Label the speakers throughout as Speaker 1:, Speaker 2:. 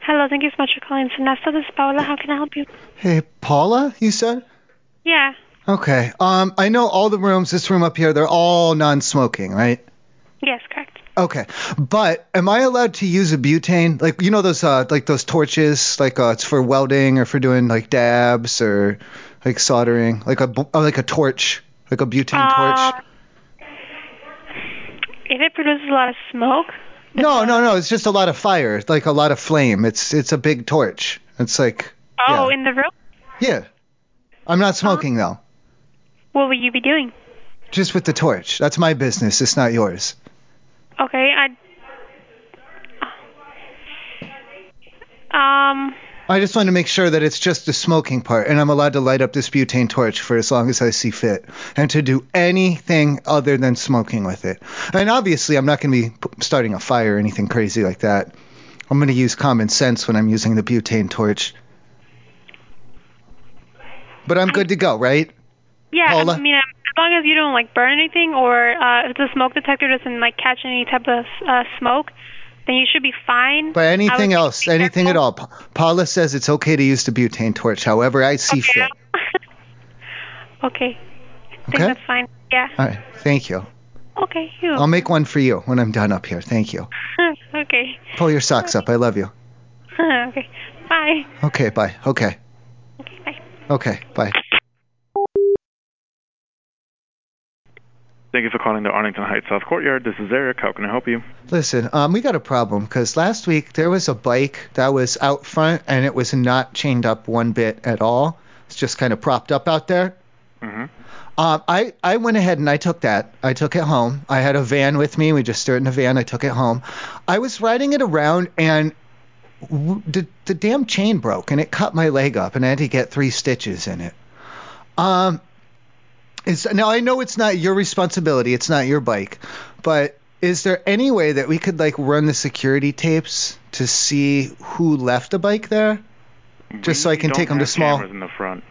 Speaker 1: Hello, thank you so much for calling Sonesta. This is Paola. How can I help you?
Speaker 2: Hey, Paula, you said?
Speaker 1: Yeah.
Speaker 2: Okay. Um, I know all the rooms, this room up here, they're all non-smoking, right?
Speaker 1: Yes, correct.
Speaker 2: Okay. But am I allowed to use a butane? Like you know those uh like those torches, like uh, it's for welding or for doing like dabs or like soldering, like a bu- uh, like a torch, like a butane torch.
Speaker 1: Uh, if it produces a lot of smoke,
Speaker 2: No, no, no. It's just a lot of fire, like a lot of flame. It's it's a big torch. It's like
Speaker 1: oh, in the room,
Speaker 2: yeah. I'm not smoking though.
Speaker 1: what would you be doing?
Speaker 2: Just with the torch. That's my business. It's not yours.
Speaker 1: Okay, I. Um,
Speaker 2: I just want to make sure that it's just the smoking part, and I'm allowed to light up this butane torch for as long as I see fit, and to do anything other than smoking with it. And obviously, I'm not going to be p- starting a fire or anything crazy like that. I'm going to use common sense when I'm using the butane torch. But I'm good to go, right?
Speaker 1: yeah,
Speaker 2: Paula?
Speaker 1: I mean, um, as long as you don't like burn anything, or uh, if the smoke detector doesn't like catch any type of uh, smoke, then you should be fine.
Speaker 2: But anything
Speaker 1: say
Speaker 2: else, anything at all. Pa- Paula says it's okay to use the butane torch, however I see fit.
Speaker 1: Okay, I think
Speaker 2: Okay?
Speaker 1: that's fine. Yeah.
Speaker 2: All right. Thank you.
Speaker 1: Okay, you.
Speaker 2: I'll make one for you when I'm done up here. Thank you.
Speaker 1: okay.
Speaker 2: Pull your socks up. I love you.
Speaker 1: okay. Bye.
Speaker 2: Okay, bye. Okay. Okay, bye.
Speaker 3: Thank you for calling the Arlington Heights South Courtyard. This is Eric. How can I help you?
Speaker 2: Listen, um, we got a problem because last week there was a bike that was out front and it was not chained up one bit at all. It's just kind of propped up out there.
Speaker 3: Mhm.
Speaker 2: Um, I, I went ahead and I took that. I took it home. I had a van with me. We just threw it in a van. I took it home. I was riding it around and w- the, the damn chain broke and it cut my leg up and I had to get three stitches in it. Um, it's, now I know it's not your responsibility. It's not your bike, but is there any way that we could like run the security tapes to see who left the bike there? Just so I
Speaker 3: We
Speaker 2: can
Speaker 3: don't
Speaker 2: take 'em to
Speaker 3: have
Speaker 2: small-
Speaker 3: Cameras in the front.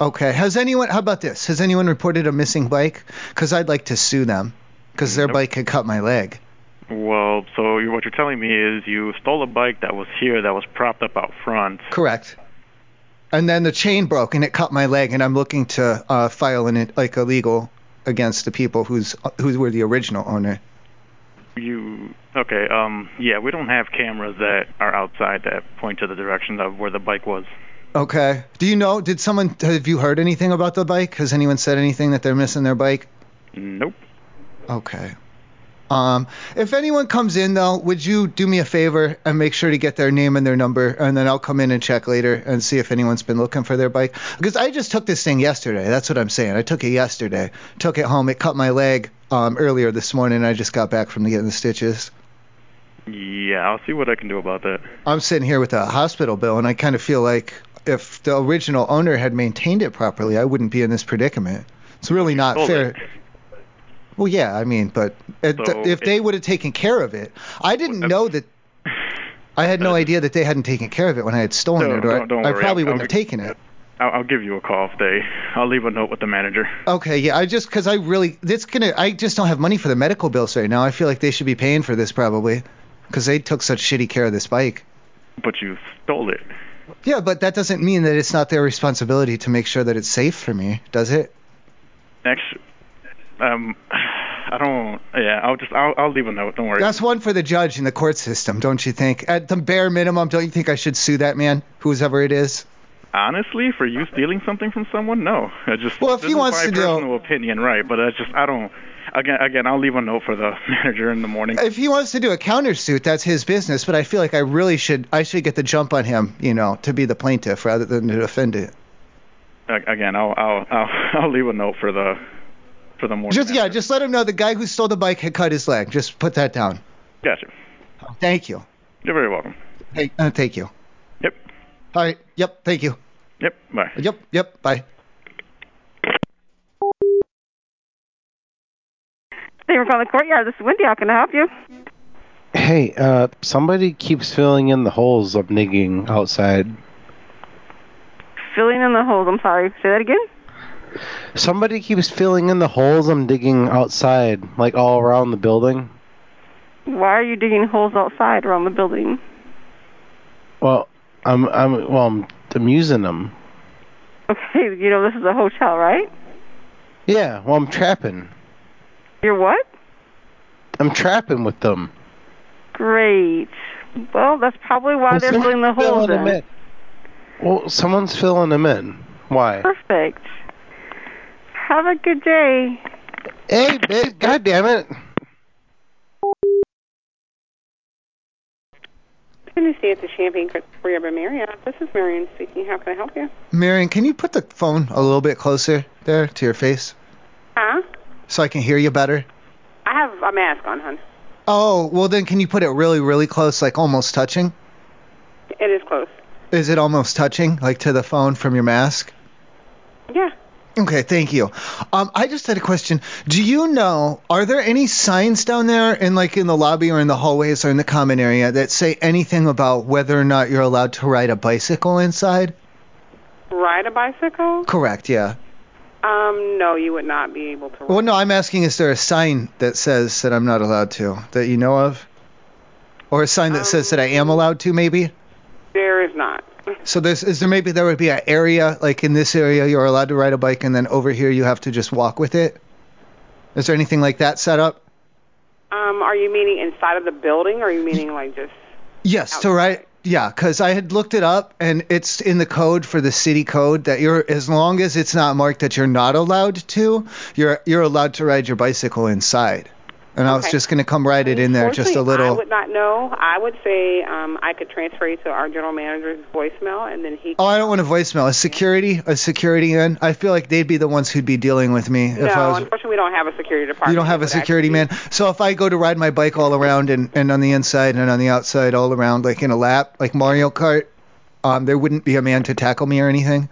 Speaker 2: Okay. Has anyone? How about this? Has anyone reported a missing bike? Because I'd like to sue them because their bike had cut my leg.
Speaker 3: Well, so you, what you're telling me is you stole a bike that was here, that was propped up out front.
Speaker 2: Correct. And then the chain broke and it cut my leg, and I'm looking to uh, file an like a legal against the people who's who were the original owner.
Speaker 3: You okay? Um, yeah, we don't have cameras that are outside that point to the direction of where the bike was.
Speaker 2: Okay. Do you know? Did someone have you heard anything about the bike? Has anyone said anything that they're missing their bike?
Speaker 3: Nope.
Speaker 2: Okay. Um, if anyone comes in though, would you do me a favor and make sure to get their name and their number, and then I'll come in and check later and see if anyone's been looking for their bike. Because I just took this thing yesterday. That's what I'm saying. I took it yesterday. Took it home. It cut my leg um, earlier this morning. I just got back from getting the stitches.
Speaker 3: Yeah, I'll see what I can do about that.
Speaker 2: I'm sitting here with a hospital bill, and I kind of feel like if the original owner had maintained it properly, I wouldn't be in this predicament. It's really not
Speaker 3: Sold
Speaker 2: fair. Well, yeah, I mean, but it,
Speaker 3: So
Speaker 2: if they would have taken care of it, I didn't know that. I had no idea that they hadn't taken care of it when I had stolen
Speaker 3: No,
Speaker 2: it, or I-
Speaker 3: don't- don't
Speaker 2: I,
Speaker 3: worry,
Speaker 2: probably
Speaker 3: I'll-
Speaker 2: wouldn't
Speaker 3: I'll-
Speaker 2: have taken it.
Speaker 3: I'll, I'll give you a call if they. I'll leave a note with the manager.
Speaker 2: Okay, yeah, I just because I really this gonna I just don't have money for the medical bills right now. I feel like they should be paying for this probably, because they took such shitty care of this bike.
Speaker 3: But you stole it.
Speaker 2: Yeah, but that doesn't mean that it's not their responsibility to make sure that it's safe for me, does it?
Speaker 3: Actually, um, I don't. Yeah, I'll just. I'll, I'll leave a note. Don't worry.
Speaker 2: That's one for the judge in the court system, don't you think? At the bare minimum, don't you think I should sue that man, whoever it is?
Speaker 3: Honestly, for you stealing something from someone, no. I just
Speaker 2: Well, if
Speaker 3: this
Speaker 2: he
Speaker 3: is
Speaker 2: wants
Speaker 3: my
Speaker 2: to do-
Speaker 3: personal opinion, right? But I just I don't. Again, again, I'll leave a note for the manager in the morning.
Speaker 2: If he wants to do a countersuit, that's his business. But I feel like I really should I should get the jump on him, you know, to be the plaintiff rather than the defendant.
Speaker 3: A- Again, I'll I'll I'll, I'll leave a note for the for the morning.
Speaker 2: Just yeah, just let him know the guy who stole the bike had cut his leg. Just put that down.
Speaker 3: Gotcha.
Speaker 2: Thank you.
Speaker 3: You're very welcome.
Speaker 2: Hey, uh, thank you.
Speaker 3: Yep.
Speaker 2: All right. Yep. Thank you.
Speaker 3: Yep. Bye.
Speaker 2: Yep. Yep. Bye.
Speaker 4: Thank you for calling the courtyard. This is Wendy. How can I help you?
Speaker 5: Hey, uh, somebody keeps filling in the holes of nigging outside.
Speaker 4: Filling in the holes. I'm sorry. Say that again.
Speaker 5: Somebody keeps filling in the holes I'm digging outside, like all around the building.
Speaker 4: Why are you digging holes outside around the building?
Speaker 5: Well, I'm I'm well I'm, I'm using them.
Speaker 6: Okay, you know this is a hotel, right?
Speaker 5: Yeah, well I'm trapping.
Speaker 6: You're what?
Speaker 5: I'm trapping with them.
Speaker 6: Great. Well, that's probably why
Speaker 5: Well,
Speaker 6: they're
Speaker 5: someone's
Speaker 6: filling the holes
Speaker 5: filling them
Speaker 6: in.
Speaker 5: in. Well, someone's filling them in. Why?
Speaker 6: Perfect. Have a good day.
Speaker 5: Hey, babe, God damn it.
Speaker 7: Good to see you at the Champagne River Marriott. This is Marion speaking. How can I help you?
Speaker 2: Marion, can you put the phone a little bit closer there to your face
Speaker 7: Huh?
Speaker 2: so I can hear you better?
Speaker 7: I have a mask on, hon.
Speaker 2: Oh, well then can you put it really, really close, like almost touching?
Speaker 7: It is close.
Speaker 2: Is it almost touching, like to the phone from your mask?
Speaker 7: Yeah.
Speaker 2: Okay, thank you. Um, I just had a question. Do you know, are there any signs down there in like in the lobby or in the hallways or in the common area that say anything about whether or not you're allowed to ride a bicycle inside?
Speaker 7: Ride a bicycle?
Speaker 2: Correct, yeah.
Speaker 7: Um, no, you would not be able to.
Speaker 2: Well, no, I'm asking is there a sign that says that I'm not allowed to that you know of? Or a sign that says that I am allowed to maybe?
Speaker 7: Um, There is not.
Speaker 2: So there's is there maybe there would be an area like in this area you're allowed to ride a bike and then over here you have to just walk with it? Is there anything like that set up?
Speaker 7: Um, are you meaning inside of the building, or are you meaning like just?
Speaker 2: Yes, to write. Yeah, because I had looked it up and it's in the code for the city code that you're as long as it's not marked that you're not allowed to, you're you're allowed to ride your bicycle inside. And I was
Speaker 7: Okay.
Speaker 2: just gonna come ride it in there just a
Speaker 7: Unfortunately, I
Speaker 2: little.
Speaker 7: would not know. I would say um, I could transfer you to our general manager's voicemail, and then he.
Speaker 2: Oh, I don't want a voicemail. A security, a security in. I feel like they'd be the ones who'd be dealing with me
Speaker 7: no,
Speaker 2: if I was.
Speaker 7: unfortunately, we don't have a security department.
Speaker 2: You don't have a
Speaker 7: that would
Speaker 2: security man. So if I go to ride my bike all around and, and on the inside and on the outside all around like in a lap like Mario Kart, um, there wouldn't be a man to tackle me or anything.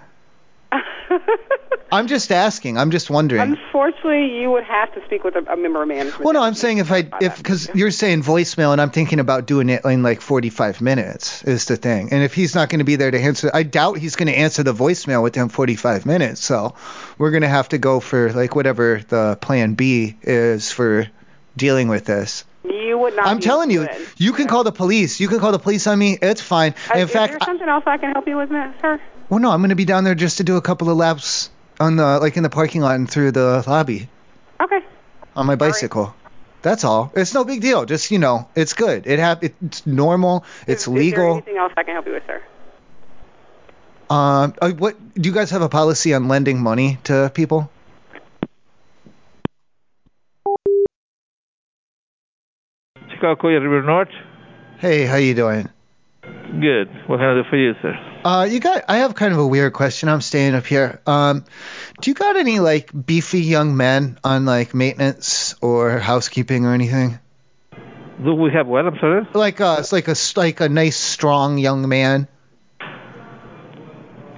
Speaker 2: I'm just asking. I'm just wondering.
Speaker 7: actually- Unfortunately, you would have to speak with a, a member of management.
Speaker 2: well, no, I'm saying if I if because you're saying voicemail and I'm thinking about doing it in like 45 minutes is the thing. And if he's not going to be there to answer, I doubt he's going to answer the voicemail within 45 minutes. So we're going to have to go for like whatever the plan B is for dealing with this.
Speaker 7: You would not.
Speaker 2: I'm
Speaker 7: be
Speaker 2: telling you,
Speaker 7: good.
Speaker 2: you can call the police. You can call the police on me. It's fine.
Speaker 7: Uh,
Speaker 2: In
Speaker 7: is
Speaker 2: fact,
Speaker 7: there something else I can help you with, Matt, sir?
Speaker 2: well, no, I'm going to be down there just to do a couple of laps on the like in the parking lot and through the lobby.
Speaker 7: Okay.
Speaker 2: on my bicycle. That's all. It's no big deal. Just you know, it's good. It hap- It's normal. It's
Speaker 7: Is there
Speaker 2: legal.
Speaker 7: anything else I can help you with, sir?
Speaker 2: um, uh, what do you guys have a policy on lending money to people?
Speaker 8: Chicago River North.
Speaker 2: Hey, how you doing?
Speaker 8: Good. What can I do for you, sir?
Speaker 2: Uh, you got. I have kind of a weird question. I'm staying up here. Um, do you got any like beefy young men on like maintenance or housekeeping or anything?
Speaker 8: Do we have what? I'm sorry.
Speaker 2: Like uh, it's like a s- like a nice strong young man.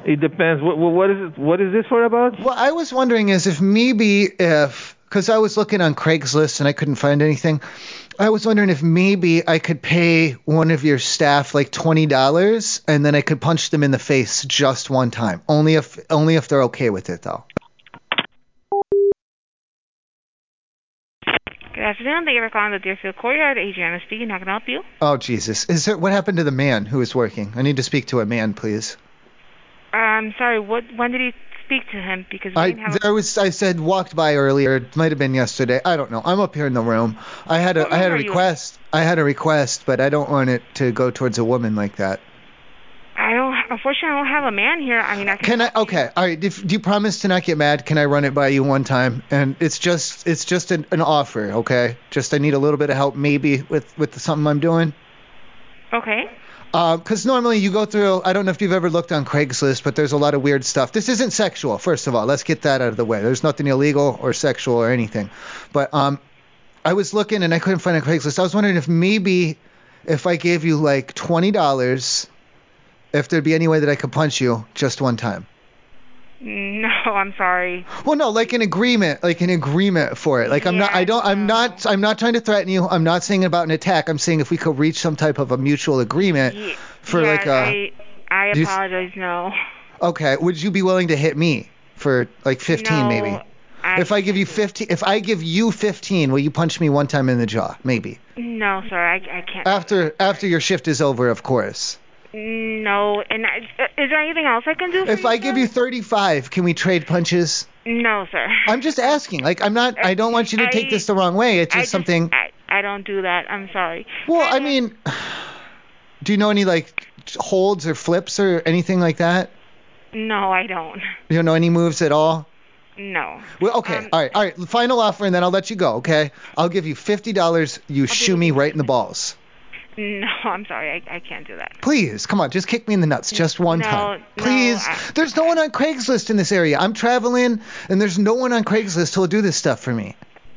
Speaker 8: It depends. What, what is it? What is this for about?
Speaker 2: Well, I was wondering is if maybe if because I was looking on Craigslist and I couldn't find anything. I was wondering if maybe I could pay one of your staff like twenty dollars and then I could punch them in the face just one time. Only if only if they're okay with it though.
Speaker 9: Good afternoon. Thank you for calling the Deerfield Courtyard. Adriana speaking. How can I help you?
Speaker 2: Oh Jesus. Is there what happened to the man who was working? I need to speak to a man, please.
Speaker 9: I'm Um, sorry. What? When did you speak to him? Because we
Speaker 2: I
Speaker 9: didn't have.
Speaker 2: there was I said walked by earlier. It might have been yesterday. I don't know. I'm up here in the room. I had a I had a
Speaker 9: room are you in?
Speaker 2: request. I had a request, but I don't want it to go towards a woman like that.
Speaker 9: A, I don't. Unfortunately, I don't have a man here. I mean, I can.
Speaker 2: Can I? Okay. All right. If, do you promise to not get mad? Can I run it by you one time? And it's just, it's just an, an offer, okay? Just I need a little bit of help, maybe with with something I'm doing.
Speaker 9: Okay.
Speaker 2: Because normally you go through. I don't know if you've ever looked on Craigslist, but there's a lot of weird stuff. This isn't sexual, first of all. Let's get that out of the way. There's nothing illegal or sexual or anything. But um, I was looking and I couldn't find a Craigslist. I was wondering if maybe if I gave you like twenty dollars, if there'd be any way that I could punch you just one time.
Speaker 9: No, I'm sorry.
Speaker 2: Well, no, like an agreement, like an agreement for it. Like I'm not, I don't, I'm not, I'm not trying to threaten you. I'm not saying about an attack. I'm saying if we could reach some type of a mutual agreement for
Speaker 9: yeah,
Speaker 2: like a.
Speaker 9: I, I
Speaker 2: do you-
Speaker 9: apologize. No.
Speaker 2: Okay, would you be willing to hit me for like 15
Speaker 9: No,
Speaker 2: maybe?
Speaker 9: I-
Speaker 2: if I give you 15, if I give you 15, will you punch me one time in the jaw? Maybe Uh,
Speaker 9: No, sorry. I, I can't.
Speaker 2: after after your shift is over, of course.
Speaker 9: No. And I, uh, is there anything else I can do? For
Speaker 2: If I give you 35, can we trade punches?
Speaker 9: No, sir.
Speaker 2: I'm just asking. Like I'm not. I don't want you to take
Speaker 9: I-
Speaker 2: this the wrong way. It's
Speaker 9: I just-
Speaker 2: just something.
Speaker 9: I, I don't do that. I'm sorry.
Speaker 2: Well, I mean, do you know any like holds or flips or anything like that?
Speaker 9: No, I don't.
Speaker 2: You don't know any moves at all?
Speaker 9: No.
Speaker 2: Well, okay.
Speaker 9: Um,
Speaker 2: all right. All right. Final offer, and then I'll let you go. Okay. I'll give you fifty dollars. You shoo me right in the balls.
Speaker 9: No, I'm sorry. I, I can't do that.
Speaker 2: Please, come on, just kick me in the nuts, just one
Speaker 9: No,
Speaker 2: time.
Speaker 9: no,
Speaker 2: Please, there's no one on Craigslist in this area. I'm traveling, and there's no one on Craigslist who'll do this stuff for me.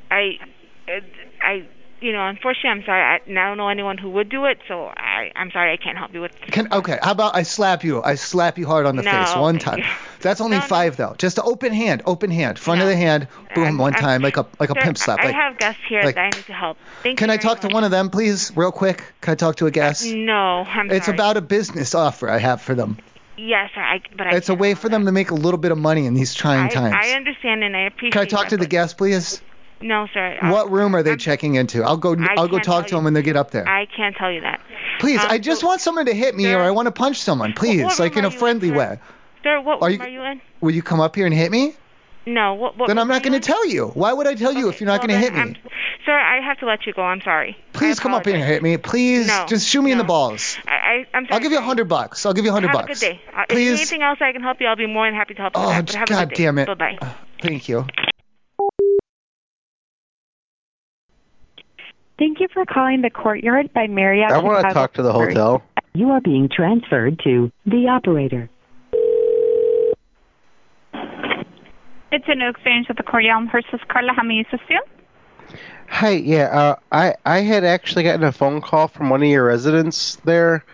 Speaker 9: I, uh, I, you know, unfortunately, I'm sorry. I, and I don't know anyone who would do it, so I, I'm sorry. I can't help you with.
Speaker 2: Can okay? How about I slap you? I slap you hard on the
Speaker 9: No,
Speaker 2: face one
Speaker 9: thank
Speaker 2: time.
Speaker 9: you.
Speaker 2: That's only five though. Just an open hand, open hand, front of the hand, boom, one
Speaker 9: I'm-
Speaker 2: time, like a like a
Speaker 9: Sir,
Speaker 2: pimp slap.
Speaker 9: I
Speaker 2: like,
Speaker 9: have guests here
Speaker 2: like-
Speaker 9: that I need to help. Thank
Speaker 2: can
Speaker 9: you. Uh,
Speaker 2: I talk to one of them, please, real quick? Can I talk to a guest?
Speaker 9: No, I'm
Speaker 2: It's
Speaker 9: sorry.
Speaker 2: about a business offer I have for them.
Speaker 9: Yes, sir, I. But I.
Speaker 2: it's a way for them to make a little bit of money in these trying
Speaker 9: I,
Speaker 2: times.
Speaker 9: I understand and I appreciate.
Speaker 2: Can I talk
Speaker 9: that,
Speaker 2: to the guest, please?
Speaker 9: but No, sir. I-
Speaker 2: What room are they checking into? I'll go.
Speaker 9: I
Speaker 2: I'll go
Speaker 9: can't
Speaker 2: talk
Speaker 9: tell
Speaker 2: to them when they get up there.
Speaker 9: I can't tell you that.
Speaker 2: please,
Speaker 9: um,
Speaker 2: I just want someone to hit me, or I want to punch someone. Please,
Speaker 9: what
Speaker 2: like
Speaker 9: room
Speaker 2: in
Speaker 9: are
Speaker 2: a
Speaker 9: you in,
Speaker 2: friendly way.
Speaker 9: Sir, what
Speaker 2: Are
Speaker 9: room
Speaker 2: you-
Speaker 9: are you in?
Speaker 2: Will you come up here and hit me?
Speaker 9: No. What? what
Speaker 2: Then I'm
Speaker 9: room
Speaker 2: not
Speaker 9: are you
Speaker 2: going to tell you. Why would I tell you if you're not going to hit me?
Speaker 9: in? Sir, I have to let you go. I'm sorry.
Speaker 2: Please come up here and hit me. Please,
Speaker 9: No,
Speaker 2: just shoot me in the balls.
Speaker 9: I, I I'm sorry.
Speaker 2: I'll give you a hundred bucks. I'll give you a hundred
Speaker 9: have
Speaker 2: bucks.
Speaker 9: a good day. Uh, If
Speaker 2: Please.
Speaker 9: there's anything else I can help you, I'll be more than happy to help you.
Speaker 2: Oh,
Speaker 9: with that, but have a
Speaker 2: God
Speaker 9: good day.
Speaker 2: damn it.
Speaker 9: Bye bye.
Speaker 2: Thank you.
Speaker 1: Thank you for calling the courtyard by Marriott.
Speaker 5: I want to
Speaker 1: Chicago
Speaker 5: talk to the
Speaker 1: First.
Speaker 5: hotel.
Speaker 10: You are being transferred to the operator.
Speaker 11: It's a new experience with the Coriam. This is Carla. How may I assist you?
Speaker 5: Hi, yeah, uh, I I had actually gotten a phone call from one of your residents there.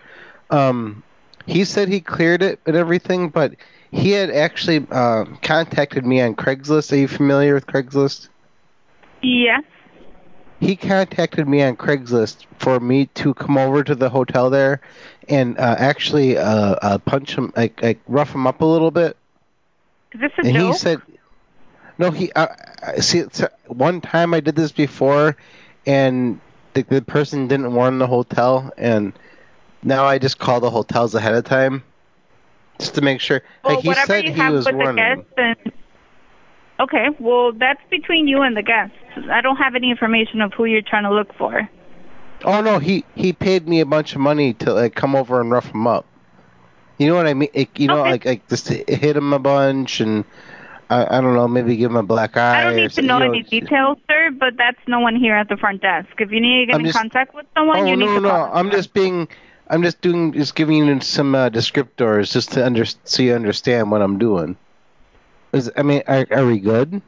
Speaker 5: Um, he said he cleared it and everything, but he had actually uh, contacted me on Craigslist. Are you familiar with Craigslist?
Speaker 11: Yes.
Speaker 5: He contacted me on Craigslist for me to come over to the hotel there and uh, actually uh, uh, punch him, like, like rough him up a little bit.
Speaker 11: Is this a
Speaker 5: and
Speaker 11: joke?
Speaker 5: he said, "No, he uh, I- see. It's, uh, one time I did this before, and the, the person didn't warn the hotel, and now I just call the hotels ahead of time, just to make sure."
Speaker 11: well,
Speaker 5: like he
Speaker 11: whatever
Speaker 5: said,
Speaker 11: you
Speaker 5: he
Speaker 11: have
Speaker 5: was
Speaker 11: with
Speaker 5: warning.
Speaker 11: the guests. And... Okay. Well, that's between you and the guests. I don't have any information of who you're trying to look for.
Speaker 5: Oh no, he he paid me a bunch of money to like come over and rough him up. You know what I mean? Like, you know, like like just hit him a bunch and. I, I don't know, maybe give him a black eye.
Speaker 11: I don't
Speaker 5: or,
Speaker 11: need to
Speaker 5: some-
Speaker 11: know
Speaker 5: you
Speaker 11: any details, sir, but that's no one here at the front desk. If you need to get
Speaker 5: I'm
Speaker 11: in
Speaker 5: just-
Speaker 11: contact with someone,
Speaker 5: oh
Speaker 11: you need
Speaker 5: no
Speaker 11: to
Speaker 5: no!
Speaker 11: call.
Speaker 5: I'm just being, I'm just doing, just giving you some uh, descriptors just to under, so you understand what I'm doing. Is I mean, are, are we good?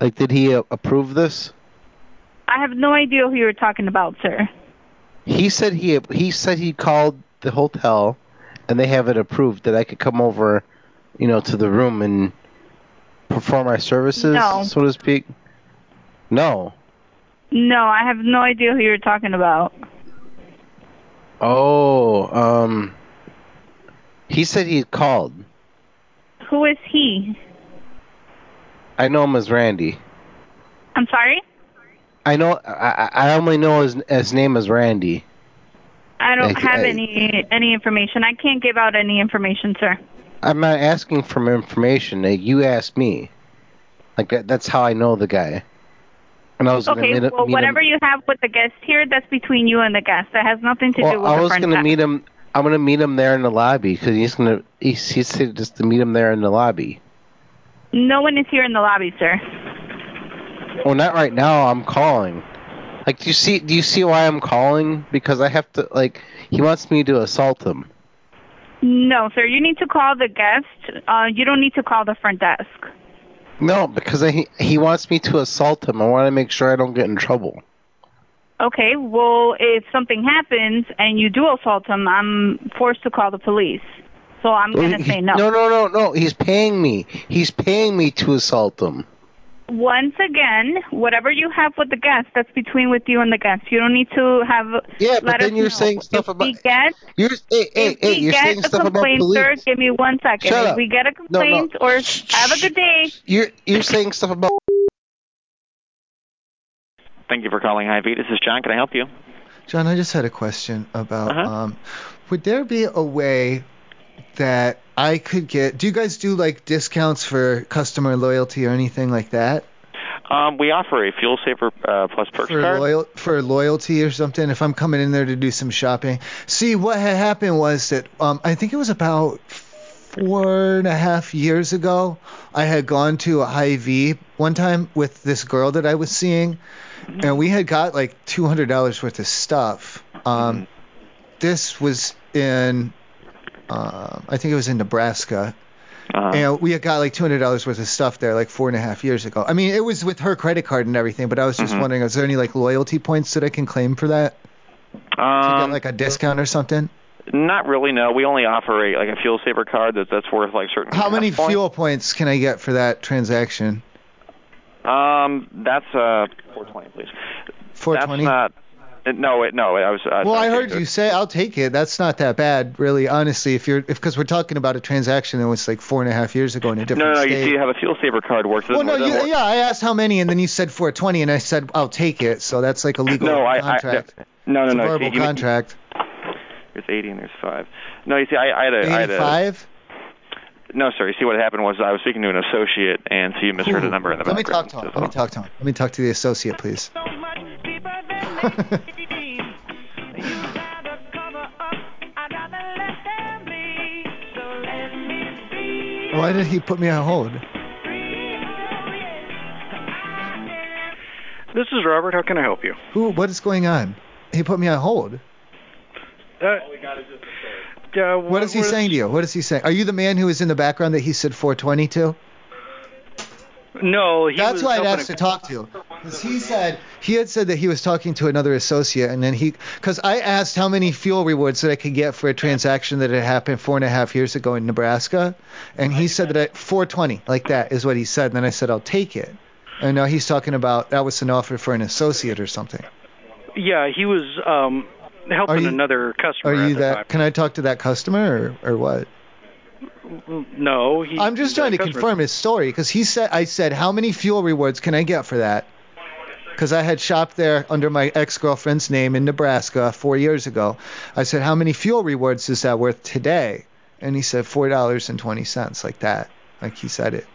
Speaker 5: Like, did he uh, approve this?
Speaker 11: I have no idea who you're talking about, sir.
Speaker 5: He said he he said he called the hotel, and they have it approved that I could come over, you know, to the room and perform my services,
Speaker 11: No.
Speaker 5: so to speak. No.
Speaker 11: No, I have no idea who you're talking about.
Speaker 5: Oh. Um. He said he called.
Speaker 11: Who is he?
Speaker 5: I know him as Randy.
Speaker 11: I'm sorry?
Speaker 5: I know. I, I I only know his his name is Randy.
Speaker 11: I don't
Speaker 5: Like,
Speaker 11: have
Speaker 5: I-
Speaker 11: any any information. I can't give out any information, sir.
Speaker 5: I'm not asking for information. Like, you asked me. Like that, that's how I know the guy. And I was gonna
Speaker 11: Okay,
Speaker 5: meet, him-
Speaker 11: well,
Speaker 5: meet
Speaker 11: whatever
Speaker 5: him.
Speaker 11: you have with the guest here, that's between you and the guest. That has nothing to do
Speaker 5: well,
Speaker 11: with
Speaker 5: I
Speaker 11: the
Speaker 5: was
Speaker 11: front
Speaker 5: gonna
Speaker 11: desk.
Speaker 5: meet him. I'm gonna meet him there in the lobby because he's gonna. He, he said just to meet him there in the lobby.
Speaker 11: No one is here in the lobby, sir.
Speaker 5: Well, not right now. I'm calling. Like, do you see? Do you see why I'm calling? Because I have to. Like, he wants me to assault him.
Speaker 11: No, sir. You need to call the guest. Uh, you don't need to call the front desk.
Speaker 5: No, because I, he wants me to assault him. I want to make sure I don't get in trouble.
Speaker 11: Okay, well, if something happens and you do assault him, I'm forced to call the police. So I'm
Speaker 5: Well,
Speaker 11: going to
Speaker 5: he-
Speaker 11: say no.
Speaker 5: No, no, no, no. He's paying me. He's paying me to assault him.
Speaker 11: Once again, whatever you have with the guest, that's between with you and the guest. You don't need to have.
Speaker 5: Yeah, but
Speaker 11: let
Speaker 5: then
Speaker 11: us
Speaker 5: you're
Speaker 11: know.
Speaker 5: saying stuff
Speaker 11: If
Speaker 5: about.
Speaker 11: we get,
Speaker 5: You're, hey, hey,
Speaker 11: if
Speaker 5: hey,
Speaker 11: we
Speaker 5: you're
Speaker 11: get
Speaker 5: saying
Speaker 11: a
Speaker 5: stuff about
Speaker 11: complaint,
Speaker 5: police.
Speaker 11: sir, give me one second.
Speaker 5: Shut
Speaker 11: if
Speaker 5: up.
Speaker 11: we get a
Speaker 5: No, no.
Speaker 11: complaint or have a good day.
Speaker 5: You're you're saying stuff about.
Speaker 12: Thank you for calling Hy-Vee. This is John. Can I help you?
Speaker 2: John, I just had a question about um, Would there be a way that I could get? Do you guys do like discounts for customer loyalty or anything like that
Speaker 12: Um, we offer a fuel saver uh, plus perks
Speaker 2: for
Speaker 12: card.
Speaker 2: loyal for loyalty or something? If I'm coming in there to do some shopping, see what had happened was that um, I think it was about four and a half years ago. I had gone to a high V one time with this girl that I was seeing, and we had got like two hundred dollars worth of stuff. Um, this was in, uh, I think it was in Nebraska.
Speaker 12: Uh-huh.
Speaker 2: And we had got like two hundred dollars worth of stuff there like four and a half years ago. I mean, it was with her credit card and everything, but I was just
Speaker 12: Mhm.
Speaker 2: wondering, is there any like loyalty points that I can claim for that?
Speaker 12: Um,
Speaker 2: like a discount or something?
Speaker 12: not really. No, we only offer a like a fuel saver card that that's worth like certain.
Speaker 2: How many
Speaker 12: points.
Speaker 2: fuel points can I get for that transaction?
Speaker 12: Um, that's uh, 420, please.
Speaker 2: 420.
Speaker 12: That's not. No, wait, no. I was. Uh,
Speaker 2: Well, I heard you say I'll take it. That's not that bad, really. Honestly, if you're if because we're talking about a transaction that was like four and a half years ago in a
Speaker 12: No,
Speaker 2: different
Speaker 12: no, no.
Speaker 2: state.
Speaker 12: You see, you have a fuel saver card works.
Speaker 2: well,
Speaker 12: doesn't-
Speaker 2: no,
Speaker 12: doesn't
Speaker 2: you,
Speaker 12: work.
Speaker 2: yeah, I asked how many, and then you said 420, and I said I'll take it. So that's like a legal
Speaker 12: No, I, I
Speaker 2: contract.
Speaker 12: no, no,
Speaker 2: It's a
Speaker 12: no.
Speaker 2: verbal
Speaker 12: see, you-
Speaker 2: contract.
Speaker 12: There's 80 and there's five. No, you see, I, I had a. I had a-
Speaker 2: 85?
Speaker 12: no, sorry. You see, what happened was I was speaking to an associate, and so you misheard a number in the
Speaker 2: Let me
Speaker 12: background.
Speaker 2: talk to him. Let me talk to him. Let me talk to the associate, please. Why did he put me on hold?
Speaker 13: This is Robert. How can I help you?
Speaker 2: Who? What is going on? He put me on hold.
Speaker 13: Uh, uh,
Speaker 2: What is he saying to you? What is he saying? Are you the man who was in the background that he said 420 to?
Speaker 13: No, he
Speaker 2: That's
Speaker 13: was
Speaker 2: who I'd
Speaker 13: helping
Speaker 2: asked
Speaker 13: a-
Speaker 2: to talk to. 'Cause he said he had said that he was talking to another associate, and then he, because I asked how many fuel rewards that I could get for a transaction that had happened four and a half years ago in Nebraska, and he said that I, 420, like that is what he said. And then I said I'll take it, and now he's talking about that was an offer for an associate or something.
Speaker 13: Yeah, he was um, helping another
Speaker 2: Are
Speaker 13: customer.
Speaker 2: you
Speaker 13: at the
Speaker 2: that? Can I talk to that customer or, or what?
Speaker 13: time. No, he,
Speaker 2: I'm just trying to
Speaker 13: customer.
Speaker 2: confirm his story because he said I said how many fuel rewards can I get for that? Because I had shopped there under my ex-girlfriend's name in Nebraska four years ago. I said how many fuel rewards is that worth today? And he said four dollars and twenty cents, like that, like he said it.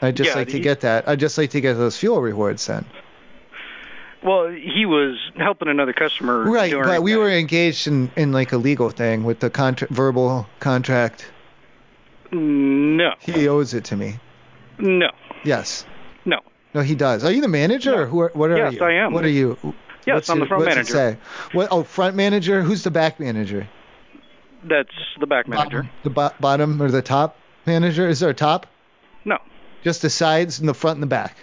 Speaker 2: I'd just
Speaker 13: Yeah,
Speaker 2: like to
Speaker 13: he-
Speaker 2: get that. I'd just like to get those fuel rewards then.
Speaker 13: Well, he was helping another customer.
Speaker 2: Right,
Speaker 13: during-
Speaker 2: but we were engaged in, in like a legal thing with the contract, verbal contract.
Speaker 13: No,
Speaker 2: He owes it to me.
Speaker 13: no.
Speaker 2: Yes.
Speaker 13: No.
Speaker 2: No, he does. Are you the manager or who? Are, what are
Speaker 13: Yes,
Speaker 2: you?
Speaker 13: I am.
Speaker 2: What are you?
Speaker 13: Yes,
Speaker 2: what's
Speaker 13: I'm the
Speaker 2: it-
Speaker 13: front
Speaker 2: what's
Speaker 13: manager.
Speaker 2: It say? What? Oh, front manager. Who's the back manager?
Speaker 13: That's the back manager.
Speaker 2: The bo- bottom or the top manager? Is there a top?
Speaker 13: No.
Speaker 2: Just the sides and the front and the back.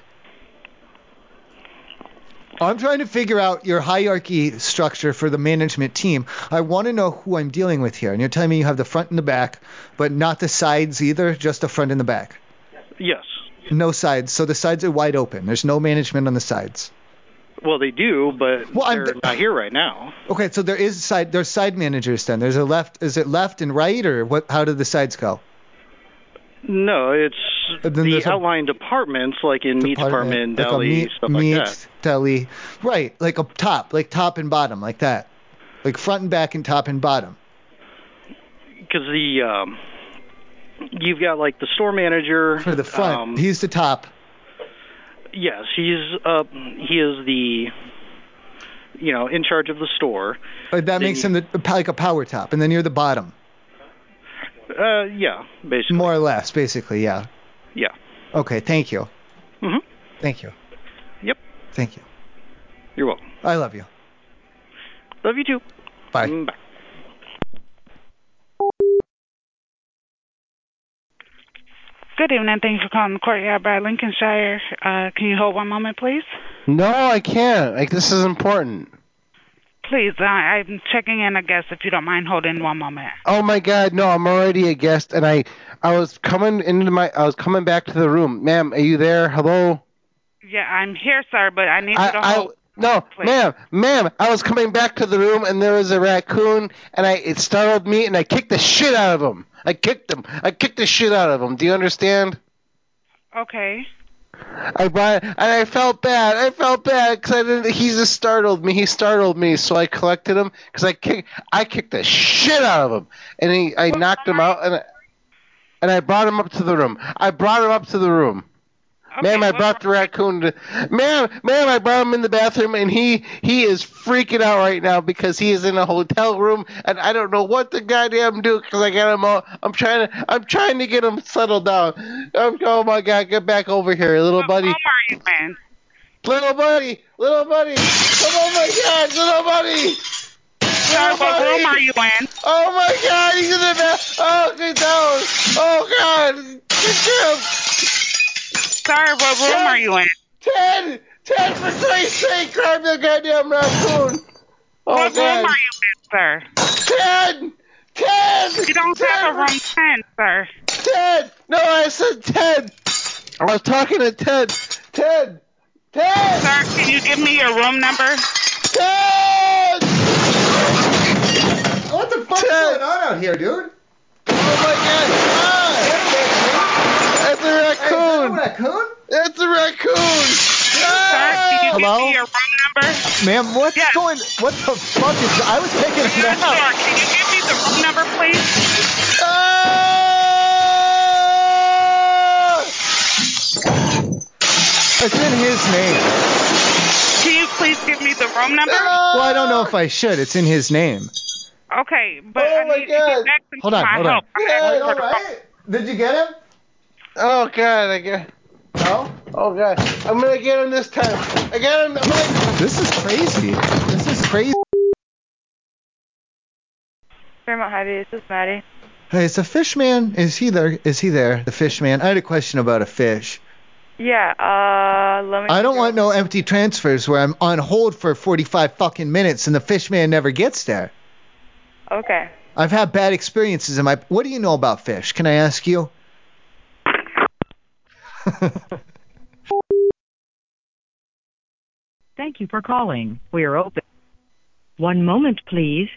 Speaker 2: I'm trying to figure out your hierarchy structure for the management team. I want to know who I'm dealing with here. And you're telling me you have the front and the back, but not the sides either, just the front and the back.
Speaker 13: Yes.
Speaker 2: No sides. So the sides are wide open. There's no management on the sides.
Speaker 13: Well, they do, but they're not here right now.
Speaker 2: Okay, so there is side there's side managers then. There's a left is it left and right or what how do the sides go?
Speaker 13: No, it's the
Speaker 2: Uh, there's a-
Speaker 13: outline departments, like in meat department,
Speaker 2: like a
Speaker 13: deli,
Speaker 2: meat,
Speaker 13: stuff
Speaker 2: meat,
Speaker 13: like that.
Speaker 2: deli. Right, like a top, like top and bottom, like that. Like front and back and top and bottom.
Speaker 13: Because the um, you've got like the store manager
Speaker 2: For the front,
Speaker 13: Um,
Speaker 2: he's the top.
Speaker 13: Yes, he's uh he is the you know in charge of the store.
Speaker 2: Like that makes him the, like a power top and then you're the bottom.
Speaker 13: Uh yeah, basically.
Speaker 2: More or less, basically, yeah.
Speaker 13: yeah.
Speaker 2: Okay, thank you.
Speaker 13: Mhm.
Speaker 2: Thank you.
Speaker 13: Yep.
Speaker 2: Thank you.
Speaker 13: You're welcome.
Speaker 2: I love you.
Speaker 13: Love you too.
Speaker 2: Bye.
Speaker 13: Mm, Bye.
Speaker 14: Good evening. Thank you for calling the courtyard by Lincolnshire. Uh, can you hold one moment, please?
Speaker 5: No, I can't. Like this is important.
Speaker 14: Please, uh, I'm checking in a guest if you don't mind holding one moment.
Speaker 5: Oh my God, no! I'm already a guest, and I I was coming into my I was coming back to the room. Ma'am, are you there? Hello.
Speaker 14: Yeah, I'm here, sir, but I need you to
Speaker 5: I
Speaker 14: hold.
Speaker 5: no, ma'am, ma'am. I was coming back to the room, and there was a raccoon, and I it startled me, and I kicked the shit out of him. I kicked him. I kicked the shit out of him. Do you understand?
Speaker 14: okay.
Speaker 5: I brought and I felt bad. I felt bad because I didn't. He just startled me. He startled me, so I collected him because I kicked. I kicked the shit out of him, and he. I knocked him out, and I, and I brought him up to the room. I brought him up to the room. ma'am, I brought the raccoon. To, ma'am, ma'am, I brought him in the bathroom, and he he is freaking out right now because he is in a hotel room, and I don't know what the goddamn do because I got him all. I'm trying to I'm trying to get him settled down. I'm, oh my god, get back over here, little buddy.
Speaker 15: you, man?
Speaker 5: Little buddy, little buddy, come on, my god, little buddy. Little
Speaker 15: what
Speaker 5: buddy.
Speaker 15: room are you in?
Speaker 5: Oh my god, he's in the bath. Oh, get down. Oh god, get him.
Speaker 15: Sorry, what room are you in?
Speaker 5: Ted, Ted, for Christ's sake, grab the goddamn raccoon. Oh
Speaker 15: what
Speaker 5: god.
Speaker 15: room are you in, sir?
Speaker 5: Ted, Ted.
Speaker 15: You don't have a room ten, sir.
Speaker 5: Ted, no, I said Ted. I was talking to Ted. Ted, Ted.
Speaker 15: Sir, can you give me your room number?
Speaker 5: Ted.
Speaker 2: What the fuck's going on out here, dude?
Speaker 5: That's a raccoon.
Speaker 2: raccoon?
Speaker 5: That's a raccoon.
Speaker 15: Sir, can you give
Speaker 2: Hello?
Speaker 15: me your room number?
Speaker 2: Ma'am, what's going? What the fuck is? I was taking a
Speaker 15: Yes,
Speaker 2: nap.
Speaker 15: sir. Can you give me the room number, please?
Speaker 2: It's in his name.
Speaker 15: Can you please give me the room number?
Speaker 2: Well, I don't know if I should. It's in his name.
Speaker 15: Okay, but I need to get back to
Speaker 2: Hold on,
Speaker 15: my
Speaker 2: hold on.
Speaker 15: help. I'm asking for the phone.
Speaker 2: Did you get him?
Speaker 5: Oh god, I got.
Speaker 2: No.
Speaker 5: Oh god, I'm gonna get him this time. I got him. I'm gonna-
Speaker 2: This is crazy. This is crazy.
Speaker 16: Fairmont Hy-Vee, this is Maddie.
Speaker 2: Hey, is the fish man? Is he there? Is he there? The fish man. I had a question about a fish.
Speaker 16: Yeah, uh, let me.
Speaker 2: I don't want no empty transfers where I'm on hold for 45 fucking minutes and the fish man never gets there.
Speaker 16: Okay.
Speaker 2: I've had bad experiences in my. What do you know about fish? Can I ask you?
Speaker 4: Thank you for calling. We are open. One moment, please.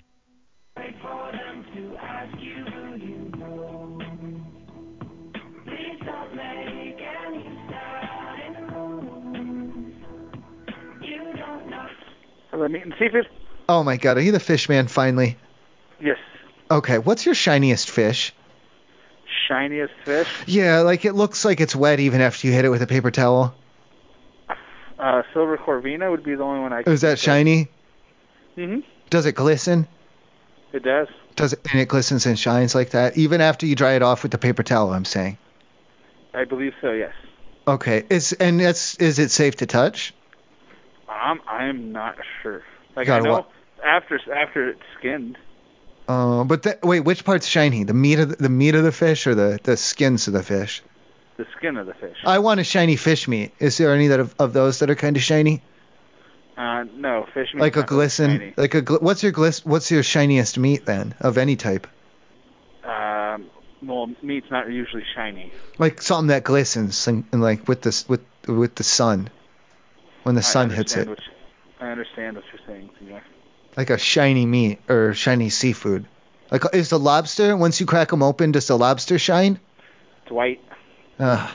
Speaker 17: Hello, meat and seafood.
Speaker 2: Oh my god, are you the fish man finally?
Speaker 17: Yes.
Speaker 2: Okay, what's your shiniest fish?
Speaker 17: Shiniest fish.
Speaker 2: Yeah, like it looks like it's wet even after you hit it with a paper towel.
Speaker 17: Uh, silver Corvina would be the only one I.
Speaker 2: Is that shiny?
Speaker 17: hmm
Speaker 2: Does it glisten?
Speaker 17: It does.
Speaker 2: Does it, and it glistens and shines like that even after you dry it off with the paper towel? I'm saying.
Speaker 17: I believe so. Yes.
Speaker 2: Okay, is and that's is it safe to touch?
Speaker 17: Um, I'm not sure. Like
Speaker 2: You
Speaker 17: I
Speaker 2: gotta
Speaker 17: know
Speaker 2: wa-
Speaker 17: after after it's skinned,
Speaker 2: Uh, but that, wait, which part's shiny? The meat of the, the meat of the fish or the the skins of the fish?
Speaker 17: the skin of the fish.
Speaker 2: I want a shiny fish meat. Is there any that of, of those that are kind of shiny?
Speaker 17: Uh, no, fish meat.
Speaker 2: Like a glisten, like a gl- what's your glist? What's your shiniest meat then of any type?
Speaker 17: Um, well, meat's not usually shiny.
Speaker 2: Like something that glistens and, and like with this with with the sun, when the sun hits it,
Speaker 17: Understand what you- I understand what you're saying. Senor.
Speaker 2: like a shiny meat or shiny seafood. Like uh, is the lobster once you crack them open, does the lobster shine?
Speaker 17: It's white.
Speaker 2: Uh,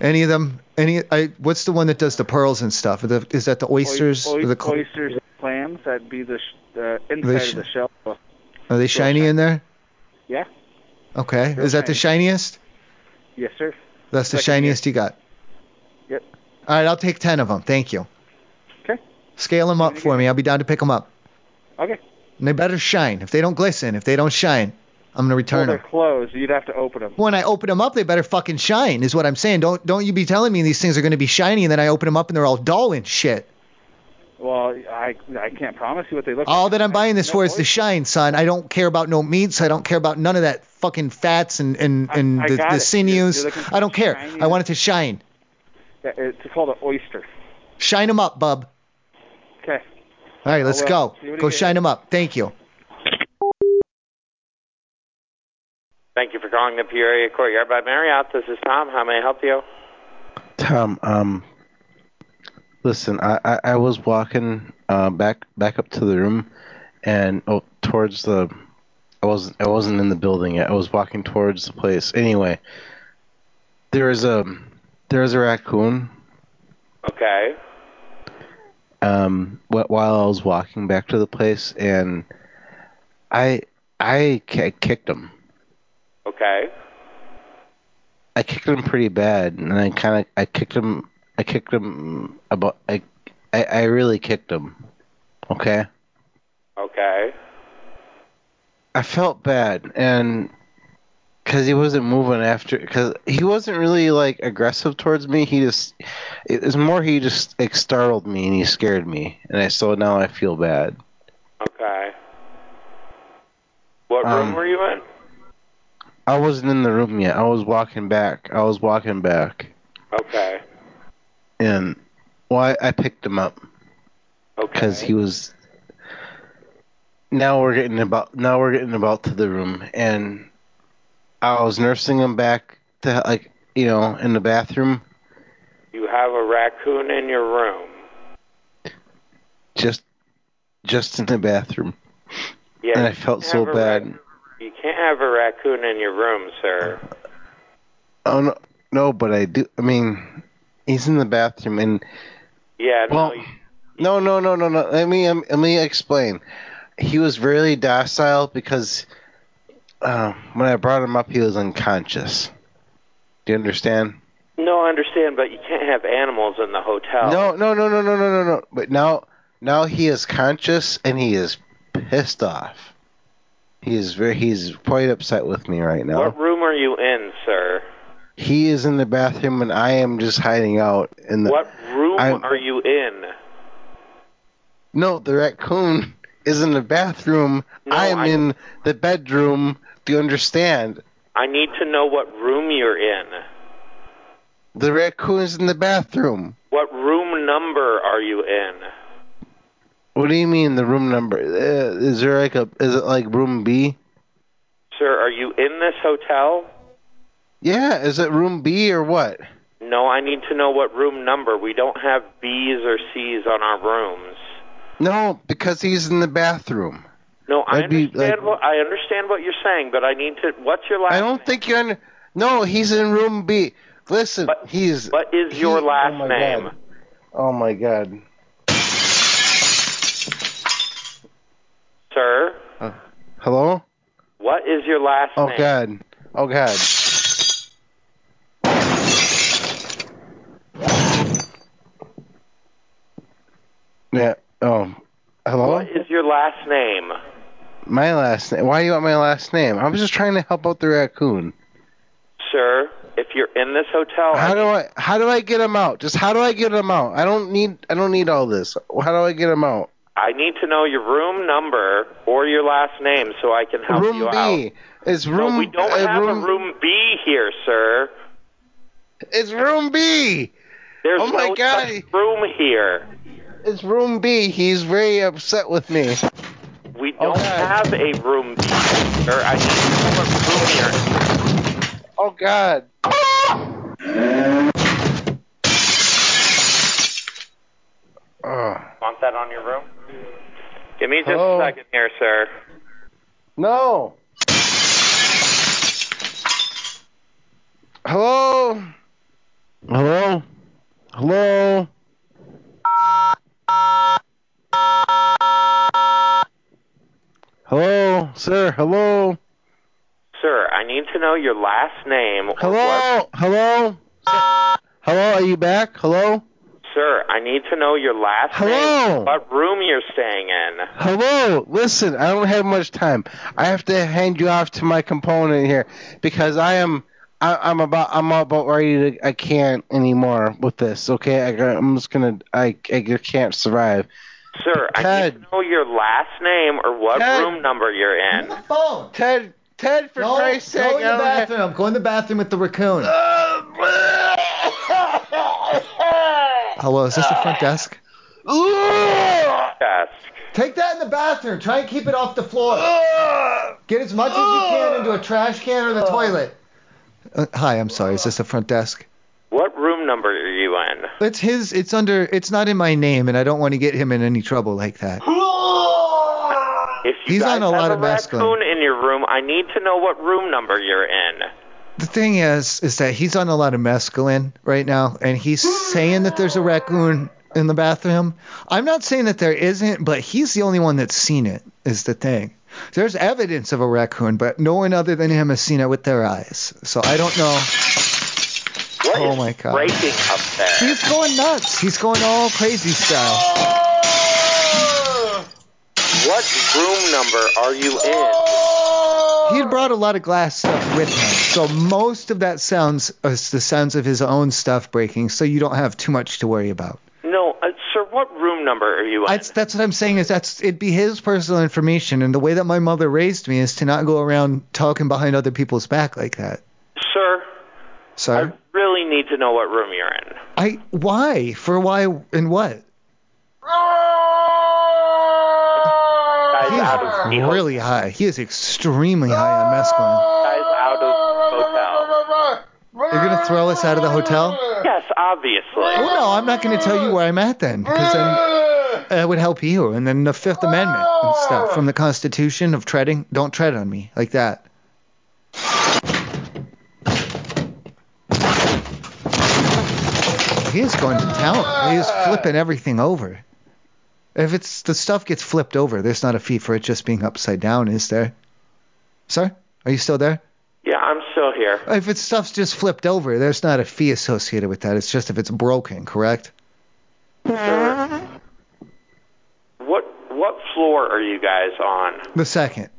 Speaker 2: any of them? Any? I, what's the one that does the pearls and stuff? Are the- is that the oysters?
Speaker 17: Oy-
Speaker 2: or the cl-
Speaker 17: oysters, and clams. That'd be the sh- the inside
Speaker 2: sh-
Speaker 17: of the shell.
Speaker 2: Are they shiny in there?
Speaker 17: Yeah.
Speaker 2: Okay.
Speaker 17: They're
Speaker 2: Is that the shiniest?
Speaker 17: Yes, sir.
Speaker 2: That's the shiniest you got.
Speaker 17: Yep.
Speaker 2: All right, I'll take ten of them. Thank you.
Speaker 17: Okay.
Speaker 2: Scale them up for me. I'll be down to pick them up.
Speaker 17: Okay.
Speaker 2: And they better shine. If they don't glisten, if they don't shine, I'm gonna return
Speaker 17: well,
Speaker 2: them.
Speaker 17: they're closed. You'd have to open them.
Speaker 2: When I open them up, they better fucking shine. Is what I'm saying. Don't don't you be telling me these things are gonna be shiny and then I open them up and they're all dull and shit.
Speaker 17: Well, I I can't promise you what they look
Speaker 2: All
Speaker 17: like.
Speaker 2: that I'm buying this
Speaker 17: no
Speaker 2: for is the shine, son. I don't care about no meats. I don't care about none of that fucking fats and and and
Speaker 17: I
Speaker 2: the,
Speaker 17: got it.
Speaker 2: the
Speaker 17: You're-
Speaker 2: sinews.
Speaker 17: you're looking for
Speaker 2: I don't care.
Speaker 17: shiny-
Speaker 2: I want it to shine.
Speaker 17: Yeah, It's called an oyster.
Speaker 2: Shine them up, bub.
Speaker 17: Okay.
Speaker 2: All right, let's
Speaker 17: I will.
Speaker 2: go.
Speaker 17: See what he
Speaker 2: Go
Speaker 17: gets.
Speaker 2: shine them up. Thank you.
Speaker 18: Thank you for calling the Peoria Courtyard by Marriott. This is Tom. How may I help you?
Speaker 5: Tom, um, listen, I, I, I was walking uh, back back up to the room, and oh, towards the, I wasn't I wasn't in the building yet. I was walking towards the place. Anyway, there is a there's a raccoon.
Speaker 18: Okay.
Speaker 5: Um, wh- while I was walking back to the place, and I I ki- kicked him.
Speaker 18: Okay.
Speaker 5: I kicked him pretty bad, and I kind of I kicked him. I kicked him about. I, I I really kicked him. Okay.
Speaker 18: Okay.
Speaker 5: I felt bad, and because he wasn't moving after, because he wasn't really like aggressive towards me. He just it was more he just like startled me and he scared me, and I so now I feel bad.
Speaker 18: Okay. What room
Speaker 5: Um,
Speaker 18: were you in?
Speaker 5: I wasn't in the room yet. I was walking back. I was walking back,
Speaker 18: Okay.
Speaker 5: and well, I, I picked him up
Speaker 18: Okay.
Speaker 5: because he was. Now we're getting about. Now we're getting about to the room, and I was nursing him back to like you know in the bathroom,
Speaker 18: You have a raccoon in your room.
Speaker 5: just just in the bathroom,
Speaker 18: Yeah.
Speaker 5: and
Speaker 18: you
Speaker 5: I felt
Speaker 18: can't
Speaker 5: so
Speaker 18: have a
Speaker 5: bad.
Speaker 18: rac- you can't have a raccoon in your room, sir.
Speaker 5: Oh no, no, but I do. I mean, he's in the bathroom, and
Speaker 18: Yeah. no,
Speaker 5: well, no, no, no, no, no. Let me um, let me explain. He was really docile because uh, when I brought him up, he was unconscious. Do you understand?
Speaker 18: No, I understand, but you can't have animals in the hotel.
Speaker 5: No, no, no, no, no, no, no, no. But now, now he is conscious and he is pissed off. He is very, he's quite upset with me right now.
Speaker 18: What room are you in, sir?
Speaker 5: He is in the bathroom and I am just hiding out in the.
Speaker 18: What room
Speaker 5: I'm-
Speaker 18: are you in?
Speaker 5: No, the raccoon is in the bathroom. I am in the bedroom. Do you understand?
Speaker 18: I need to know what room you're in.
Speaker 5: The raccoon is in the bathroom.
Speaker 18: What room number are you in?
Speaker 5: What do you mean the room number? Uh, is there like a? Is it like room B?
Speaker 18: Sir, are you in this hotel?
Speaker 5: Yeah, is it room B or what?
Speaker 18: No, I need to know what room number. We don't have B's or C's on our rooms.
Speaker 5: No, because he's in the bathroom.
Speaker 18: No, I
Speaker 5: That'd be,
Speaker 18: understand
Speaker 5: like-
Speaker 18: what I understand what you're saying, but I need to what's your last
Speaker 5: I don't think you're in. No, he's in room B. Listen, he's.
Speaker 18: What is your last name?
Speaker 5: Oh my god.
Speaker 18: Sir,
Speaker 5: Uh, Hello?
Speaker 18: what is your last
Speaker 5: Oh
Speaker 18: name?
Speaker 5: god. Oh god. Yeah. Oh. Hello?
Speaker 18: What is your last name?
Speaker 5: My last name. Why do you want my last name? I was just trying to help out the raccoon.
Speaker 18: Sir, if you're in this hotel,
Speaker 5: How do I how do I get him out? Just how do I get him out? I don't need I don't need all this. How do I get him out?
Speaker 18: I need to know your room number or your last name so I can help
Speaker 5: room
Speaker 18: you
Speaker 5: B.
Speaker 18: out.
Speaker 5: It's room
Speaker 18: no, we don't
Speaker 5: uh,
Speaker 18: have
Speaker 5: room
Speaker 18: a room B here, sir.
Speaker 5: It's room B.
Speaker 18: There's
Speaker 5: Oh my
Speaker 18: no
Speaker 5: God.
Speaker 18: such room here.
Speaker 5: It's room B. He's very upset with me.
Speaker 18: We don't have a room B, sir. I need to know what room you're in.
Speaker 5: Oh God. Oh.
Speaker 18: Want that on your room? Give me just
Speaker 5: Hello?
Speaker 18: a second here, sir.
Speaker 5: No. Hello. Hello. Hello. Hello, sir. Hello.
Speaker 18: Sir, I need to know your last name.
Speaker 5: Hello. Hello. Hello. Are you back? Hello.
Speaker 18: Sir, I need to know your last
Speaker 5: Hello?
Speaker 18: name. What room you're staying in.
Speaker 5: Hello, listen, I don't have much time. I have to hand you off to my component here because I am I, I'm about I'm about ready to I can't anymore with this. Okay, I, got- I'm just gonna I I just can't survive.
Speaker 18: Sir, I need to know your last name or what
Speaker 5: Ted.
Speaker 18: room number you're in.
Speaker 2: Phone.
Speaker 5: Ted. Ted, for
Speaker 2: no,
Speaker 5: Christ's
Speaker 2: go
Speaker 5: sake,
Speaker 2: in the
Speaker 5: I don't have-
Speaker 2: bathroom. Go in the bathroom with the raccoon. Hello, is this the front desk?
Speaker 18: Yes.
Speaker 2: Take that in the bathroom. Try and keep it off the floor. Get as much as you can into a trash can or the toilet. Uh, hi, I'm sorry. Is this the front desk?
Speaker 18: What room number are you in?
Speaker 2: It's his. It's under. It's not in my name, and I don't want to get him in any trouble like that.
Speaker 18: If you
Speaker 2: He's
Speaker 18: guys
Speaker 2: on a
Speaker 18: have
Speaker 2: lot
Speaker 18: a
Speaker 2: of masculine.
Speaker 18: raccoon in your room, I need to know what room number you're in.
Speaker 2: the thing is, is that he's on a lot of mescaline right now, and he's saying that there's a raccoon in the bathroom. I'm not saying that there isn't, but he's the only one that's seen it. Is the thing. There's evidence of a raccoon, but no one other than him has seen it with their eyes. So I don't know.
Speaker 18: What
Speaker 2: oh
Speaker 18: is
Speaker 2: my god.
Speaker 18: breaking up there?
Speaker 2: He's going nuts. He's going all crazy style.
Speaker 18: What room number are you in?
Speaker 2: He had brought a lot of glass stuff with him, so most of that sounds is the sounds of his own stuff breaking. So you don't have too much to worry about.
Speaker 18: No, uh, sir. What room number are you in?
Speaker 2: That's that's what I'm saying is that's it'd be his personal information, and the way that my mother raised me is to not go around talking behind other people's back like that.
Speaker 18: sir,
Speaker 2: So
Speaker 18: really need to know what room you're in.
Speaker 2: I why for why and what?
Speaker 18: Guys out of
Speaker 2: Really high. He is extremely high on mescaline.
Speaker 18: guys out of
Speaker 2: You're gonna throw us out of the hotel?
Speaker 18: hotel. Yes, obviously.
Speaker 2: Well, I'm not going to tell you where I'm at then, because then that would help you. And then the Fifth Amendment and stuff from the Constitution of treading, don't tread on me like that. He is going to town. He is flipping everything over. If it's the stuff gets flipped over, there's not a fee for it just being upside down, is there? Sir, are you still there?
Speaker 18: Yeah, I'm still here.
Speaker 2: If it's stuff's just flipped over, there's not a fee associated with that. It's just if it's broken, correct?
Speaker 18: What what floor are you guys on?
Speaker 2: The second.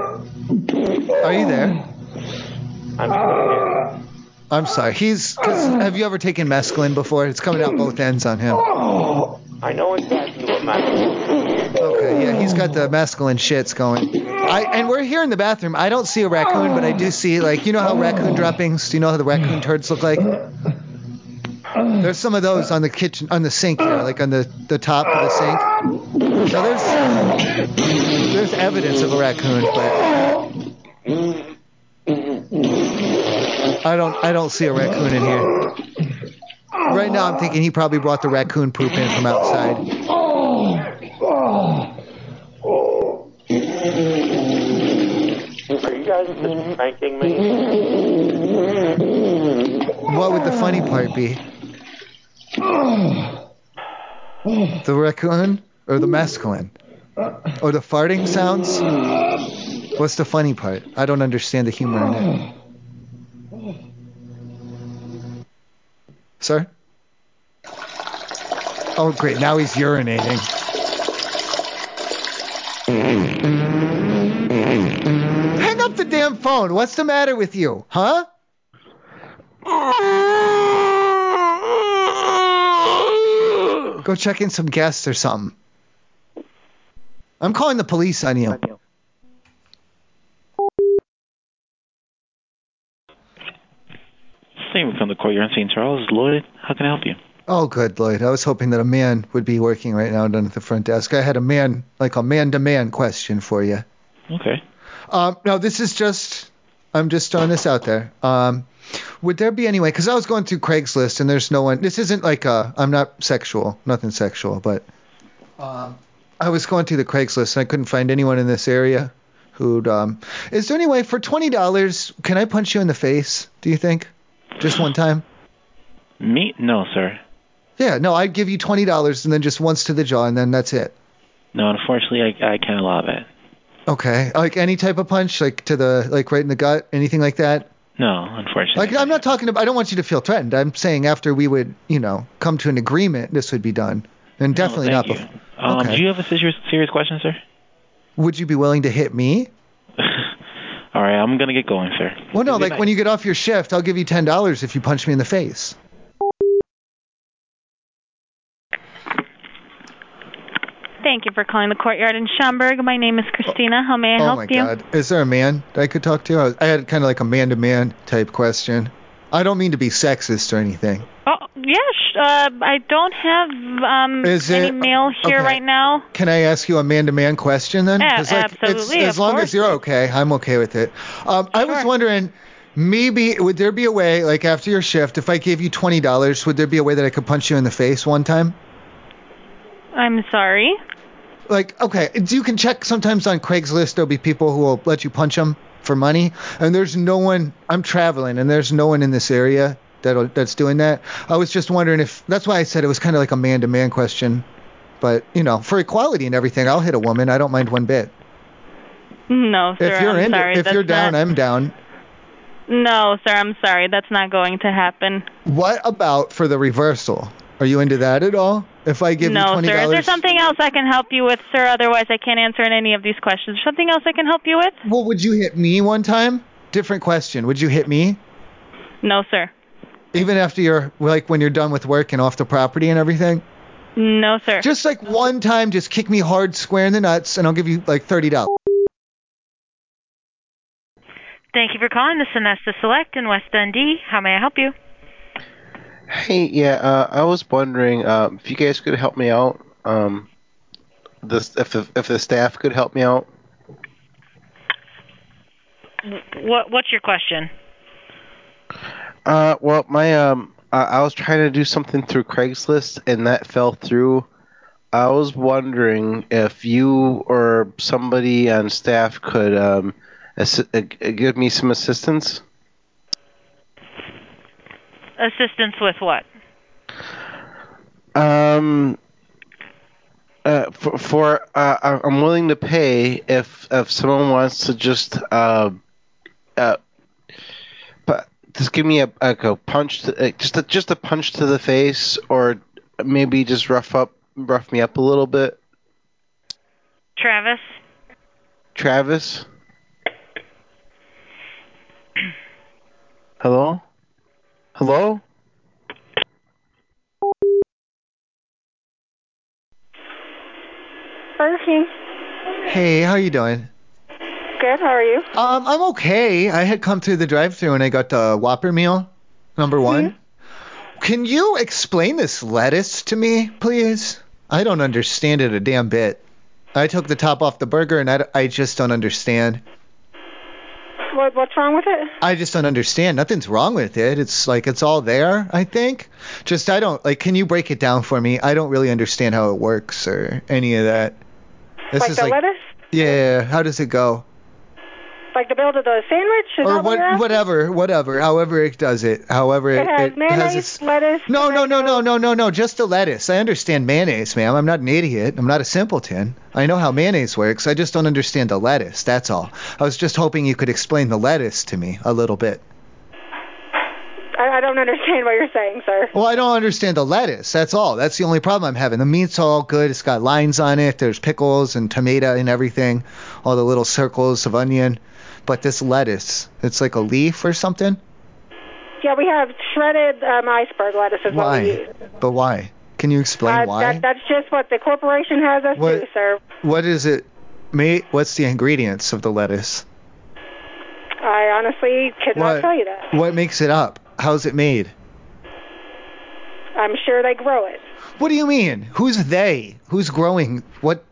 Speaker 2: Are you there? I'm sorry. He's. Cause have you ever taken mescaline before? It's coming out both ends on him.
Speaker 18: I know exactly what matters.
Speaker 2: Okay, yeah, he's got the mescaline shits going. I and we're here in the bathroom. I don't see a raccoon, but I do see like you know how raccoon droppings. Do you know how the raccoon turds look like? There's some of those on the kitchen, on the sink here, like on the the top of the
Speaker 19: Oh.
Speaker 2: sink. Now there's there's evidence of a raccoon, but I don't I don't see a raccoon in here. Right now I'm thinking he probably brought the raccoon poop in from outside.
Speaker 12: Oh.
Speaker 18: Are you guys just pranking me?
Speaker 2: What would the funny part be? The raccoon or the masculine? Or the farting sounds? What's the funny part? I don't understand the humor in it. Sir? Oh, great. Now he's urinating. Hang up the damn phone. What's the matter with you? Huh? Go check in some guests or something. I'm calling the police on you.
Speaker 3: Same from the courtyard in St. Charles. Lloyd, how can I help you?
Speaker 2: Oh, good, Lloyd. I was hoping that a man would be working right now down at the front desk. I had a man, like a man to man question for you.
Speaker 3: Okay.
Speaker 2: Um, no, this is just, I'm just throwing this out there. Um, would there be any way? Because I was going through Craigslist and there's no one. This isn't like i I'm not sexual, nothing sexual, but um, I was going through the Craigslist and I couldn't find anyone in this area who'd. Um, is there any way for twenty dollars? Can I punch you in the face? Do you think? Just one time?
Speaker 3: Me? No, sir.
Speaker 2: Yeah. No, I'd give you twenty dollars and then just once to the jaw and then that's it.
Speaker 3: No, unfortunately, I, I can't allow that.
Speaker 2: Okay. Like any type of punch, like to the like right in the gut, anything like that.
Speaker 3: No, unfortunately.
Speaker 2: Like I'm not talking about. I don't want you to feel threatened. I'm saying after we would, you know, come to an agreement, this would be done, and definitely
Speaker 3: thank
Speaker 2: not
Speaker 3: you.
Speaker 2: before.
Speaker 3: Um,
Speaker 2: okay.
Speaker 3: Do you have a serious, serious question, sir?
Speaker 2: Would you be willing to hit me?
Speaker 3: All right, I'm going to get going, sir.
Speaker 2: Well, no. Like when you get off your shift, I'll give you ten dollars if you punch me in the face.
Speaker 4: Thank you for calling the courtyard in Schaumburg. My name is Christina. How may I
Speaker 2: oh
Speaker 4: help
Speaker 2: my
Speaker 4: you?
Speaker 2: God! Is there a man that I could talk to? I, was, I had kind of like a man-to-man type question. I don't mean to be sexist or anything.
Speaker 20: Oh, yeah, sh- uh, I don't have um,
Speaker 2: Is
Speaker 20: any
Speaker 2: it-
Speaker 20: mail here
Speaker 2: okay.
Speaker 20: right now.
Speaker 2: Can I ask you a man-to-man question then?
Speaker 20: Yeah,
Speaker 2: 'Cause, like, it's-
Speaker 20: absolutely,
Speaker 2: As
Speaker 20: of
Speaker 2: long
Speaker 20: course.
Speaker 2: as you're okay, I'm okay with it. Um, I was wondering, maybe would there be a way, like after your shift, if I gave you twenty dollars, would there be a way that I could punch you in the face one time?
Speaker 20: I'm sorry.
Speaker 2: Like, okay, it's- you can check sometimes on Craigslist. There'll be people who will let you punch them for money, and there's no one. I'm traveling, and there's no one in this area that that's doing that. I was just wondering if that's why I said it was kind of like a man-to-man question. But you know, for equality and everything, I'll hit a woman. I don't mind one bit.
Speaker 20: No, sir.
Speaker 2: if you're
Speaker 20: I'm
Speaker 2: in,
Speaker 20: sorry.
Speaker 2: if
Speaker 20: that's
Speaker 2: you're down,
Speaker 20: not-
Speaker 2: I'm down.
Speaker 20: No, sir. I'm sorry. That's not going to happen.
Speaker 2: What about for the reversal? Are you into that at all? If I give you
Speaker 20: no,
Speaker 2: twenty
Speaker 20: sir. Is there
Speaker 2: dollars,
Speaker 20: something else I can help you with, sir? Otherwise, I can't answer in any of these questions. Something else I can help you with?
Speaker 2: well, would you hit me one time? Different question. Would you hit me
Speaker 20: No, sir.
Speaker 2: even after you're like when you're done with work and off the property and everything?
Speaker 20: No, sir.
Speaker 2: Just like one time, just kick me hard, square in the nuts, and I'll give you like thirty dollars.
Speaker 1: Thank you for calling the Sonesta Select in West Dundee. How may I help you?
Speaker 5: Hey, yeah, uh, I was wondering um, if you guys could help me out. Um, this if the, if the staff could help me out.
Speaker 1: W- What What's your question?
Speaker 5: Uh, well, my um, I, I was trying to do something through Craigslist and that fell through. I was wondering if you or somebody on staff could um, assi- uh, uh, give me some assistance.
Speaker 1: Assistance with what?
Speaker 5: Um, uh, for, for uh, I- I'm willing to pay if if someone wants to just uh, uh, but just give me a like a punch to, uh, just a, just a punch to the face or maybe just rough up rough me up a little bit,
Speaker 1: Travis,
Speaker 5: Travis. Hello, hello.
Speaker 9: Working.
Speaker 2: Hey, how you doing?
Speaker 9: Good. How are you?
Speaker 2: Um, I'm okay. I had come through the drive-through and I got the Whopper meal,
Speaker 9: Mm-hmm.
Speaker 2: number one. Can you explain this lettuce to me, please? I don't understand it a damn bit. I took the top off the burger and I, I just don't understand.
Speaker 9: What What's wrong with it?
Speaker 2: I just don't understand. Nothing's wrong with it. It's like it's all there, I think. Just I don't like can you break it down for me? I don't really understand how it works or any of that. This
Speaker 9: like
Speaker 2: is
Speaker 9: the
Speaker 2: like
Speaker 9: lettuce?
Speaker 2: yeah, how does it go?
Speaker 9: Like the build of the sandwich? Is that
Speaker 2: or
Speaker 9: what
Speaker 2: what,
Speaker 9: you're asking?
Speaker 2: whatever, whatever, however it does it, however
Speaker 9: It has mayonnaise,
Speaker 2: its-
Speaker 9: lettuce.
Speaker 2: No, no, no, no, no, no, no, just the lettuce. I understand mayonnaise, ma'am. I'm not an idiot. I'm not a simpleton. I know how mayonnaise works. I just don't understand the lettuce. That's all. I was just hoping you could explain the lettuce to me a little bit.
Speaker 9: I, I don't understand what you're saying, sir.
Speaker 2: Well, I don't understand the lettuce. That's all. That's the only problem I'm having. The meat's all good. It's got lines on it. There's pickles and tomato and everything, all the little circles of onion. But this lettuce, it's like a leaf or something.
Speaker 9: Yeah, we have shredded um, iceberg lettuce is what we
Speaker 2: Why?
Speaker 9: use.
Speaker 2: But why? Can you explain
Speaker 9: Uh,
Speaker 2: why?
Speaker 9: That, that's just what the corporation has us
Speaker 2: What-
Speaker 9: do, sir.
Speaker 2: what is it? Mate, what's the ingredients of the lettuce?
Speaker 9: I honestly could
Speaker 2: What?
Speaker 9: not tell you that.
Speaker 2: What makes it up? How's it made?
Speaker 9: I'm sure they grow it.
Speaker 2: What do you mean? Who's they? Who's growing? What?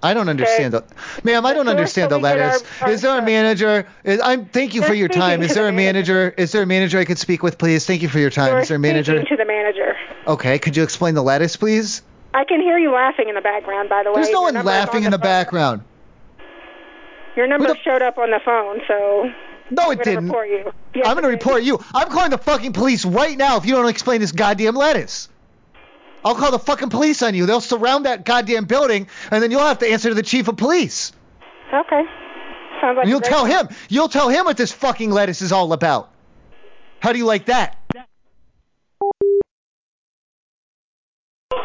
Speaker 2: I don't understand the, ma'am. I don't understand the lettuce. is there a
Speaker 9: uh,
Speaker 2: manager? Is, I'm. Thank you for your time. Is there a manager? Is there a manager I could speak with, please? Thank you for your time. Is there a manager?
Speaker 9: Speaking to the manager.
Speaker 2: Okay. Could you explain the lettuce, please?
Speaker 9: I can hear you laughing in the background, by the way.
Speaker 2: There's no
Speaker 9: Your
Speaker 2: one
Speaker 9: number's on
Speaker 2: laughing in the background.
Speaker 9: Your number showed up on the phone, so.
Speaker 2: No,
Speaker 9: it didn't. Report you.
Speaker 2: I'm gonna report you. I'm calling the fucking police right now if you don't explain this goddamn lettuce. I'll call the fucking police on you. They'll surround that goddamn building, and then you'll have to answer to the chief of police.
Speaker 9: Okay. Sounds like.
Speaker 2: And
Speaker 9: a
Speaker 2: you'll
Speaker 9: great
Speaker 2: tell
Speaker 9: plan.
Speaker 2: him. You'll tell him what this fucking lettuce is all about. How do you like that?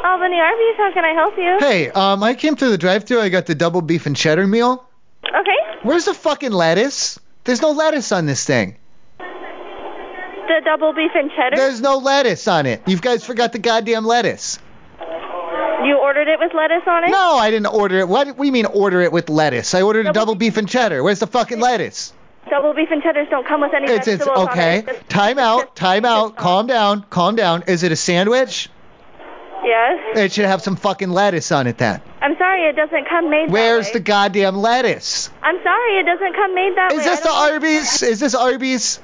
Speaker 4: Albany Arby's, how can I help you?
Speaker 2: Hey, um, I came through the drive-thru. I got the double beef and cheddar meal.
Speaker 4: Okay.
Speaker 2: Where's the fucking lettuce? There's no lettuce on this thing.
Speaker 4: The double beef and cheddar.
Speaker 2: There's no lettuce on it. You guys forgot the goddamn lettuce.
Speaker 4: You ordered it with lettuce on it?
Speaker 2: No, I didn't order it. What, what do you mean order it with lettuce? I ordered a double beef and cheddar. Where's the fucking lettuce?
Speaker 21: Double beef and cheddars don't come with any
Speaker 2: It's it's
Speaker 21: vegetables
Speaker 2: okay.
Speaker 21: on it. It's
Speaker 2: Time out. Time out. Calm down. Calm down. Is it a sandwich?
Speaker 21: just- yes.
Speaker 2: It should have some fucking lettuce on it then.
Speaker 21: I'm sorry, it doesn't come made
Speaker 2: Where's
Speaker 21: that
Speaker 2: the
Speaker 21: way.
Speaker 2: goddamn lettuce?
Speaker 21: I'm sorry, it doesn't come made that way.
Speaker 2: Is this
Speaker 21: I
Speaker 2: the
Speaker 21: don't-
Speaker 2: Arby's? Is this Arby's?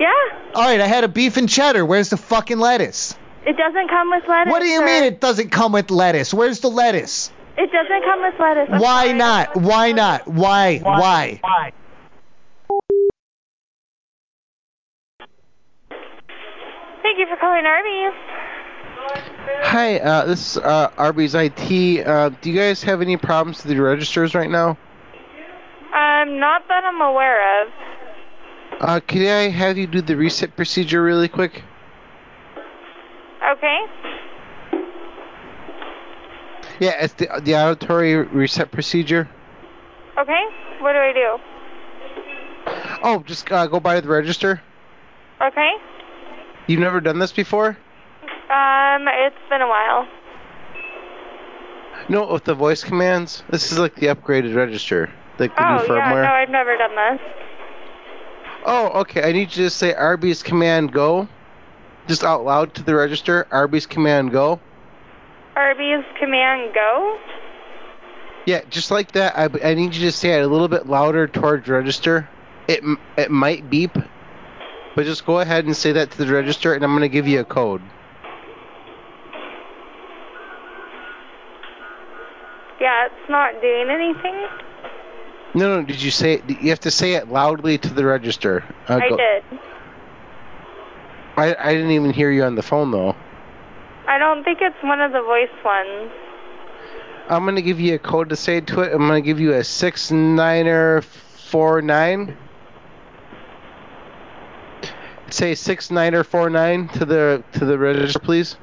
Speaker 21: Yeah.
Speaker 2: All right, I had a beef and cheddar. Where's the fucking lettuce?
Speaker 21: It doesn't come with lettuce.
Speaker 2: What do you
Speaker 21: sir.
Speaker 2: mean it doesn't come with lettuce? Where's the lettuce?
Speaker 21: It doesn't come with lettuce. I'm
Speaker 2: Why
Speaker 21: sorry.
Speaker 2: not? Why not? Why? Why?
Speaker 21: Why? Thank you for calling Arby's.
Speaker 5: Hi, uh, this is uh, Arby's IT. Uh, do you guys have any problems with the registers right now?
Speaker 4: Um, not that I'm aware of.
Speaker 5: Uh, can I have you do the reset procedure really quick?
Speaker 4: Okay.
Speaker 5: Yeah, it's the, the auditory reset procedure.
Speaker 4: Okay. What do I do?
Speaker 5: Oh, just uh, go by to the register.
Speaker 4: Okay.
Speaker 5: You've never done this before?
Speaker 4: Um, it's been a while.
Speaker 5: No, with the voice commands. This is like the upgraded register, like the
Speaker 4: oh
Speaker 5: new
Speaker 4: yeah, no,
Speaker 5: firmware.
Speaker 4: I've never done this.
Speaker 5: Oh, okay. I need you to say Arby's command go, just out loud to the register. Arby's command go.
Speaker 4: Arby's command go.
Speaker 5: Yeah, just like that. I, I need you to say it a little bit louder towards register. It m- it might beep, but just go ahead and say that to the register, and I'm gonna give you a code.
Speaker 4: Yeah, it's not doing anything.
Speaker 5: No, no. Did you say? It? You have to say it loudly to the register. Uh,
Speaker 4: I
Speaker 5: go-
Speaker 4: did.
Speaker 5: I I didn't even hear you on the phone though.
Speaker 4: I don't think it's one of the voice ones.
Speaker 5: I'm gonna give you a code to say to it. I'm gonna give you a six niner four nine. Say six niner four nine to the to the register, please.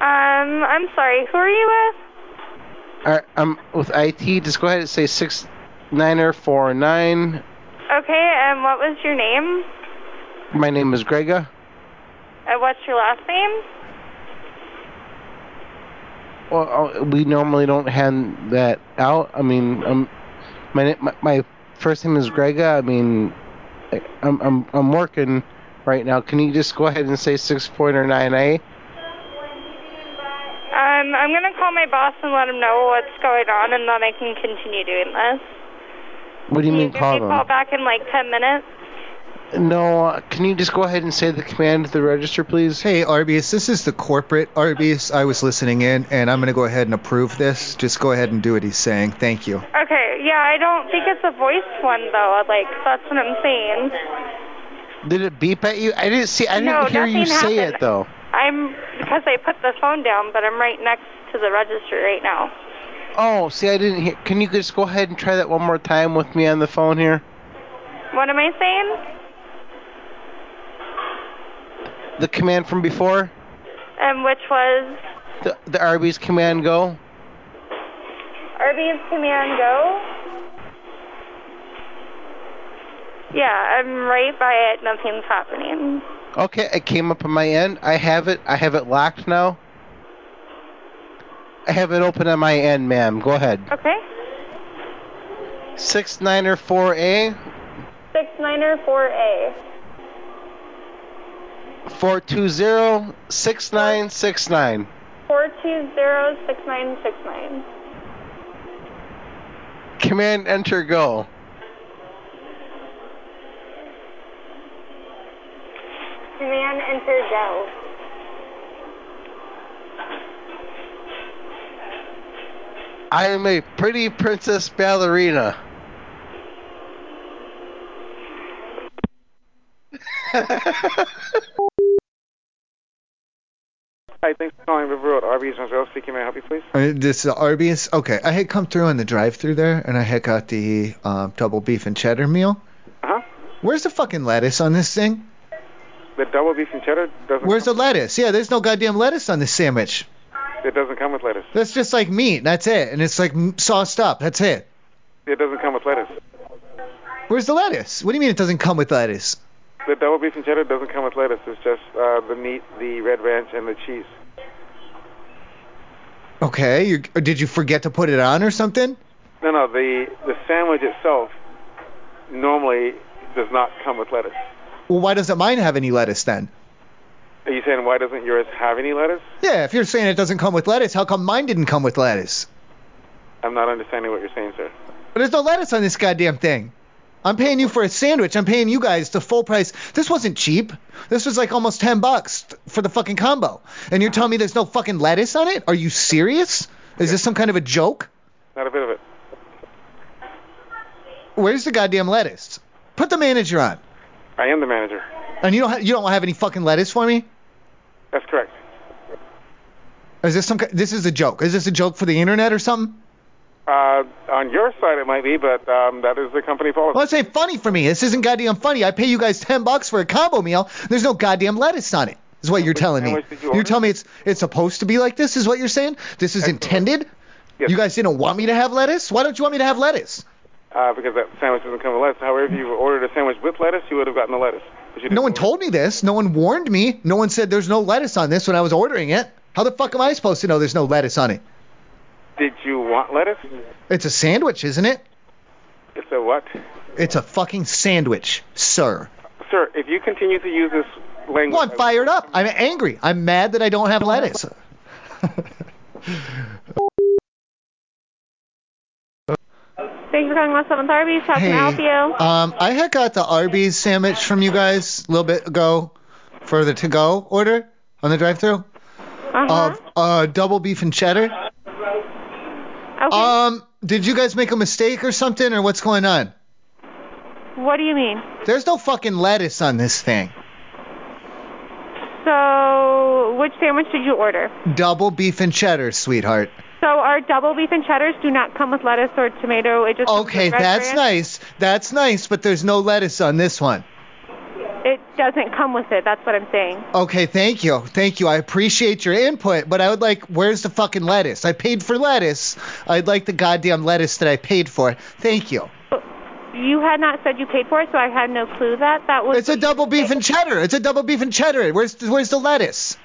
Speaker 4: Um, I'm sorry. Who are you with?
Speaker 5: All right, I'm with IT. Just go ahead and say six niner four nine.
Speaker 4: Okay, and what was your name?
Speaker 5: My name is Grega.
Speaker 4: And what's your last name?
Speaker 5: Well, uh, we normally don't hand that out. I mean, um, my na- my, my first name is Grega. I mean, I- I'm I'm I'm working right now. Can you just go ahead and say six point or nine A?
Speaker 4: Um, I'm gonna call my boss and let him know what's going on, and then I can continue doing this.
Speaker 5: What do you mean
Speaker 4: Give
Speaker 5: call
Speaker 4: me a call
Speaker 5: them?
Speaker 4: back in like ten minutes.
Speaker 5: No, uh, can you just go ahead and say the command to the register, please?
Speaker 2: Hey, Arby's, this is the corporate Arby's. I was listening in, and I'm going to go ahead and approve this. Just go ahead and do what he's saying. Thank you.
Speaker 4: Okay, yeah, I don't think it's a voice one though. Like that's what I'm saying.
Speaker 5: Did it beep at you? I didn't see. I didn't
Speaker 4: No,
Speaker 5: hear you
Speaker 4: nothing
Speaker 5: say
Speaker 4: happened.
Speaker 5: it though.
Speaker 4: I'm because I put the phone down, but I'm right next to the register right now.
Speaker 5: Oh, see, I didn't hear. Can you just go ahead and try that one more time with me on the phone here?
Speaker 4: What am I saying?
Speaker 5: The command from before,
Speaker 4: And Um, which was
Speaker 5: the the Arby's command go.
Speaker 4: Arby's command go. Yeah, I'm right by it. Nothing's happening.
Speaker 5: Okay, it came up on my end. I have it. I have it locked now. I have it open on my end, ma'am. Go ahead.
Speaker 4: Okay.
Speaker 5: Six nine or four A
Speaker 4: Six niner four A.
Speaker 5: four two zero six nine six nine.
Speaker 4: Four two zero six nine six nine.
Speaker 5: Command enter go.
Speaker 4: Command enter go.
Speaker 5: I am a pretty princess ballerina.
Speaker 22: Hi, thanks for calling River Road. Arby's Montreal speaking. May I help you, please?
Speaker 2: Uh, This is Arby's. Okay, I had come through in the drive-through there, and I had got the uh, double beef and cheddar meal.
Speaker 22: Uh huh.
Speaker 2: Where's the fucking lettuce on this thing?
Speaker 22: The double beef and cheddar doesn't.
Speaker 2: Where's the lettuce? Yeah, there's no goddamn lettuce on this sandwich.
Speaker 22: It doesn't come with lettuce.
Speaker 2: That's just like meat. That's it, and it's like m- sauced up. That's it.
Speaker 22: It doesn't come with lettuce.
Speaker 2: Where's the lettuce? What do you mean it doesn't come with lettuce?
Speaker 22: The double beef and cheddar doesn't come with lettuce. It's just uh, the meat, the red ranch, and the cheese.
Speaker 2: Okay, you or did you forget to put it on or something?
Speaker 22: No, no. The the sandwich itself normally
Speaker 19: does not come with lettuce.
Speaker 2: Well, why doesn't mine have any lettuce then?
Speaker 19: Are you saying why doesn't yours have any lettuce?
Speaker 2: Yeah, if you're saying it doesn't come with lettuce, how come mine didn't come with lettuce?
Speaker 19: I'm not understanding what you're saying, sir.
Speaker 2: But there's no lettuce on this goddamn thing. I'm paying you for a sandwich. I'm paying you guys the full price. This wasn't cheap. This was like almost 10 bucks t- for the fucking combo. And you're telling me there's no fucking lettuce on it? Are you serious? Is this some kind of a joke?
Speaker 19: Not a bit of it.
Speaker 2: Where's the goddamn lettuce? Put the manager on.
Speaker 19: I am the manager.
Speaker 2: And you don't ha- you don't have any fucking lettuce for me?
Speaker 19: That's correct.
Speaker 2: Is this some ki- this is a joke. Is this a joke for the internet or something?
Speaker 19: Uh, on your side, it might be, but um, that is the company policy.
Speaker 2: Well, it's ain't funny for me. This isn't goddamn funny. I pay you guys 10 bucks for a combo meal. There's no goddamn lettuce on it. Is what you're telling me.
Speaker 19: sandwich did you
Speaker 2: You're telling me it's it's supposed to be like this is what you're saying? This is intended? You guys didn't want me to have lettuce? Why don't you want me to have lettuce?
Speaker 19: Uh, because that sandwich doesn't come with lettuce. However, if you ordered a sandwich with lettuce, you would have gotten the lettuce.
Speaker 2: No one told me this. No one warned me. No one said there's no lettuce on this when I was ordering it. How the fuck am I supposed to know there's no lettuce on it?
Speaker 19: Did you want lettuce?
Speaker 2: It's a sandwich, isn't it?
Speaker 19: It's a what?
Speaker 2: It's a fucking sandwich, sir.
Speaker 19: Sir, if you continue to use this language.
Speaker 2: Well, I'm fired up. I'm angry. I'm mad that I don't have lettuce.
Speaker 1: Thank you for calling West 7th Arby's. How
Speaker 2: Hey,
Speaker 1: can I help you?
Speaker 2: um, I had got the Arby's sandwich from you guys a little bit ago for the to-go order on the drive-through
Speaker 1: Uh-huh.
Speaker 2: of uh, double beef and cheddar. Okay. Um, did you guys make a mistake or something, or what's going on?
Speaker 1: What do you mean?
Speaker 2: There's no fucking lettuce on this thing.
Speaker 1: So, which sandwich did you order?
Speaker 2: Double beef and cheddar, sweetheart.
Speaker 1: So, our double beef and cheddars do not come with lettuce or tomato. It just comes
Speaker 2: Okay,
Speaker 1: with red
Speaker 2: that's
Speaker 1: brand.
Speaker 2: nice. That's nice, but there's no lettuce on this one.
Speaker 1: It doesn't come with it. That's what I'm saying.
Speaker 2: Okay, thank you. Thank you. I appreciate your input, but I would like where's the fucking lettuce? I paid for lettuce. I'd like the goddamn lettuce that I paid for. Thank you.
Speaker 1: You had not said you paid for it, so I had no clue that that was.
Speaker 2: It's a double beef and cheddar. It's a double beef and cheddar. Where's where's the lettuce?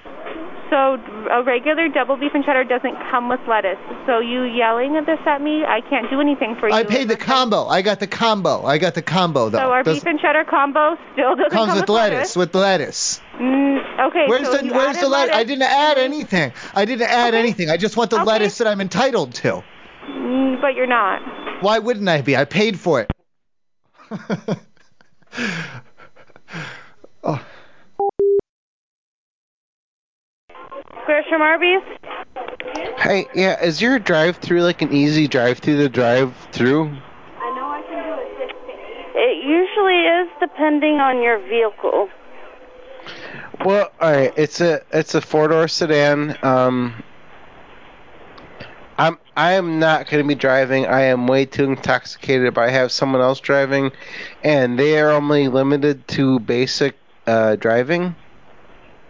Speaker 1: So a regular double beef and cheddar doesn't come with lettuce. So you yelling at this at me, I can't do anything for you.
Speaker 2: I paid the combo. I got the combo. I got the combo though.
Speaker 1: so our
Speaker 2: Does-
Speaker 1: beef and cheddar combo still doesn't
Speaker 2: comes
Speaker 1: come
Speaker 2: with lettuce. With lettuce.
Speaker 1: Mm, okay.
Speaker 2: Where's
Speaker 1: so
Speaker 2: the
Speaker 1: you
Speaker 2: where's
Speaker 1: added Mm-hmm.
Speaker 2: the lettuce? I didn't add anything. I didn't add anything. I just want the lettuce that I'm entitled to.
Speaker 1: Mm, but you're not.
Speaker 2: Why wouldn't I be? I paid for it.
Speaker 23: Grisham Arby's?
Speaker 5: Hey, yeah, is your drive-through like an easy drive-through to drive-through?
Speaker 23: I know I can do it six to eight. It usually is depending on your vehicle.
Speaker 5: Well, all right, it's a it's a four-door sedan. Um, I'm I am not going to be driving. I am way too intoxicated. But I have someone else driving, and they are only limited to basic uh, driving.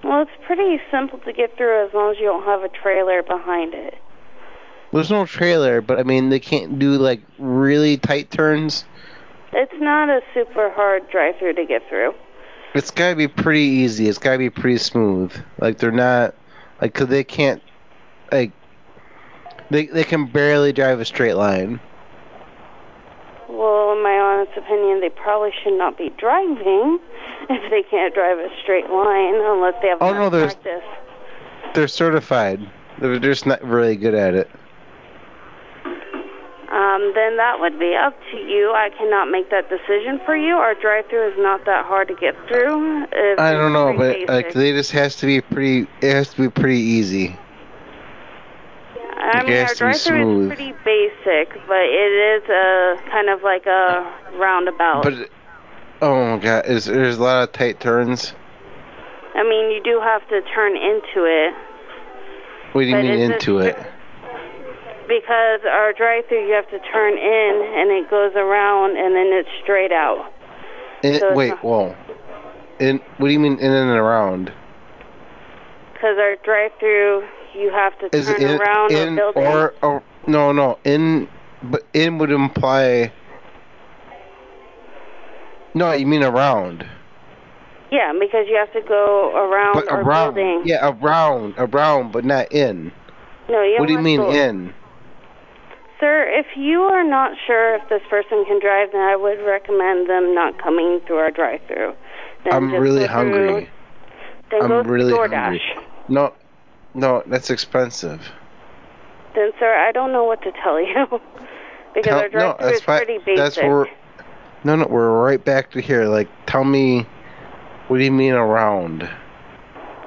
Speaker 23: Well, it's pretty simple to get through as long as you don't have a trailer behind it.
Speaker 5: There's no trailer, but I mean they can't do like really tight turns.
Speaker 23: It's not a super hard drive-through to get through.
Speaker 5: It's gotta be pretty easy. It's gotta be pretty smooth. Like they're not, like 'cause they can't, like they they can barely drive a straight line.
Speaker 23: Well, in my honest opinion, they probably should not be driving if they can't drive a straight line unless they have
Speaker 5: Oh,
Speaker 23: enough
Speaker 5: no, there's-
Speaker 23: practice.
Speaker 5: They're certified. They're just not really good at it.
Speaker 23: Um, then that would be up to you. I cannot make that decision for you. Our drive-through is not that hard to get through. It's
Speaker 5: I don't know,
Speaker 23: pretty
Speaker 5: but like
Speaker 23: basic.
Speaker 5: they just has to be pretty. It has to be pretty easy.
Speaker 23: I
Speaker 5: it
Speaker 23: mean,
Speaker 5: has
Speaker 23: our drive-through
Speaker 5: to be
Speaker 23: is
Speaker 5: smooth.
Speaker 23: pretty basic, but it is a kind of like a roundabout.
Speaker 5: But oh my god, is there's a lot of tight turns.
Speaker 23: I mean, you do have to turn into it
Speaker 5: What do you
Speaker 23: But
Speaker 5: mean
Speaker 23: is it-
Speaker 5: into it?
Speaker 23: because our drive-through you have to turn in and it goes around and then it's straight out.
Speaker 5: In,
Speaker 23: so it's
Speaker 5: wait,
Speaker 23: not-
Speaker 5: whoa. In what do you mean in and around?
Speaker 23: Because our drive-through you have to
Speaker 5: Is
Speaker 23: turn
Speaker 5: it in,
Speaker 23: around a
Speaker 5: in
Speaker 23: building.
Speaker 5: or, or no no in but in would imply no you mean around
Speaker 23: yeah, because you have to go around
Speaker 5: but
Speaker 23: our
Speaker 5: around
Speaker 23: building.
Speaker 5: yeah around around but not in
Speaker 23: No, you
Speaker 5: what do you
Speaker 23: have
Speaker 5: mean
Speaker 23: to-
Speaker 5: in
Speaker 23: Sir, if you are not sure if this person can drive, then I would recommend them not coming through our drive-through. Then
Speaker 5: I'm
Speaker 23: just
Speaker 5: really
Speaker 23: go through-
Speaker 5: hungry.
Speaker 23: Then go
Speaker 5: I'm
Speaker 23: to
Speaker 5: really
Speaker 23: DoorDash.
Speaker 5: hungry. No, no, that's expensive.
Speaker 23: Then, sir, I don't know what to tell you because
Speaker 5: Tell-
Speaker 23: our drive-through
Speaker 5: that's
Speaker 23: is
Speaker 5: fi-
Speaker 23: pretty basic.
Speaker 5: That's where. No, no, we're right back to here. Like, tell me, what do you mean around?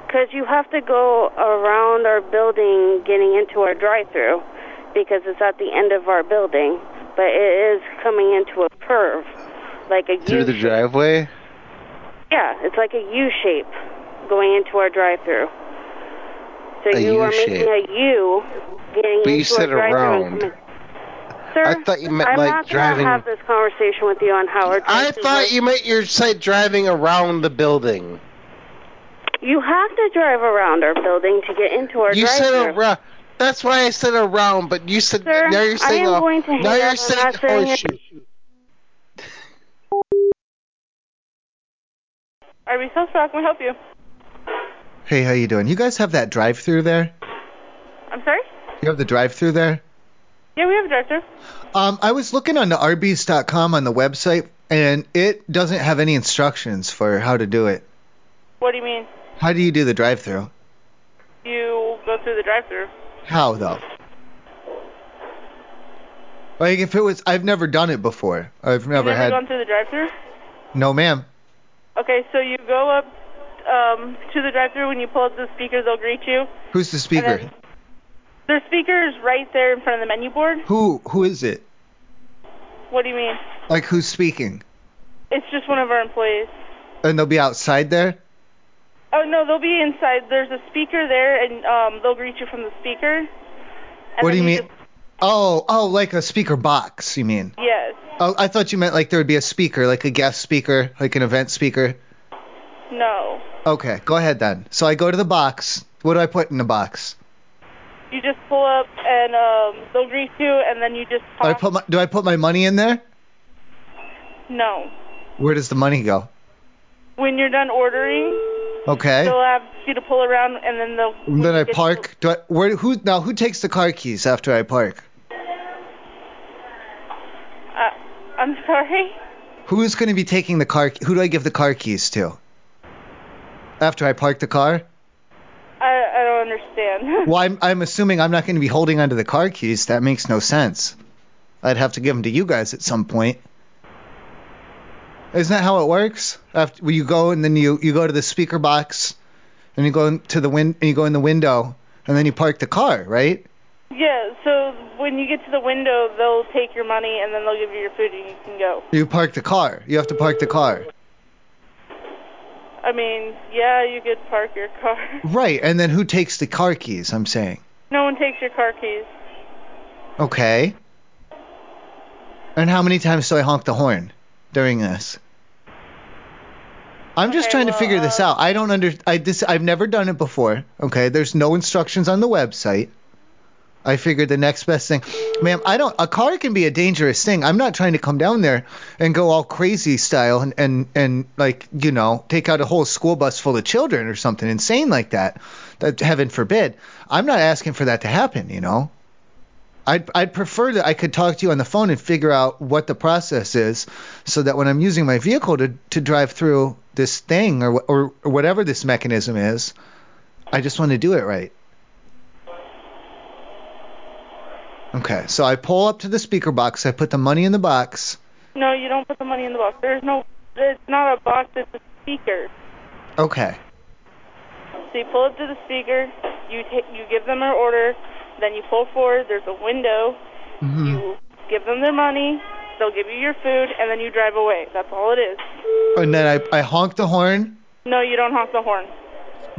Speaker 23: Because you have to go around our building getting into our drive through because it's at the end of our building, but it is coming into a curve, like a
Speaker 5: Through
Speaker 23: U.
Speaker 5: the driveway?
Speaker 23: Yeah, it's like a U shape going into our drive through. So
Speaker 5: A
Speaker 23: you are
Speaker 5: U-shape.
Speaker 23: making a U getting
Speaker 5: But you
Speaker 23: into
Speaker 5: said
Speaker 23: our drive through.
Speaker 5: around.
Speaker 23: Sir,
Speaker 5: I thought you meant
Speaker 23: I'm
Speaker 5: like
Speaker 23: not
Speaker 5: driving.
Speaker 23: gonna have this conversation with you on Howard.
Speaker 5: I thought you meant your site driving around the building.
Speaker 23: You have to drive around our building to get into our
Speaker 5: you
Speaker 23: drive
Speaker 5: said
Speaker 23: through.
Speaker 5: around. That's why I said around, but you said
Speaker 23: Sir,
Speaker 5: now you're
Speaker 23: I
Speaker 5: saying
Speaker 23: am
Speaker 5: uh,
Speaker 23: going to hang
Speaker 5: now
Speaker 23: up.
Speaker 5: you're
Speaker 23: I'm
Speaker 5: saying oh,
Speaker 23: not saying it.
Speaker 5: horseshoe.
Speaker 16: Arby's House Rock, can we help you?
Speaker 2: Hey, how you doing? You guys have that drive-through there?
Speaker 16: I'm sorry?
Speaker 2: You have the drive-through there?
Speaker 16: Yeah, we have a director.
Speaker 2: Um, I was looking on the Arby's.com on the website, and it doesn't have any instructions for how to do it.
Speaker 16: What do you mean?
Speaker 2: How do you do the drive-through?
Speaker 16: You go through the drive through.
Speaker 2: How though? Like if it was, I've never done it before. I've never
Speaker 16: Never
Speaker 2: had.
Speaker 16: gone through the drive through?
Speaker 2: No, ma'am.
Speaker 16: Okay, so you go up um, to the drive through. When you pull up the speaker, they'll greet you.
Speaker 2: Who's the speaker?
Speaker 16: then- Their speaker is right there in front of the menu board.
Speaker 2: Who who is it?
Speaker 16: What do you mean?
Speaker 2: Like who's speaking?
Speaker 16: It's just one of our employees.
Speaker 2: And they'll be outside there.
Speaker 16: Oh, no, they'll be inside. There's a speaker there, and um, they'll greet you from the speaker.
Speaker 2: what do you mean? Oh oh, like a speaker box. You mean?
Speaker 16: Yes.
Speaker 2: Oh, I thought you meant like there would be a speaker, like a guest speaker, like an event speaker.
Speaker 16: No.
Speaker 2: Okay, go ahead then. So I go to the box. What do I put in the box?
Speaker 16: You just pull up, and um, they'll greet you, and then you just
Speaker 2: Do I put my, do I put my money in there?
Speaker 16: no.
Speaker 2: Where does the money go?
Speaker 16: When you're done ordering,
Speaker 2: Okay.
Speaker 16: They'll have you to pull around, and then they'll.
Speaker 2: And then I
Speaker 16: uh, it's-
Speaker 2: park. Do I, where? Who now? Who takes the car keys after I park?
Speaker 16: Uh, I'm sorry.
Speaker 2: Who is going to be taking the car? Who do I give the car keys to? After I park the car?
Speaker 16: I I don't understand.
Speaker 2: Well, I'm I'm assuming I'm not going to be holding onto the car keys. That makes no sense. I'd have to give them to you guys at some point. Isn't that how it works? After well, you go and then you you go to the speaker box, and you go into the win and you go in the window, and then you park the car, right?
Speaker 16: Yeah. So when you get to the window, they'll take your money, and then they'll give you your food, and you can go.
Speaker 2: You park the car. You have to park the car.
Speaker 16: I mean, yeah, you could park your car.
Speaker 2: Right, and then who takes the car keys? I'm saying.
Speaker 16: No one takes your car keys.
Speaker 2: Okay. And how many times do I honk the horn during this? I'm just trying to figure this out. I don't under I this I've never done it before. Okay, there's no instructions on the website. I figured the next best thing, ma'am. I don't. A car can be a dangerous thing. I'm not trying to come down there and go all crazy style and and and like you know take out a whole school bus full of children or something insane like that. That heaven forbid. I'm not asking for that to happen. You know. I'd, I'd prefer that I could talk to you on the phone and figure out what the process is so that when I'm using my vehicle to, to drive through this thing or, wh- or, or whatever this mechanism is, I just want to do it right. Okay, so I pull up to the speaker box, I put the money in the box.
Speaker 16: No, you don't put the money in the box. There's no. It's not a box. It's a speaker.
Speaker 2: Okay,
Speaker 16: So you pull up to the speaker. You ta You give them their order. Then you pull forward. There's a window. You give them their money. They'll give you your food, and then you drive away. That's all it is.
Speaker 2: and then I, I honk the horn
Speaker 16: No, you don't honk the horn.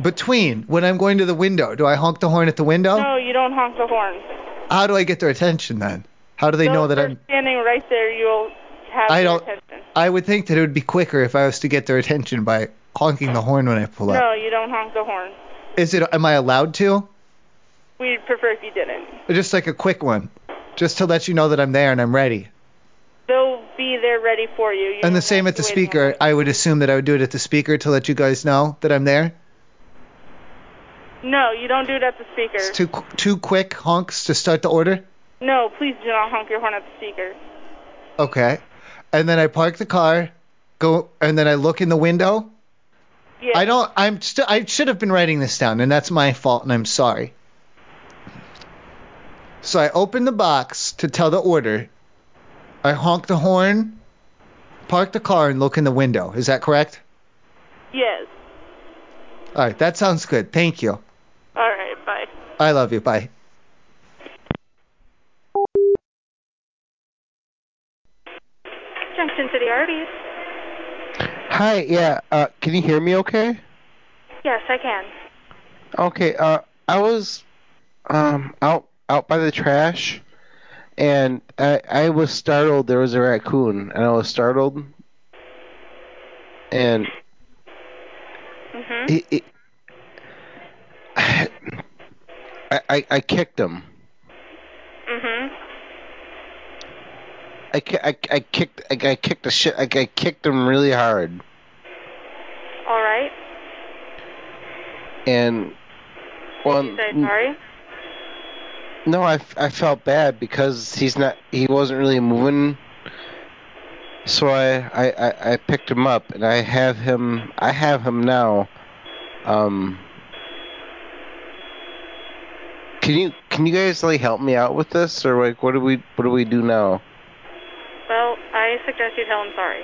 Speaker 2: between when I'm going to the window. Do I honk the horn at the window?
Speaker 16: No, you don't honk the horn.
Speaker 2: How do I get their attention then? How do they know that I'm.
Speaker 16: Standing right there, you'll have
Speaker 2: I
Speaker 16: their
Speaker 2: don't-
Speaker 16: attention.
Speaker 2: I would think that it would be quicker if I was to get their attention by honking the horn when I pull up.
Speaker 16: No, you don't honk the horn.
Speaker 2: Is it? Am I allowed to?
Speaker 16: We'd prefer if you didn't.
Speaker 2: Or just like a quick one, just to let you know that I'm there and I'm ready.
Speaker 16: They'll be there ready for you. you
Speaker 2: and the same at the speaker. I would assume that I would do it at the speaker to let you guys know that I'm there.
Speaker 16: no, you don't do it at the speaker.
Speaker 2: Two two quick honks to start the order.
Speaker 16: No, please do not honk your horn at the speaker.
Speaker 2: Okay. And then I park the car, go, and then I look in the window.
Speaker 16: Yeah.
Speaker 2: I don't. I'm. St- I should have been writing this down, and that's my fault, and I'm sorry. So I open the box to tell the order. I honk the horn, park the car, and look in the window. Is that correct?
Speaker 16: Yes.
Speaker 2: All right. That sounds good. Thank you.
Speaker 16: All right. Bye.
Speaker 2: I love you. Bye.
Speaker 24: Junction City Arby's.
Speaker 5: Hi, yeah. Uh, can you hear me okay?
Speaker 24: Yes, I can.
Speaker 5: Okay, uh, I was um, out out by the trash, and I I was startled. There was a raccoon, and I was startled, and
Speaker 1: Mm-hmm.
Speaker 24: Mhm.
Speaker 5: it, it, I, I I kicked him.
Speaker 1: Mm-hmm.
Speaker 24: Mhm.
Speaker 5: I, ki- I, I kicked I, I kicked the shit I, I kicked him really hard,
Speaker 24: All right.
Speaker 5: and
Speaker 24: Did
Speaker 5: well,
Speaker 24: you say
Speaker 2: Mm.
Speaker 24: sorry?
Speaker 5: No, I, f- I felt bad because he's not he wasn't really moving. So I, I, I, I picked him up and I have him I have him now. Um Can you can you guys like help me out with this or like what do we what do we do now?
Speaker 24: Well, I suggest you tell him sorry.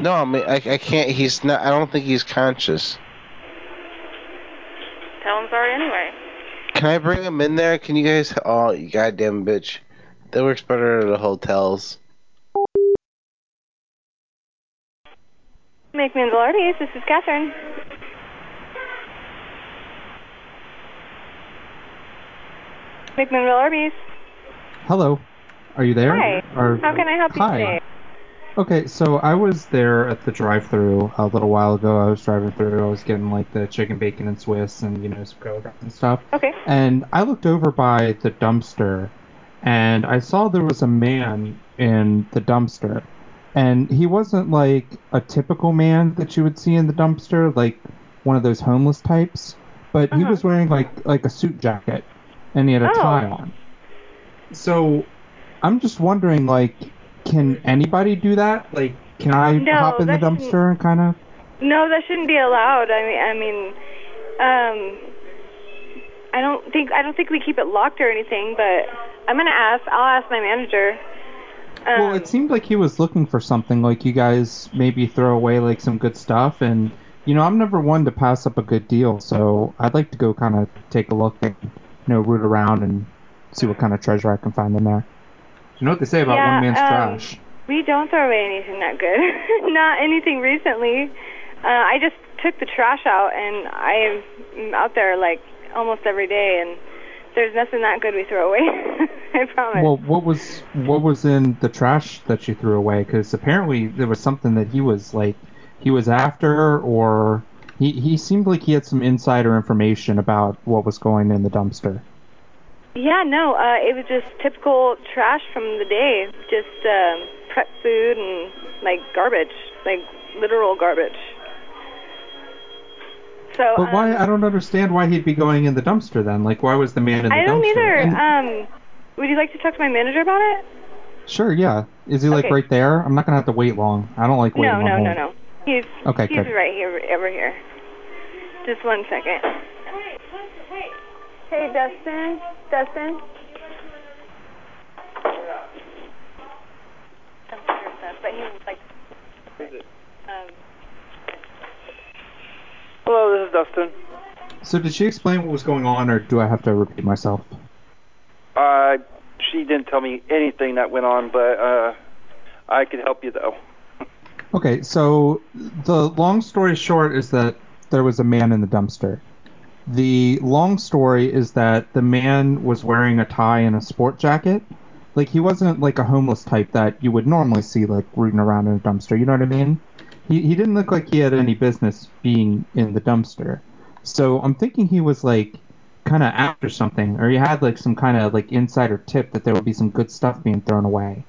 Speaker 5: No, I mean I, I can't he's not I don't think he's conscious.
Speaker 24: Tell him sorry anyway.
Speaker 5: Can I bring him in there? Can you guys Oh, you goddamn bitch. That works better at the hotels.
Speaker 24: McMinn's Arby's. This is Catherine. McMinnville Arby's.
Speaker 25: Hello. Are you there?
Speaker 24: Hi.
Speaker 25: Or-
Speaker 24: How can I help
Speaker 25: Hi.
Speaker 24: you today?
Speaker 25: Okay, so I was there at the drive-through a little while ago. I was driving through. I was getting like the chicken bacon and Swiss and you know some Girl Guides and stuff.
Speaker 24: Okay.
Speaker 25: And I looked over by the dumpster, and I saw there was a man in the dumpster, and he wasn't like a typical man that you would see in the dumpster, like one of those homeless types. But he was wearing like like a suit jacket, and he had a
Speaker 24: Uh-huh. Oh.
Speaker 25: tie on. So I'm just wondering, like, can anybody do that? Like, can I
Speaker 24: No,
Speaker 25: hop in the
Speaker 24: that shouldn't-
Speaker 25: dumpster and kind of?
Speaker 24: No, that shouldn't be allowed. I mean, I mean, um, I don't think I don't think we keep it locked or anything. But I'm gonna ask. I'll ask my manager. Um,
Speaker 25: well, it seemed like he was looking for something. Like, you guys maybe throw away like some good stuff, and you know, I'm never one to pass up a good deal, so I'd like to go kind of take a look and you know root around and see what kind of treasure I can find in there. You know what they say about
Speaker 24: Yeah,
Speaker 25: one man's
Speaker 24: um,
Speaker 25: trash?
Speaker 24: We don't throw away anything that good. Not anything recently. Uh, I just took the trash out, and I'm out there like almost every day, and there's nothing that good we throw away. I promise.
Speaker 25: Well, what was what was in the trash that you threw away? Because apparently there was something that he was like he was after, or he he seemed like he had some insider information about what was going in the dumpster.
Speaker 24: yeah, no, uh, it was just typical trash from the day, just um, prep food and like garbage, like literal garbage. So um,
Speaker 25: But why? I don't understand why he'd be going in the dumpster then. Like, why was the man in the
Speaker 24: I don't
Speaker 25: dumpster?
Speaker 24: either.
Speaker 25: And-
Speaker 24: Um, would you like to talk to my manager about it?
Speaker 25: sure, yeah. Is he like
Speaker 24: Okay.
Speaker 25: right there? I'm not gonna have to wait long. I don't like waiting
Speaker 24: No,
Speaker 25: on hold.
Speaker 24: no, no, no. He's
Speaker 25: Okay,
Speaker 24: he's
Speaker 25: good.
Speaker 24: right here, over here. Just one second.
Speaker 4: Hey, Dustin. Dustin.
Speaker 24: But he was like, um,
Speaker 19: Hello, this is Dustin.
Speaker 25: So did she explain what was going on, or do I have to repeat myself?
Speaker 19: Uh, she didn't tell me anything that went on, but uh, I could help you though.
Speaker 25: Okay, so the long story short is that there was a man in the dumpster. The long story is that the man was wearing a tie and a sport jacket. Like he wasn't like a homeless type that you would normally see like rooting around in a dumpster, you know what I mean? He he didn't look like he had any business being in the dumpster. So I'm thinking he was like kind of after something or he had like some kind of like insider tip that there would be some good stuff being thrown away.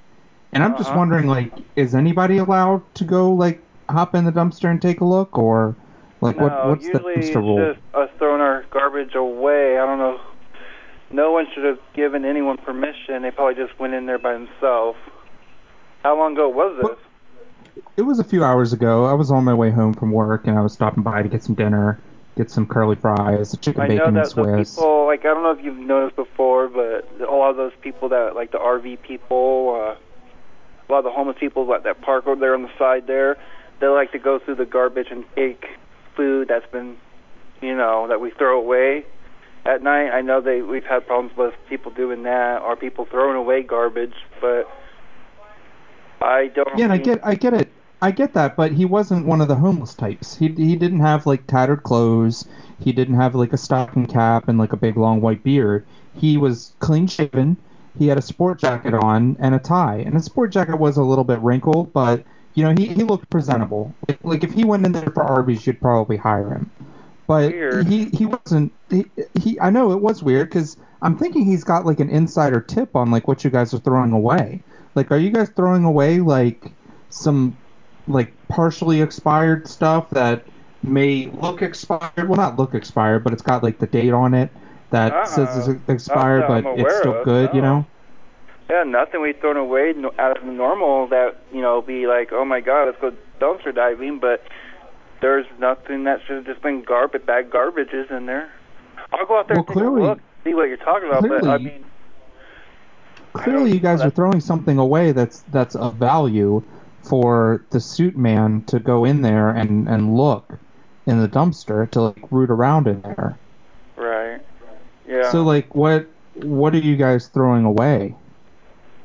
Speaker 25: And I'm just
Speaker 19: Uh-huh.
Speaker 25: wondering, like, is anybody allowed to go, like, hop in the dumpster and take a look, or, like,
Speaker 19: no,
Speaker 25: what what's the
Speaker 19: usually
Speaker 25: dumpster rule?
Speaker 19: it's just us throwing our garbage away. I don't know. No one should have given anyone permission. They probably just went in there by themselves. How long ago was this?
Speaker 25: It was a few hours ago. I was on my way home from work and I was stopping by to get some dinner, get some curly fries, chicken
Speaker 19: I know
Speaker 25: bacon and
Speaker 19: that the
Speaker 25: Swiss.
Speaker 19: people, like I don't know if you've noticed before, but a lot of those people that like the RV people, uh, a lot of the homeless people like that park over there on the side there, they like to go through the garbage and take food that's been, you know, that we throw away at night. I know they we've had problems with people doing that or people throwing away garbage, but I don't.
Speaker 25: Yeah, and I get, I get it, I get that, but he wasn't one of the homeless types. He he didn't have like tattered clothes. He didn't have like a stocking cap and like a big long white beard. He was clean shaven. He had a sport jacket on and a tie, and the sport jacket was a little bit wrinkled, but you know he, he looked presentable. Like, like if he went in there for Arby's, you'd probably hire him. But he he wasn't he, he I know it was weird because I'm thinking he's got like an insider tip on like what you guys are throwing away. Like, are you guys throwing away like some like partially expired stuff that may look expired? Well, not look expired, but it's got like the date on it that says it's expired,
Speaker 19: Uh-uh. Not that I'm
Speaker 25: but it's
Speaker 19: aware
Speaker 25: still
Speaker 19: of,
Speaker 25: good. You
Speaker 19: no.
Speaker 25: know.
Speaker 19: Yeah, nothing we've thrown away no, out of the normal that you know be like, oh my god, let's go dumpster diving. But there's nothing that should have just been garbage, bad garbages in there. I'll go out there
Speaker 25: Well,
Speaker 19: and take
Speaker 25: clearly-
Speaker 19: a look, see what you're talking about. But I
Speaker 25: clearly-
Speaker 19: mean,
Speaker 25: clearly you guys are throwing something away that's that's of value for the suit man to go in there and and look in the dumpster to like root around in there
Speaker 19: right? Yeah.
Speaker 25: so like what what are you guys throwing away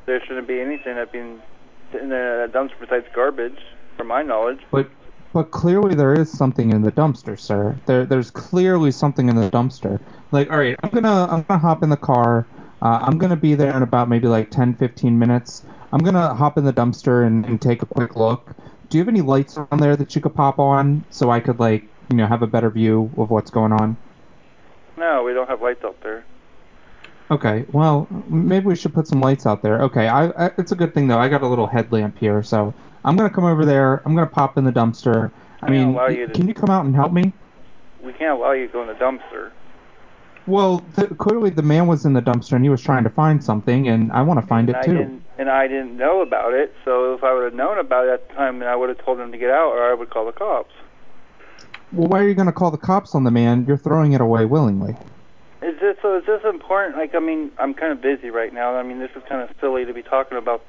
Speaker 19: there shouldn't be anything that being in the dumpster besides garbage, from my knowledge.
Speaker 25: but but clearly there is something in the dumpster sir there there's clearly something in the dumpster like all right i'm gonna i'm gonna hop in the car uh, i'm gonna be there in about maybe like 10 15 minutes i'm gonna hop in the dumpster and, and take a quick look do you have any lights on there that you could pop on so i could like you know have a better view of what's going on
Speaker 19: No, we don't have lights up there.
Speaker 25: Okay, well, maybe we should put some lights out there. Okay, I, I it's a good thing though. I got a little headlamp here, so I'm gonna come over there. I'm gonna pop in the dumpster. I
Speaker 19: Yeah,
Speaker 25: mean,
Speaker 19: allow you to-
Speaker 25: can you come out and help me?
Speaker 19: We can't allow you to go in the dumpster.
Speaker 25: Well, th- clearly the man was in the dumpster and he was trying to find something, and I want to find it
Speaker 19: and I
Speaker 25: too.
Speaker 19: didn't and I didn't know about it. So if I would have known about it at the time, then I would have told them to get out, or I would call the cops.
Speaker 25: Well, why are you gonna call the cops on the man? You're throwing it away willingly.
Speaker 19: Is this so? Is this important? Like, I mean, I'm kind of busy right now. I mean, this is kind of silly to be talking about.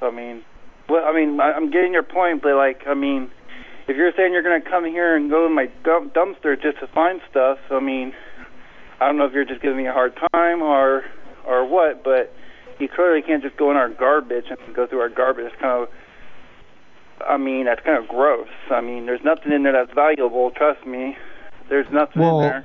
Speaker 19: I mean, well, I mean, I, I'm getting your point, but like, I mean, if you're saying you're gonna come here and go in my dump, dumpster just to find stuff, I mean, I don't know if you're just giving me a hard time or or what, but you clearly can't just go in our garbage and go through our garbage. It's kind of, I mean, that's kind of gross. I mean, there's nothing in there that's valuable. Trust me, there's nothing
Speaker 25: Well,
Speaker 19: in there.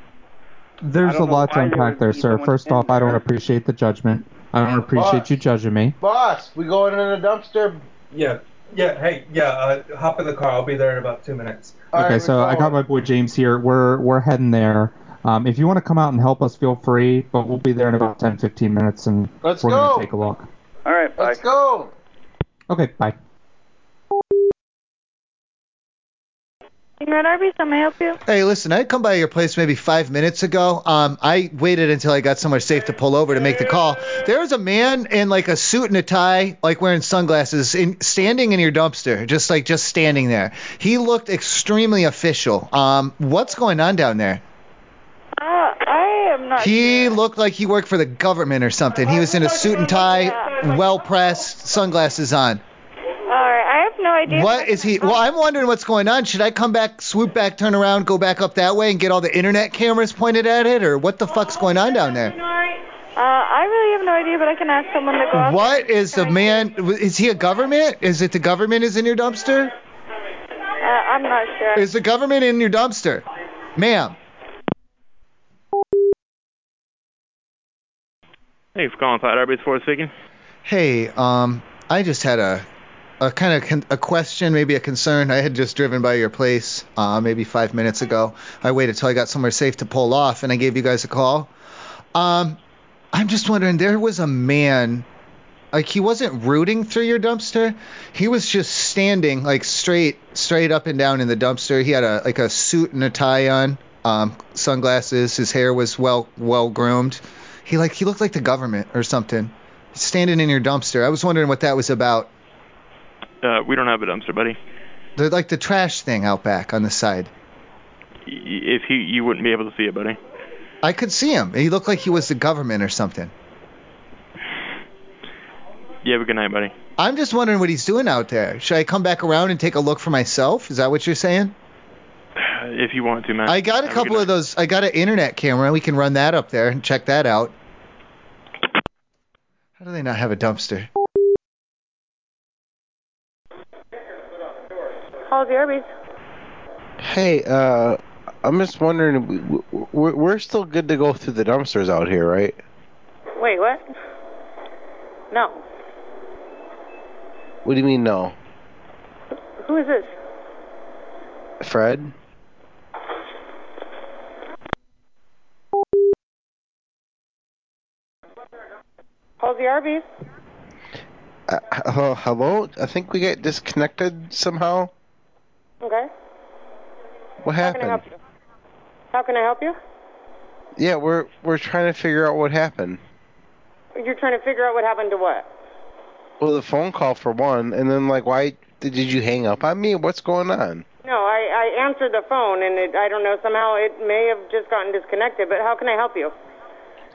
Speaker 25: There's a lot to unpack there, sir. First off, I don't appreciate the judgment. I don't appreciate you judging me.
Speaker 7: Boss, we going in a dumpster?
Speaker 8: Yeah. Yeah, hey, yeah, uh, hop in the car. I'll be there in about two minutes.
Speaker 25: Okay, so I got my boy James here. We're we're heading there. Um, if you want to come out and help us, feel free. But we'll be there in about 10, 15 minutes, and
Speaker 7: Let's
Speaker 25: we're
Speaker 7: go.
Speaker 25: gonna take a look.
Speaker 19: All right, bye.
Speaker 7: Let's go.
Speaker 25: Okay, bye.
Speaker 26: You're at Arby's. How may I help you?
Speaker 2: Hey, listen, I come by your place maybe five minutes ago. Um, I waited until I got somewhere safe to pull over to make the call. There was a man in like a suit and a tie, like wearing sunglasses, in, standing in your dumpster, just like just standing there. He looked extremely official. Um, what's going on down there?
Speaker 26: Uh, I am not.
Speaker 2: He looked like he worked for the government or something. He was in a suit and tie, well pressed, sunglasses on.
Speaker 26: All right, I have no idea.
Speaker 2: What is he? Well, I'm wondering what's going on. Should I come back, swoop back, turn around, go back up that way, and get all the internet cameras pointed at it, or what the fuck's going on down there?
Speaker 26: Uh, I really have no idea, but I can ask someone to go. out.
Speaker 2: What is the man? Is he a government? Is it the government is in your dumpster?
Speaker 26: Uh, I'm not sure.
Speaker 2: Is the government in your dumpster, ma'am?
Speaker 18: Hey, for calling Flat Arby's for speaking.
Speaker 2: Hey, um, I just had a, a kind of con- a question, maybe a concern. I had just driven by your place, uh, maybe five minutes ago. I waited till I got somewhere safe to pull off, and I gave you guys a call. Um, I'm just wondering, there was a man, like he wasn't rooting through your dumpster. He was just standing, like straight, straight up and down in the dumpster. He had a like a suit and a tie on, um, sunglasses. His hair was well, well groomed. He like he looked like the government or something, standing in your dumpster. I was wondering what that was about.
Speaker 3: Uh, we don't have a dumpster, buddy.
Speaker 2: They're like the trash thing out back on the side.
Speaker 3: Y- If he, you wouldn't be able to see it, buddy.
Speaker 2: I could see him. He looked like he was the government or something.
Speaker 3: Yeah, but good night, buddy.
Speaker 2: I'm just wondering what he's doing out there. Should I come back around and take a look for myself? Is that what you're saying?
Speaker 3: If you want to, man.
Speaker 2: I got a
Speaker 3: Have good
Speaker 2: couple of those. I got an internet camera. We can run that up there and check that out. How do they not have a dumpster?
Speaker 27: Hall's Arby's.
Speaker 5: Hey, uh, I'm just wondering, w- w- we're we're still good to go through the dumpsters out here, right?
Speaker 27: Wait, what? No.
Speaker 5: What do you mean, no?
Speaker 27: Who is this?
Speaker 5: Fred?
Speaker 27: Hall's Arby's.
Speaker 5: Uh, h- uh, hello? I think we got disconnected somehow.
Speaker 27: Okay.
Speaker 5: What
Speaker 27: How can I
Speaker 5: happened?
Speaker 27: help you? How can I help you?
Speaker 5: Yeah, we're we're trying to figure out what happened.
Speaker 27: You're trying to figure out what happened to what?
Speaker 5: Well, the phone call for one, and then like, why did did you hang up on me? What's going on?
Speaker 27: No, I, I answered the phone and it, I don't know, somehow it may have just gotten disconnected, but how can I help you?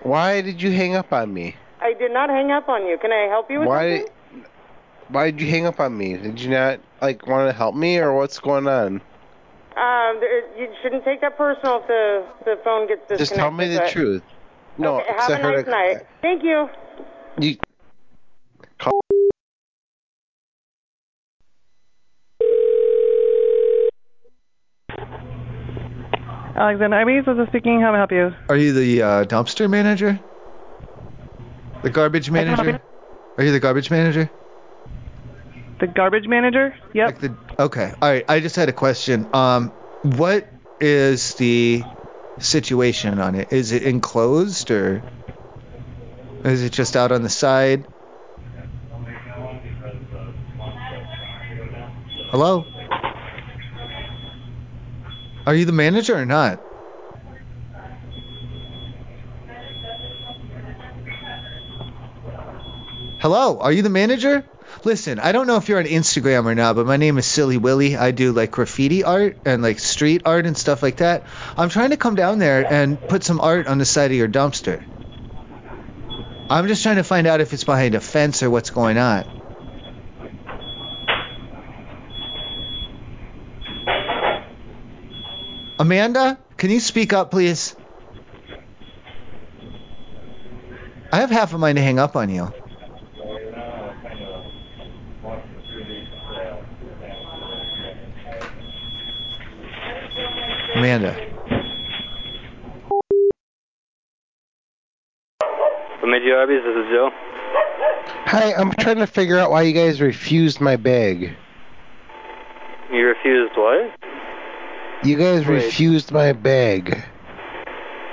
Speaker 5: Why did you hang up on me?
Speaker 27: I did not hang up on you. Can I help you with
Speaker 5: Why?
Speaker 27: something?
Speaker 5: Why did you hang up on me? Did you not like want to help me, or what's going on?
Speaker 27: Um, there, you shouldn't take that personal if the, the phone gets disconnected.
Speaker 5: Just tell me the
Speaker 27: but-
Speaker 5: truth. No,
Speaker 27: Okay,
Speaker 5: 'cause
Speaker 27: have
Speaker 5: I
Speaker 27: a
Speaker 5: heard
Speaker 27: nice night. Thank you.
Speaker 5: You call.
Speaker 19: Alexander Arby's, this is speaking. How may I help you?
Speaker 2: Are you the uh, dumpster manager? The garbage
Speaker 19: I can help
Speaker 2: manager? Are you the garbage manager?
Speaker 19: The garbage manager? Yep.
Speaker 2: Like the, okay. All right. I just had a question. Um, what is the situation on it? Is it enclosed or is it just out on the side? Hello? Are you the manager or not? Hello, are you the manager? Listen, I don't know if you're on Instagram or not, but my name is Silly Willy. I do like graffiti art and like street art and stuff like that. I'm trying to come down there and put some art on the side of your dumpster. I'm just trying to find out if it's behind a fence or what's going on. Amanda, can you speak up, please? I have half a mind to hang up on you. Amanda.
Speaker 17: Bemidji Arby's, this is Joe.
Speaker 5: Hi, I'm trying to figure out why you guys refused my bag.
Speaker 17: You refused what?
Speaker 5: You guys
Speaker 17: Wait.
Speaker 5: refused my bag.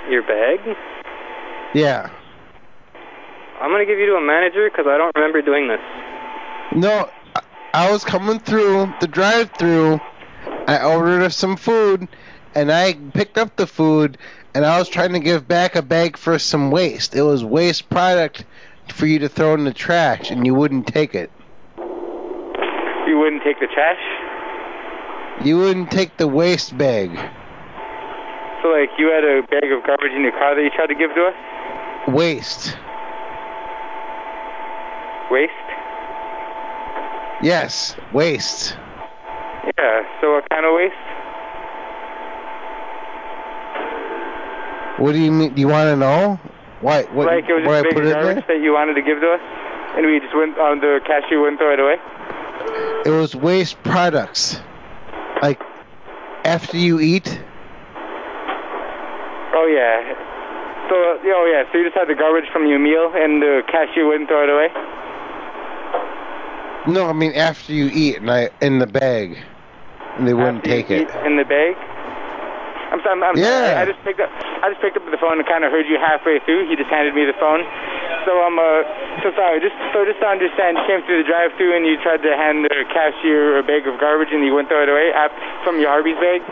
Speaker 17: Your bag?
Speaker 5: Yeah.
Speaker 17: I'm gonna give you to a manager because I don't remember doing this.
Speaker 5: No, I- I was coming through the drive-through. I ordered us some food, and I picked up the food, and I was trying to give back a bag for some waste. It was waste product for you to throw in the trash, and you wouldn't take it.
Speaker 17: You wouldn't take the trash?
Speaker 5: You wouldn't take the waste bag.
Speaker 17: So like you had a bag of garbage in your car that you tried to give to us?
Speaker 5: Waste.
Speaker 17: Waste?
Speaker 5: Yes, waste.
Speaker 17: Yeah. So what kind of waste?
Speaker 5: What do you mean? Do you want to know? Why? What?
Speaker 17: like it was
Speaker 5: what
Speaker 17: just
Speaker 5: I
Speaker 17: a
Speaker 5: put in
Speaker 17: big garbage
Speaker 5: there?
Speaker 17: that you wanted to give to us, and we just went on the cashier wouldn't throw it away.
Speaker 5: It was waste products. Like after you eat.
Speaker 17: Oh yeah. So yeah, oh yeah. So you just had the garbage from your meal, and the cashier wouldn't throw it away.
Speaker 5: No, I mean after you eat, and I in the bag, and they wouldn't take it.
Speaker 17: in the bag. I'm sorry. I'm, I'm sorry.
Speaker 5: Yeah.
Speaker 17: I just picked up. I just picked up the phone and kind of heard you halfway through. He just handed me the phone. So I'm uh, so sorry. Just so just to understand, you came through the drive-through and you tried to hand the cashier a bag of garbage and you wouldn't throw it away uh, from your Arby's bag.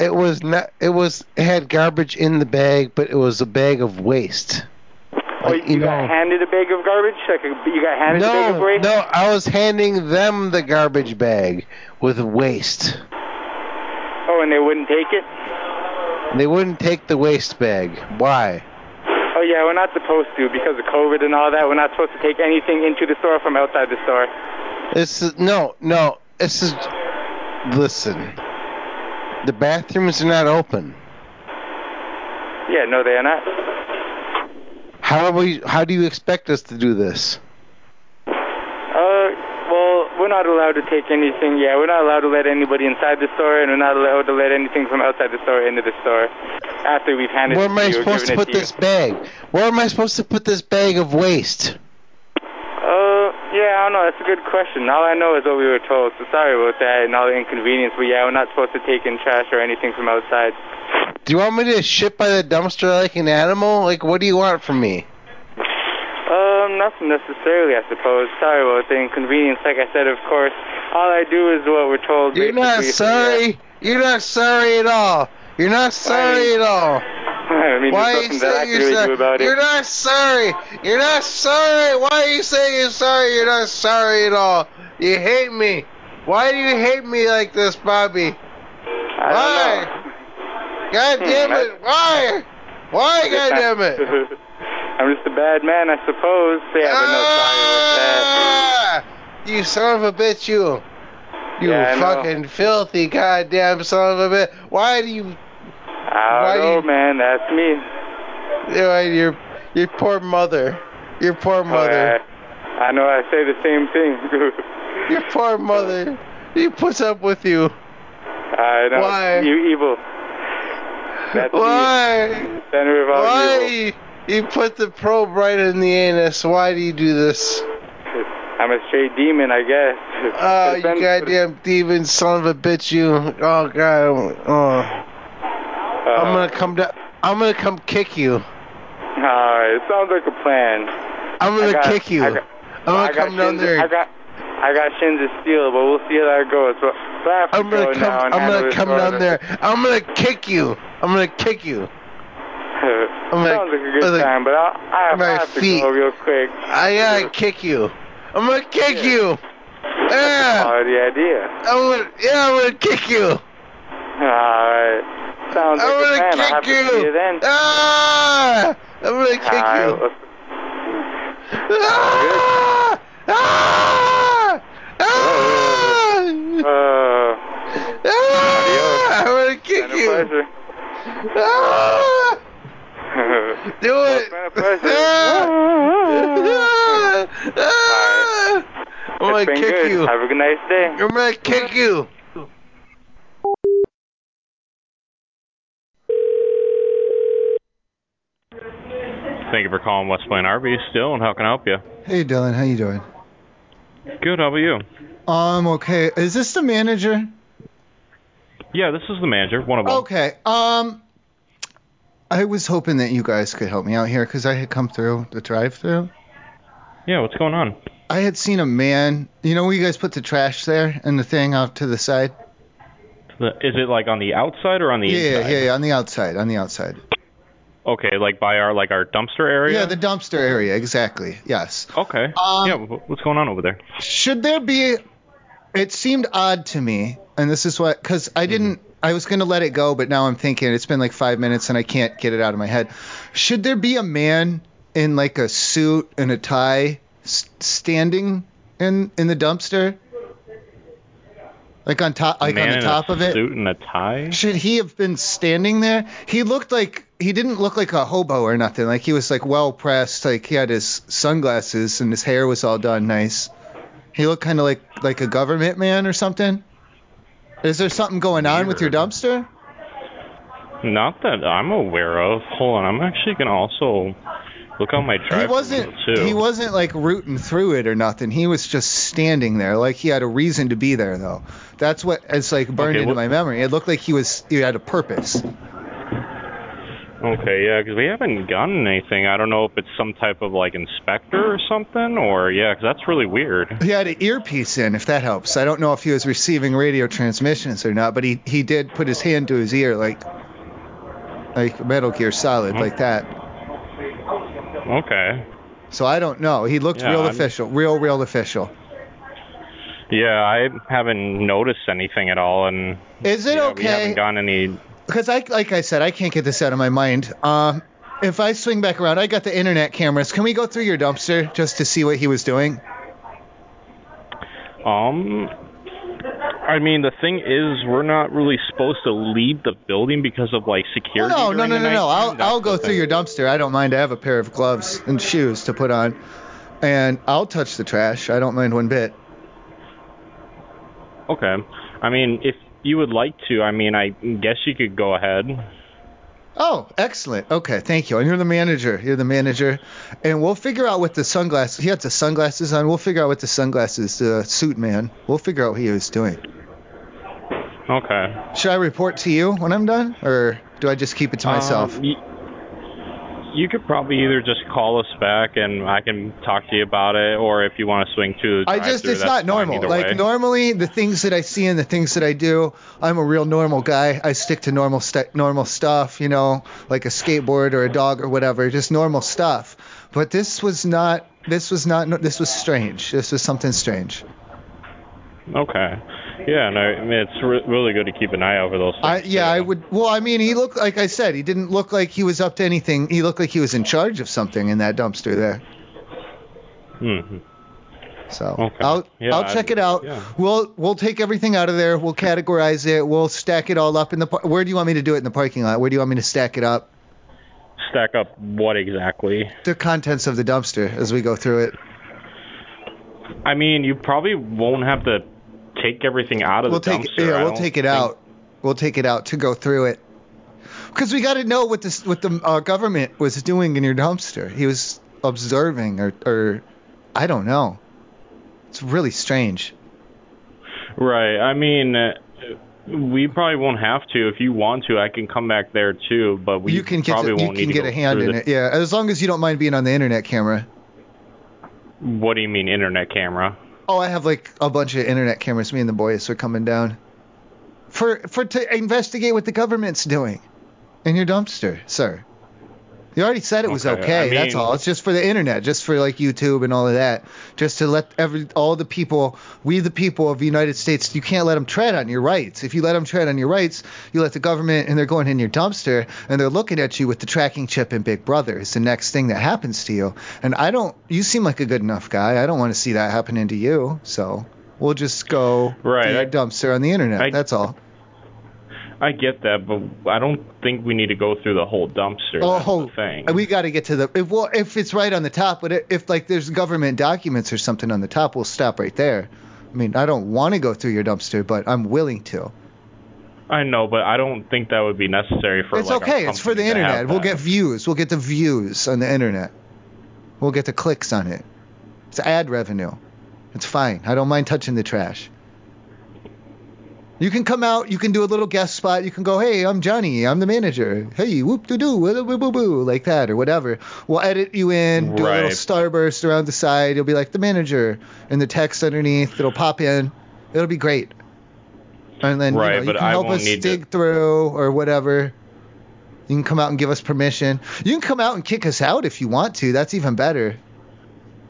Speaker 5: It was not. It was it had garbage in the bag, but it was a bag of waste.
Speaker 17: Oh, you, you got handed a bag of garbage? Like a, you got handed a bag of
Speaker 5: No,
Speaker 17: waste?
Speaker 5: no, I was handing them the garbage bag with waste.
Speaker 17: Oh, and they wouldn't take it?
Speaker 5: They wouldn't take the waste bag. Why?
Speaker 17: Oh yeah, we're not supposed to because of COVID and all that. We're not supposed to take anything into the store from outside the store.
Speaker 5: This is no, no. This is listen. The bathrooms are not open.
Speaker 17: Yeah, no, they are not.
Speaker 5: How are we? How do you expect us to do this?
Speaker 17: Uh, well, we're not allowed to take anything. Yeah, we're not allowed to let anybody inside the store, and we're not allowed to let anything from outside the store into the store after we've handed
Speaker 5: Where
Speaker 17: it
Speaker 5: am I
Speaker 17: to you or
Speaker 5: supposed to
Speaker 17: given
Speaker 5: put
Speaker 17: it to
Speaker 5: this bag? Where am I supposed to put this bag of waste?
Speaker 17: you. Uh, yeah, I don't know. That's a good question. All I know is what we were told. So sorry about that and all the inconvenience. But yeah, we're not supposed to take in trash or anything from outside.
Speaker 5: Do you want me to shit by the dumpster like an animal? Like, what do you want from me?
Speaker 17: Um, nothing necessarily, I suppose. Sorry about the inconvenience. Like I said, of course, all I do is what we're told.
Speaker 5: You're not
Speaker 17: basically.
Speaker 5: sorry. You're not sorry at all. You're not sorry at all.
Speaker 17: I mean,
Speaker 5: Why
Speaker 17: there's
Speaker 5: you
Speaker 17: nothing that I
Speaker 5: say
Speaker 17: can
Speaker 5: you're
Speaker 17: really
Speaker 5: sorry?
Speaker 17: do about it.
Speaker 5: You're not sorry. You're not sorry. Why you say you're sorry? You're not sorry at all. You hate me. Why do you hate me like this, Bobby? Why? God damn
Speaker 17: Hmm, I-
Speaker 5: it! Why? Why? God damn it!
Speaker 17: I'm just a bad man, I suppose. Yeah, but no, sorry about that.
Speaker 5: You son of a bitch! You. You
Speaker 17: Yeah, I know.
Speaker 5: fucking filthy goddamn son of a bitch! Why do you? Ah!
Speaker 17: I don't know, man. That's me.
Speaker 5: Your your your poor mother. Your
Speaker 17: Oh,
Speaker 5: poor mother.
Speaker 17: uh, I know I say the same thing.
Speaker 5: Your poor mother. She puts up with you.
Speaker 17: I know.
Speaker 5: Why?
Speaker 17: You evil. That's me.
Speaker 5: Why?
Speaker 17: Center of all evil.
Speaker 5: Why? You put the probe right in the anus. Why do you do this?
Speaker 17: I'm a straight demon, I guess.
Speaker 5: Oh, you goddamn demon son of a bitch! You. Oh god. Oh.
Speaker 17: Uh,
Speaker 5: I'm gonna come down. I'm gonna come kick you.
Speaker 17: Alright, sounds like a plan.
Speaker 5: I'm
Speaker 17: I
Speaker 5: gonna
Speaker 17: got-
Speaker 5: kick you.
Speaker 17: I got,
Speaker 5: I'm gonna
Speaker 17: I got
Speaker 5: come down
Speaker 17: shins-
Speaker 5: there.
Speaker 17: I got, I got shins of steel, but we'll see how that goes. But, but I have to
Speaker 5: I'm gonna
Speaker 17: go
Speaker 5: come.
Speaker 17: now and
Speaker 5: I'm
Speaker 17: handle
Speaker 5: gonna
Speaker 17: this
Speaker 5: come
Speaker 17: order.
Speaker 5: down there. I'm gonna kick you. I'm gonna kick you. gonna-
Speaker 17: sounds like a good
Speaker 5: I'm gonna-
Speaker 17: time, but I'll, I have,
Speaker 5: my
Speaker 17: I have to
Speaker 5: feet.
Speaker 17: go real quick.
Speaker 5: I gotta kick you. I'm gonna kick you. Yeah.
Speaker 17: Already idea.
Speaker 5: I'm gonna, yeah, I'm gonna kick you.
Speaker 17: Alright. Sounds
Speaker 5: I'm
Speaker 17: like a
Speaker 5: gonna
Speaker 17: plan. I'll have
Speaker 5: kick
Speaker 17: to see you
Speaker 5: you.
Speaker 17: then.
Speaker 5: Ah! I'm gonna kick
Speaker 17: Alright,
Speaker 5: you. Ah!
Speaker 17: well,
Speaker 5: Ah!
Speaker 19: Uh,
Speaker 17: Ah!
Speaker 5: Ah! I'm gonna kick
Speaker 17: been a
Speaker 5: you.
Speaker 17: pleasure.
Speaker 5: Ah! Do it.
Speaker 17: It's been a pleasure.
Speaker 5: Ah! Ah! I'm gonna
Speaker 17: It's been
Speaker 5: kick
Speaker 17: good.
Speaker 5: you.
Speaker 17: Have a good nice day.
Speaker 5: I'm gonna kick you.
Speaker 13: Thank you for calling West Plain RV still, and how can I help you?
Speaker 2: Hey Dylan, how you doing?
Speaker 13: Good, how about you?
Speaker 2: Um, okay. Is this the manager?
Speaker 13: Yeah, this is the manager, one of them.
Speaker 2: Okay. Um, I was hoping that you guys could help me out here because I had come through the drive-through.
Speaker 13: Yeah, what's going on?
Speaker 2: I had seen a man. You know where you guys put the trash there and the thing out to the side?
Speaker 13: The, is it like on the outside or on the
Speaker 2: yeah,
Speaker 13: inside?
Speaker 2: yeah, yeah. On the outside. On the outside.
Speaker 13: Okay, like by our like our dumpster area.
Speaker 2: Yeah, the dumpster area. Exactly. Yes. Um,
Speaker 13: Okay. yeah, wh- what's going on over there?
Speaker 2: Should there be? It seemed odd to me, and this is what because
Speaker 13: Mm-hmm.
Speaker 2: I didn't. I was gonna let it go, but now I'm thinking it's been like five minutes and I can't get it out of my head. Should there be a man in like a suit and a tie s- standing in in the dumpster, like on top, like
Speaker 13: Man
Speaker 2: on the
Speaker 13: in
Speaker 2: top
Speaker 13: a
Speaker 2: of it?
Speaker 13: suit and a tie.
Speaker 2: Should he have been standing there? He looked like he didn't look like a hobo or nothing. Like he was like well pressed. Like he had his sunglasses and his hair was all done nice. He looked kind of like like a government man or something. Is there something going on with your dumpster?
Speaker 13: Not that I'm aware of. Hold on, I'm actually gonna also look on my drive.
Speaker 2: He wasn't
Speaker 13: too.
Speaker 2: he wasn't like rooting through it or nothing. He was just standing there. Like he had a reason to be there though. That's what it's like burned
Speaker 13: Okay,
Speaker 2: into
Speaker 13: what-
Speaker 2: my memory. It looked like he was he had a purpose.
Speaker 13: Okay, yeah, 'cause we haven't gotten anything. I don't know if it's some type of like inspector or something, or yeah, 'cause that's really weird.
Speaker 2: He had an earpiece in, if that helps. I don't know if he was receiving radio transmissions or not, but he, he did put his hand to his ear like like Metal Gear Solid, like that.
Speaker 13: Okay.
Speaker 2: So I don't know. He looked
Speaker 13: Yeah,
Speaker 2: real
Speaker 13: I'm-
Speaker 2: official, real real official.
Speaker 13: Yeah, I haven't noticed anything at all, and
Speaker 2: Is it
Speaker 13: yeah,
Speaker 2: okay?
Speaker 13: We haven't gotten any.
Speaker 2: because I like I said, I can't get this out of my mind. Um, if I swing back around, I got the internet cameras. Can we go through your dumpster just to see what he was doing?
Speaker 13: Um, I mean, the thing is, we're not really supposed to leave the building because of like security.
Speaker 2: no, Oh, no,
Speaker 13: during
Speaker 2: no,
Speaker 13: the
Speaker 2: no, no.
Speaker 13: night.
Speaker 2: I'll I'll go through your dumpster. I don't mind. I have a pair of gloves and shoes to put on, and I'll touch the trash. I don't mind one bit.
Speaker 13: Okay. I mean, if you would like to, I mean, I guess you could go ahead.
Speaker 2: Oh, excellent. Okay, thank you. And you're the manager. You're the manager, and we'll figure out what the sunglasses. He had the sunglasses on. We'll figure out what the sunglasses. The suit man. We'll figure out what he was doing.
Speaker 13: Okay.
Speaker 2: Should I report to you when I'm done, or do I just keep it to myself?
Speaker 13: Um, y- you could probably either just call us back and I can talk to you about it, or if you want to swing to the
Speaker 2: I just
Speaker 13: drive-thru,
Speaker 2: it's
Speaker 13: that's fine
Speaker 2: not normal.
Speaker 13: either
Speaker 2: Like
Speaker 13: way.
Speaker 2: normally the things that I see and the things that I do, I'm a real normal guy. I stick to normal st- normal stuff, you know, like a skateboard or a dog or whatever, just normal stuff. But this was not this was not this was strange. This was something strange.
Speaker 13: Okay. Yeah, no, I mean, it's re- really good to keep an eye out for those things.
Speaker 2: I yeah, I would well, I mean, he looked like I said, he didn't look like he was up to anything. He looked like he was in charge of something in that dumpster there.
Speaker 13: hmm
Speaker 2: So
Speaker 13: I'll,
Speaker 2: I'll check it out. We'll we'll take everything out of there. We'll categorize it. We'll stack it all up in the. Par- Where do you want me to do it in the parking lot? Where do you want me to stack it up?
Speaker 13: Stack up what exactly?
Speaker 2: The contents of the dumpster as we go through it.
Speaker 13: I mean, you probably won't have to take everything out of
Speaker 2: We'll
Speaker 13: the
Speaker 2: take
Speaker 13: dumpster. I
Speaker 2: yeah, we'll
Speaker 13: don't
Speaker 2: take it
Speaker 13: think-
Speaker 2: out. We'll take it out to go through it. Because we got to know what this what the uh, government was doing in your dumpster. He was observing or or I don't know. It's really strange.
Speaker 13: Right. I mean, uh, we probably won't have to. If you want to, I can come back there too. But we
Speaker 2: you can get
Speaker 13: probably
Speaker 2: to, you
Speaker 13: won't
Speaker 2: can
Speaker 13: need to
Speaker 2: get
Speaker 13: go
Speaker 2: a hand
Speaker 13: through
Speaker 2: in
Speaker 13: the-
Speaker 2: it. Yeah, as long as you don't mind being on the internet camera.
Speaker 13: What do you mean, internet camera?
Speaker 2: Oh, I have like a bunch of internet cameras. Me and the boys are coming down for for to investigate what the government's doing in your dumpster, sir. You already said it was
Speaker 28: Okay,
Speaker 2: okay.
Speaker 28: I
Speaker 2: That's
Speaker 28: mean-
Speaker 2: all. It's just for the internet, just for like YouTube and all of that, just to let every all the people, we the people of the United States, you can't let them tread on your rights. If you let them tread on your rights, you let the government and they're going in your dumpster and they're looking at you with the tracking chip and Big Brother. It's the next thing that happens to you. And I don't. You seem like a good enough guy. I don't want to see that happening to you. So we'll just go
Speaker 13: Right,
Speaker 2: to your
Speaker 13: I-
Speaker 2: dumpster on the internet.
Speaker 13: I-
Speaker 2: That's all.
Speaker 13: I get that, but I don't think we need to go through the whole dumpster.
Speaker 2: Oh,
Speaker 13: That's the thing.
Speaker 2: We got to get to the if well if it's right on the top, but i- if like there's government documents or something on the top, we'll stop right there. I mean, I don't want to go through your dumpster, but I'm willing to.
Speaker 13: I know, but I don't think that would be necessary for.
Speaker 2: it's
Speaker 13: like, our
Speaker 2: okay. It's for the
Speaker 13: company to have
Speaker 2: internet. We'll
Speaker 13: that.
Speaker 2: get views. We'll get the views on the internet. We'll get the clicks on it. It's ad revenue. It's fine. I don't mind touching the trash. You can come out. You can do a little guest spot. You can go, hey, I'm Johnny. I'm the manager. Hey, whoop doo doo, woo boo boo boo, like that or whatever. We'll edit you in, do a
Speaker 13: Right.
Speaker 2: little starburst around the side. You'll be like the manager, and the text underneath. It'll pop in. It'll be great. And then
Speaker 13: Right,
Speaker 2: you, know, you
Speaker 13: but
Speaker 2: can
Speaker 13: I
Speaker 2: help
Speaker 13: won't
Speaker 2: us
Speaker 13: need to-
Speaker 2: dig through or whatever. You can come out and give us permission. You can come out and kick us out if you want to. That's even better.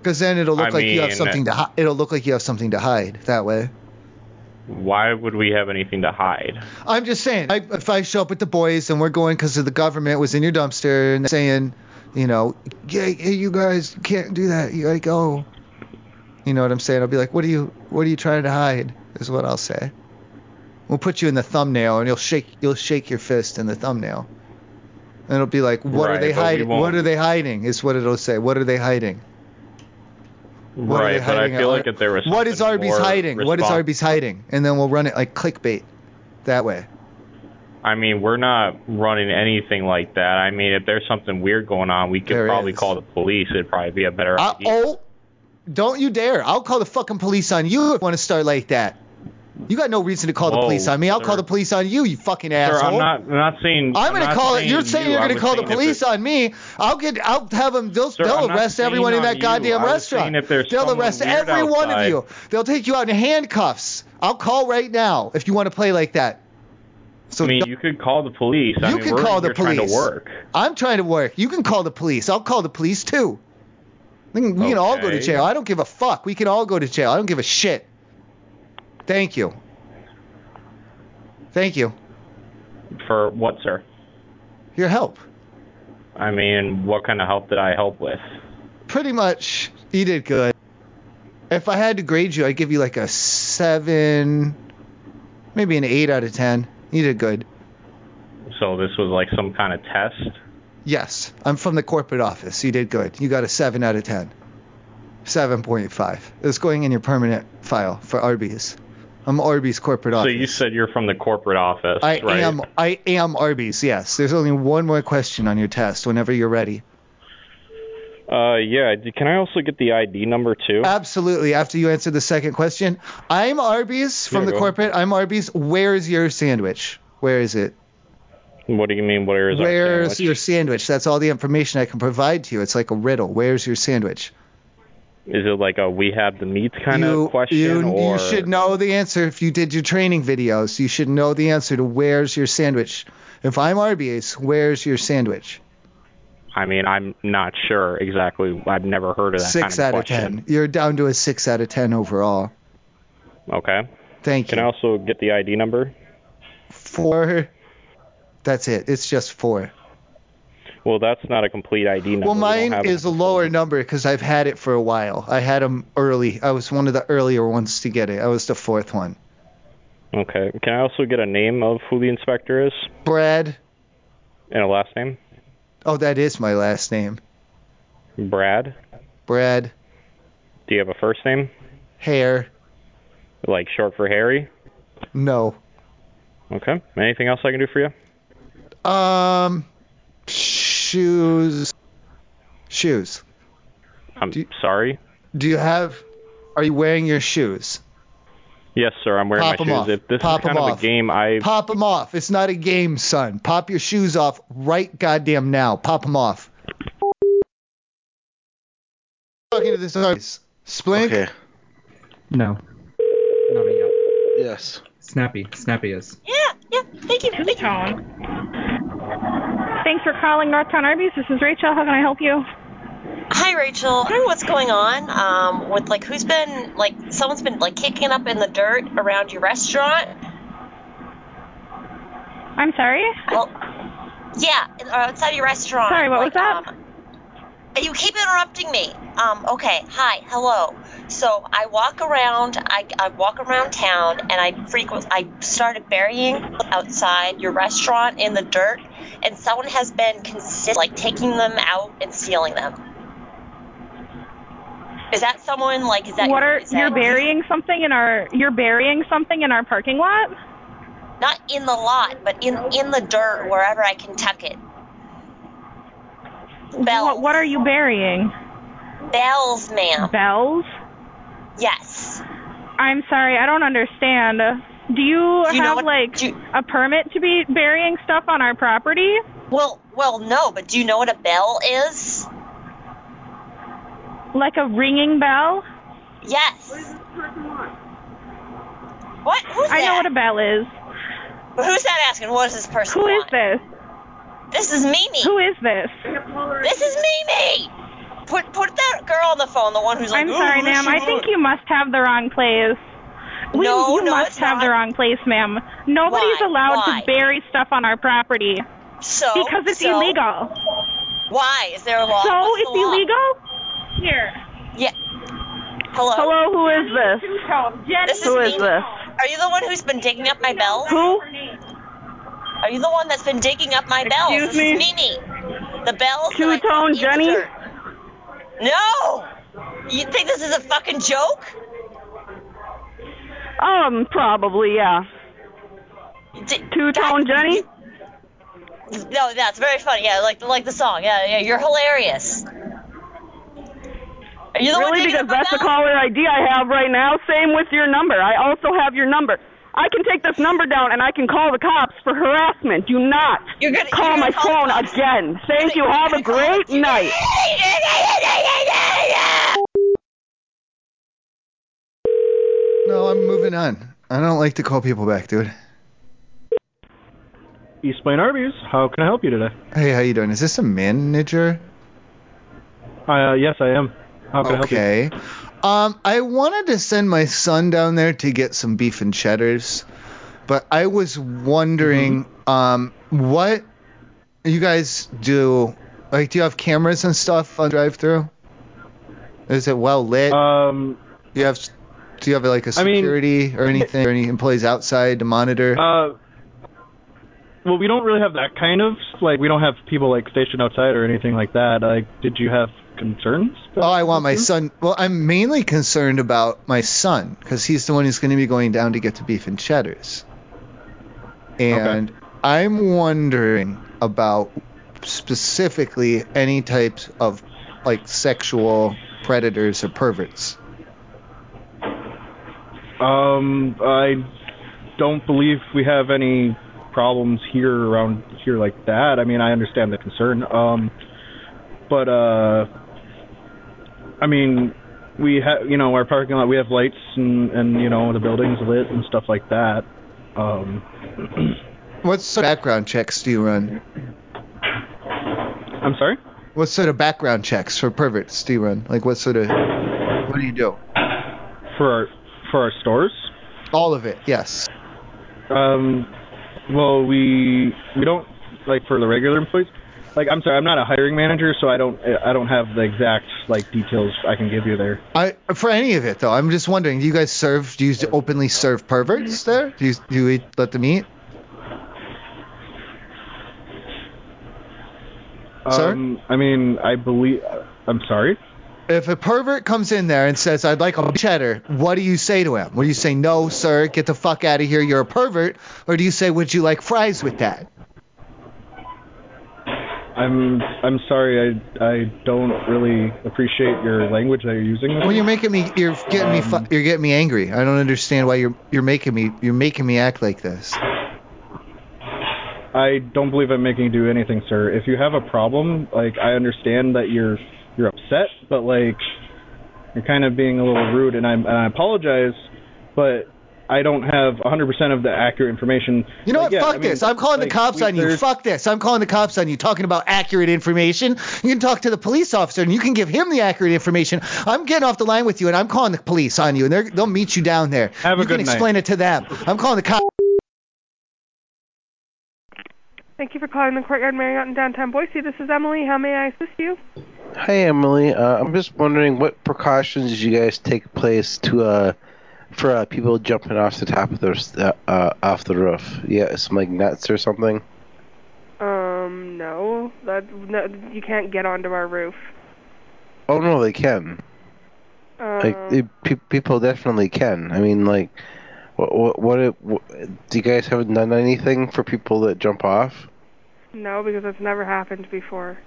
Speaker 2: Because then it'll look
Speaker 13: I
Speaker 2: like you have
Speaker 13: mean-
Speaker 2: something to hi- it'll look like you have something to hide that way.
Speaker 13: Why would we have anything to hide?
Speaker 2: I'm just saying, I, if I show up with the boys and we're going because the government was in your dumpster and saying, you know, yeah, yeah, you guys can't do that. You like, oh, you know what I'm saying? I'll be like, what are you, what are you trying to hide? Is what I'll say. We'll put you in the thumbnail and you'll shake, you'll shake your fist in the thumbnail. And it'll be like, what are
Speaker 13: Right,
Speaker 2: they
Speaker 13: but we
Speaker 2: hiding? What
Speaker 13: won't-
Speaker 2: are they hiding? Is what it'll say. What are they hiding? What are they
Speaker 13: right, but I
Speaker 2: hiding
Speaker 13: feel
Speaker 2: at-
Speaker 13: like if there was
Speaker 2: What is
Speaker 13: something
Speaker 2: Arby's
Speaker 13: more
Speaker 2: hiding? What is
Speaker 13: respons-
Speaker 2: Arby's hiding? And then we'll run it like clickbait, that way.
Speaker 13: I mean, we're not running anything like that. I mean, if there's something weird going on, we could probably call the police. It'd probably be a better
Speaker 2: I,
Speaker 13: idea.
Speaker 2: oh, don't you dare! I'll call the fucking police on you if you want to start like that. You got no reason to call the police on me. I'll call the police on you, you fucking
Speaker 13: Sir,
Speaker 2: asshole.
Speaker 13: I'm not. I'm not saying.
Speaker 2: I'm gonna
Speaker 13: not
Speaker 2: call it. You're
Speaker 13: saying
Speaker 2: saying
Speaker 13: you.
Speaker 2: you're
Speaker 13: I
Speaker 2: gonna
Speaker 13: was
Speaker 2: call the
Speaker 13: saying if
Speaker 2: police on me. I'll get. I'll have them. They'll,
Speaker 13: Sir,
Speaker 2: they'll
Speaker 13: I'm not
Speaker 2: arrest everyone in
Speaker 13: saying
Speaker 2: that
Speaker 13: on you.
Speaker 2: goddamn
Speaker 13: I was
Speaker 2: restaurant.
Speaker 13: saying if there's
Speaker 2: they'll
Speaker 13: someone
Speaker 2: arrest
Speaker 13: weird
Speaker 2: every one of
Speaker 13: outside-
Speaker 2: you. They'll take you out in handcuffs. I'll call right now if you want to play like that.
Speaker 13: it's- I mean, you could call the police. I
Speaker 2: uh, You
Speaker 13: mean,
Speaker 2: can
Speaker 13: we're
Speaker 2: call the
Speaker 13: here trying
Speaker 2: police.
Speaker 13: to work.
Speaker 2: I'm trying to work. You can call the police. I'll call the police too. We can, we can all go to
Speaker 13: Okay.
Speaker 2: jail. I don't give a fuck. We can all go to jail. I don't give a shit. Thank you. Thank you.
Speaker 13: For what, sir?
Speaker 2: Your help.
Speaker 13: I mean, what kind of help did I help with?
Speaker 2: Pretty much, you did good. If I had to grade you, I'd give you like a seven, maybe an eight out of ten. You did good.
Speaker 13: So this was like some kind of test.
Speaker 2: Yes, I'm from the corporate office. You did good. You got a 7 out of 10. 7.5. It's going in your permanent file for Arby's. I'm Arby's corporate
Speaker 13: So
Speaker 2: office.
Speaker 13: you said you're from the corporate office,
Speaker 2: I
Speaker 13: right?
Speaker 2: am I am Arby's. Yes. There's only one more question on your test whenever you're ready.
Speaker 13: Uh, yeah. d- Can I also get the ID number too?
Speaker 2: Absolutely. After you answer the second question, I'm Arby's from
Speaker 13: Yeah,
Speaker 2: the
Speaker 13: go ahead.
Speaker 2: corporate. I'm Arby's. Where is your sandwich? Where is it?
Speaker 13: What do you mean? Where is our
Speaker 2: Where's
Speaker 13: sandwich?
Speaker 2: your sandwich? That's all the information I can provide to you. It's like a riddle. Where's your sandwich?
Speaker 13: Is it like a we have the meats kind
Speaker 2: You-
Speaker 13: of question,
Speaker 2: you,
Speaker 13: or
Speaker 2: you should know the answer if you did your training videos. You should know the answer to where's your sandwich. If I'm Arby's, where's your sandwich?
Speaker 13: I mean, I'm not sure exactly. I've never heard of that
Speaker 2: six
Speaker 13: kind
Speaker 2: out
Speaker 13: of
Speaker 2: of
Speaker 13: question.
Speaker 2: ten. You're down to a six out of ten overall.
Speaker 13: Okay.
Speaker 2: Thank
Speaker 13: Can I also get the ID number?
Speaker 2: Four. That's it. It's just four.
Speaker 13: Well, that's not a complete ID number.
Speaker 2: well,
Speaker 13: We don't
Speaker 2: mine
Speaker 13: have
Speaker 2: is a lower number because I've had it for a while. I had 'em early. I was one of the earlier ones to get it. I was the fourth one.
Speaker 13: it. Okay. Can I also get a name of who the inspector is
Speaker 2: Brad.
Speaker 13: and a last name?
Speaker 2: Oh, that is my last name.
Speaker 13: Brad.
Speaker 2: Brad.
Speaker 13: Do you have a first name?
Speaker 2: Hair.
Speaker 13: Like short for Harry?
Speaker 2: No.
Speaker 13: Okay. Anything else I can do for you?
Speaker 2: Um, shoes. Shoes.
Speaker 13: I'm sorry.
Speaker 2: Do you have? Are you wearing your shoes?
Speaker 13: Yes, sir. I'm wearing
Speaker 2: Pop
Speaker 13: my
Speaker 2: 'em
Speaker 13: shoes.
Speaker 2: off.
Speaker 13: If this
Speaker 2: Pop
Speaker 13: is kind
Speaker 2: 'em
Speaker 13: of
Speaker 2: off.
Speaker 13: a game, I
Speaker 2: Pop 'em off. It's not a game, son. Pop your shoes off right goddamn now. Pop 'em off. Talking to this artist. Splink.
Speaker 5: Okay.
Speaker 25: No.
Speaker 5: Yes.
Speaker 25: Snappy. Snappy is.
Speaker 26: Yeah, yeah. Thank you. Thank you.
Speaker 28: Thanks for calling Northtown Arby's. This is Rachel. How can I help you?
Speaker 29: Hi, Rachel. I don't know what's going on um, with like who's been like someone's been like kicking up in the dirt around your restaurant.
Speaker 28: I'm sorry.
Speaker 29: Well, yeah, in- uh, outside your restaurant.
Speaker 28: Sorry, what was
Speaker 29: Like, um,
Speaker 28: that?
Speaker 29: you keep interrupting me. Um, okay, hi, hello. So I walk around, I, I walk around town, and I frequent. I started burying outside your restaurant in the dirt, and someone has been consist like taking them out and stealing them. Is that someone like? Is that
Speaker 28: what
Speaker 29: your-
Speaker 28: are
Speaker 29: is that
Speaker 28: you're burying something in our you're burying something in our parking lot?
Speaker 29: Not in the lot, but in in the dirt wherever I can tuck it.
Speaker 28: What, what are you burying?
Speaker 29: Bells, ma'am.
Speaker 28: Bells?
Speaker 29: Yes.
Speaker 28: I'm sorry, I don't understand. Do you
Speaker 29: Do you know
Speaker 28: have
Speaker 29: what-
Speaker 28: like a permit to be burying stuff on our property?
Speaker 29: Well, well, no, but do you know what a bell is?
Speaker 28: Like a ringing bell?
Speaker 29: Yes. What? Who's
Speaker 28: I
Speaker 29: that?
Speaker 28: know what a bell is.
Speaker 29: But who's that asking? What is this person?
Speaker 28: Who is
Speaker 29: want?
Speaker 28: this?
Speaker 29: This is Mimi.
Speaker 28: Who is this?
Speaker 29: This is Mimi. Put put that girl on the phone, the one who's like.
Speaker 28: I'm
Speaker 29: "Ooh,
Speaker 28: sorry,
Speaker 29: who's
Speaker 28: ma'am.
Speaker 29: she
Speaker 28: I
Speaker 29: with?"
Speaker 28: think you must have the wrong place. We,
Speaker 29: No,
Speaker 28: you
Speaker 29: no,
Speaker 28: must
Speaker 29: it's
Speaker 28: have the wrong place, ma'am. Nobody's
Speaker 29: Why?
Speaker 28: allowed
Speaker 29: Why?
Speaker 28: to bury stuff on our property.
Speaker 29: So
Speaker 28: because it's
Speaker 29: so-
Speaker 28: illegal.
Speaker 29: Why is there a law?
Speaker 28: So
Speaker 29: What's
Speaker 28: it's
Speaker 29: the law?
Speaker 28: illegal? Here.
Speaker 29: Yeah. Hello.
Speaker 28: Hello, who is this?
Speaker 29: This
Speaker 28: who is
Speaker 29: Mimi.
Speaker 28: this?
Speaker 29: Are you the one who's been digging up my bells?
Speaker 28: Who?
Speaker 29: Are you the one that's been digging up my bells?
Speaker 28: Excuse
Speaker 29: this
Speaker 28: me?
Speaker 29: is Mimi. The bells. that I-
Speaker 28: Two Tone Jenny?
Speaker 29: No. You think this is a fucking joke?
Speaker 28: Um, probably, yeah. Two Tone Jenny?
Speaker 29: No, that's very funny. Yeah, like like the song. Yeah, yeah, you're hilarious. you the one
Speaker 30: really?
Speaker 29: taking
Speaker 30: Because that's the caller ID I have right now. Same with your number. I also have your number. I can take this number down and I can call the cops for harassment. Do not call my phone again. Thank you. Have a great night.
Speaker 2: No, I'm moving on. I don't like to call people back, dude.
Speaker 14: East Plain Arby's. How can I help you today?
Speaker 2: Hey, how you doing? Is this a manager?
Speaker 14: Uh, yes, I am. How can
Speaker 2: okay. Um, I wanted to send my son down there to get some beef and cheddars, but I was wondering,
Speaker 14: Mm-hmm.
Speaker 2: um, what you guys do? Like, do you have cameras and stuff on drive-through? Is it well
Speaker 14: I
Speaker 2: lit?
Speaker 14: help you? Um,
Speaker 2: do you have do you have like a
Speaker 14: I mean-
Speaker 2: security or anything or any employees outside to monitor?
Speaker 14: uh, well, we don't really have that kind of like we don't have people like stationed outside or anything like that. Uh, Like, did you have concerns?
Speaker 2: Oh, I want my son. Well, I'm mainly concerned about my son because he's the one who's going to be going down to get to beef and cheddars. And I'm wondering about specifically any types of like sexual predators or perverts.
Speaker 14: Um, I don't believe we have any problems here around here like that. I mean, I understand the concern. Um, but uh, I mean, we have you know our parking lot. We have lights and and you know the building's lit and stuff like that. Um,
Speaker 2: What sort of background checks do you run?
Speaker 14: I'm sorry.
Speaker 2: What sort of background checks for perverts do you run? Like what sort of what do you do?
Speaker 14: For our for our stores.
Speaker 2: All of it, yes.
Speaker 14: Um, well, we we don't like for the regular employees. Like, I'm sorry, I'm not a hiring manager, so I don't I don't have the exact like details I can give you there.
Speaker 2: I for any of it though, I'm just wondering. Do you guys serve? Do you openly serve perverts there? Do you do you eat, let them eat? Sir?
Speaker 14: Um, I mean, I believe. I'm sorry.
Speaker 2: If a pervert comes in there and says, "I'd like a cheddar," what do you say to him? Would you say, "No, sir, get the fuck out of here. You're a pervert," or do you say, "Would you like fries with that?"
Speaker 14: I'm I'm sorry. I I don't really appreciate your language that you're using.
Speaker 2: Well, you're making me you're getting me fu- you're getting me angry. I don't understand why you're you're making me you're making me act like this.
Speaker 14: I don't believe I'm making you do anything, sir. If you have a problem, like I understand that you're you're upset, but like you're kind of being a little rude, and I'm and I apologize, but I don't have 100% of the accurate information.
Speaker 2: You know what?
Speaker 14: Like, yeah,
Speaker 2: fuck
Speaker 14: I mean,
Speaker 2: this. I'm calling
Speaker 14: like,
Speaker 2: the cops
Speaker 14: we-
Speaker 2: on you.
Speaker 14: there's-
Speaker 2: Fuck this. I'm calling the cops on you. Talking about accurate information. You can talk to the police officer and you can give him the accurate information. I'm getting off the line with you and I'm calling the police on you and they're, they'll meet you down there.
Speaker 14: Have a
Speaker 2: you
Speaker 14: good
Speaker 2: can
Speaker 14: night.
Speaker 2: explain it to them. I'm calling the cops.
Speaker 26: Thank you for calling the Courtyard Marriott in downtown Boise. This is Emily. How may I assist you?
Speaker 5: Hi, Emily. Uh, I'm just wondering what precautions you guys take place to uh, for uh, people jumping off the top of their s- uh, uh, off the roof. Yeah, some like nuts or something.
Speaker 26: Um, no, that no, you can't get onto our roof.
Speaker 5: Oh no, they can.
Speaker 26: Um,
Speaker 5: Like it, pe- people definitely can. I mean, like, what what, what, it, what do you guys haven't done anything for people that jump off?
Speaker 26: no, because it's never happened before.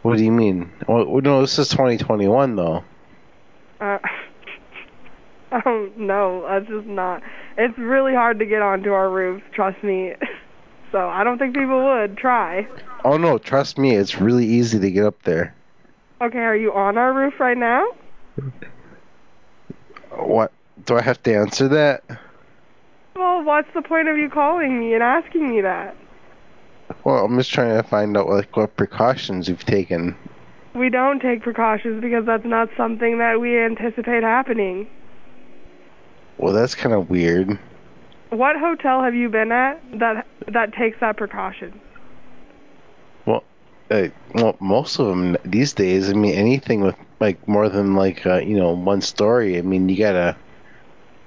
Speaker 5: What do you mean? Well, no, this is 2021 though.
Speaker 26: Uh, um, no, that's just not. It's really hard to get onto our roof. Trust me. So I don't think people would try.
Speaker 5: Oh no, trust me, it's really easy to get up there.
Speaker 26: Okay, are you on our roof right now?
Speaker 5: What do I have to answer that?
Speaker 26: Well, what's the point of you calling me and asking me that?
Speaker 5: Well, I'm just trying to find out like what precautions you've taken.
Speaker 26: We don't take precautions because that's not something that we anticipate happening.
Speaker 5: Well, that's kind of weird.
Speaker 26: What hotel have you been at that that takes that precaution?
Speaker 5: Well, uh, well, most of them these days. I mean, anything with like more than like uh, you know one story. I mean, you gotta.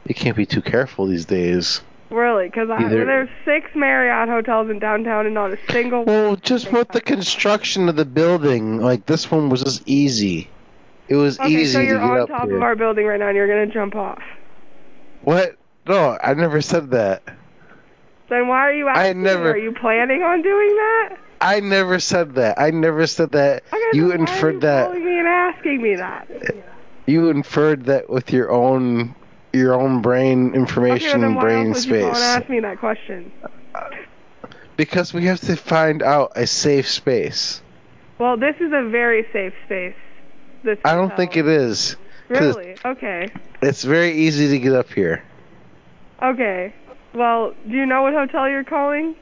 Speaker 5: You can't be too careful these days.
Speaker 26: Really? Because
Speaker 5: Either-
Speaker 26: there's six Marriott hotels in downtown and not a single.
Speaker 5: Well, just with the construction of the building, like this one was just easy. It was
Speaker 26: okay,
Speaker 5: easy
Speaker 26: so
Speaker 5: to
Speaker 26: you're
Speaker 5: get
Speaker 26: on
Speaker 5: up
Speaker 26: top
Speaker 5: here.
Speaker 26: of our building right now, and you're gonna jump off.
Speaker 5: What? No, I never said that.
Speaker 26: Then why are you asking? me?
Speaker 5: never-
Speaker 26: Are you planning on doing that?
Speaker 5: I never said that. I never said that. You inferred that.
Speaker 26: Calling me and asking me that.
Speaker 5: You inferred that with your own your own brain
Speaker 26: Okay, well,
Speaker 5: information
Speaker 26: then
Speaker 5: and
Speaker 26: why
Speaker 5: brain
Speaker 26: else would you call and
Speaker 5: space.
Speaker 26: ask me that question?
Speaker 5: Because we have to find out a safe space.
Speaker 26: Well, this is a very safe space. This
Speaker 5: I don't think it is. 'cause
Speaker 26: really okay.
Speaker 5: It's very easy to get up here.
Speaker 26: Okay. Well, do you know what hotel you're calling?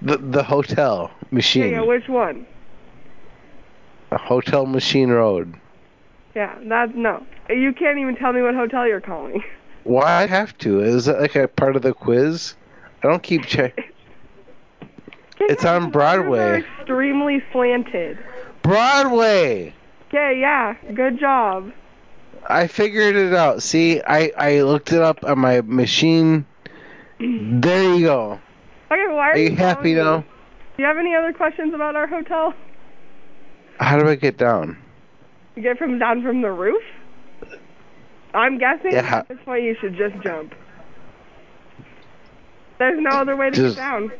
Speaker 5: The the hotel
Speaker 26: Yeah,
Speaker 5: machine.
Speaker 26: yeah. Which one?
Speaker 5: Hotel Machine Road.
Speaker 26: Yeah, that no. You can't even tell me what hotel you're calling.
Speaker 5: Why I have to? Is that like a part of the quiz? I don't keep check. It's on Broadway.
Speaker 26: Extremely slanted.
Speaker 5: Broadway.
Speaker 26: Okay. Yeah. Good job.
Speaker 5: I figured it out. See, I I looked it up on my machine. There you go.
Speaker 26: Okay. Why are,
Speaker 5: Are you
Speaker 26: calling me?
Speaker 5: happy now?
Speaker 26: Do you have any other questions about our hotel?
Speaker 5: How do I get down?
Speaker 26: You get from down from the roof? I'm guessing
Speaker 5: Yeah.
Speaker 26: at this point you should just jump. There's no other way to
Speaker 5: Just-
Speaker 26: get down.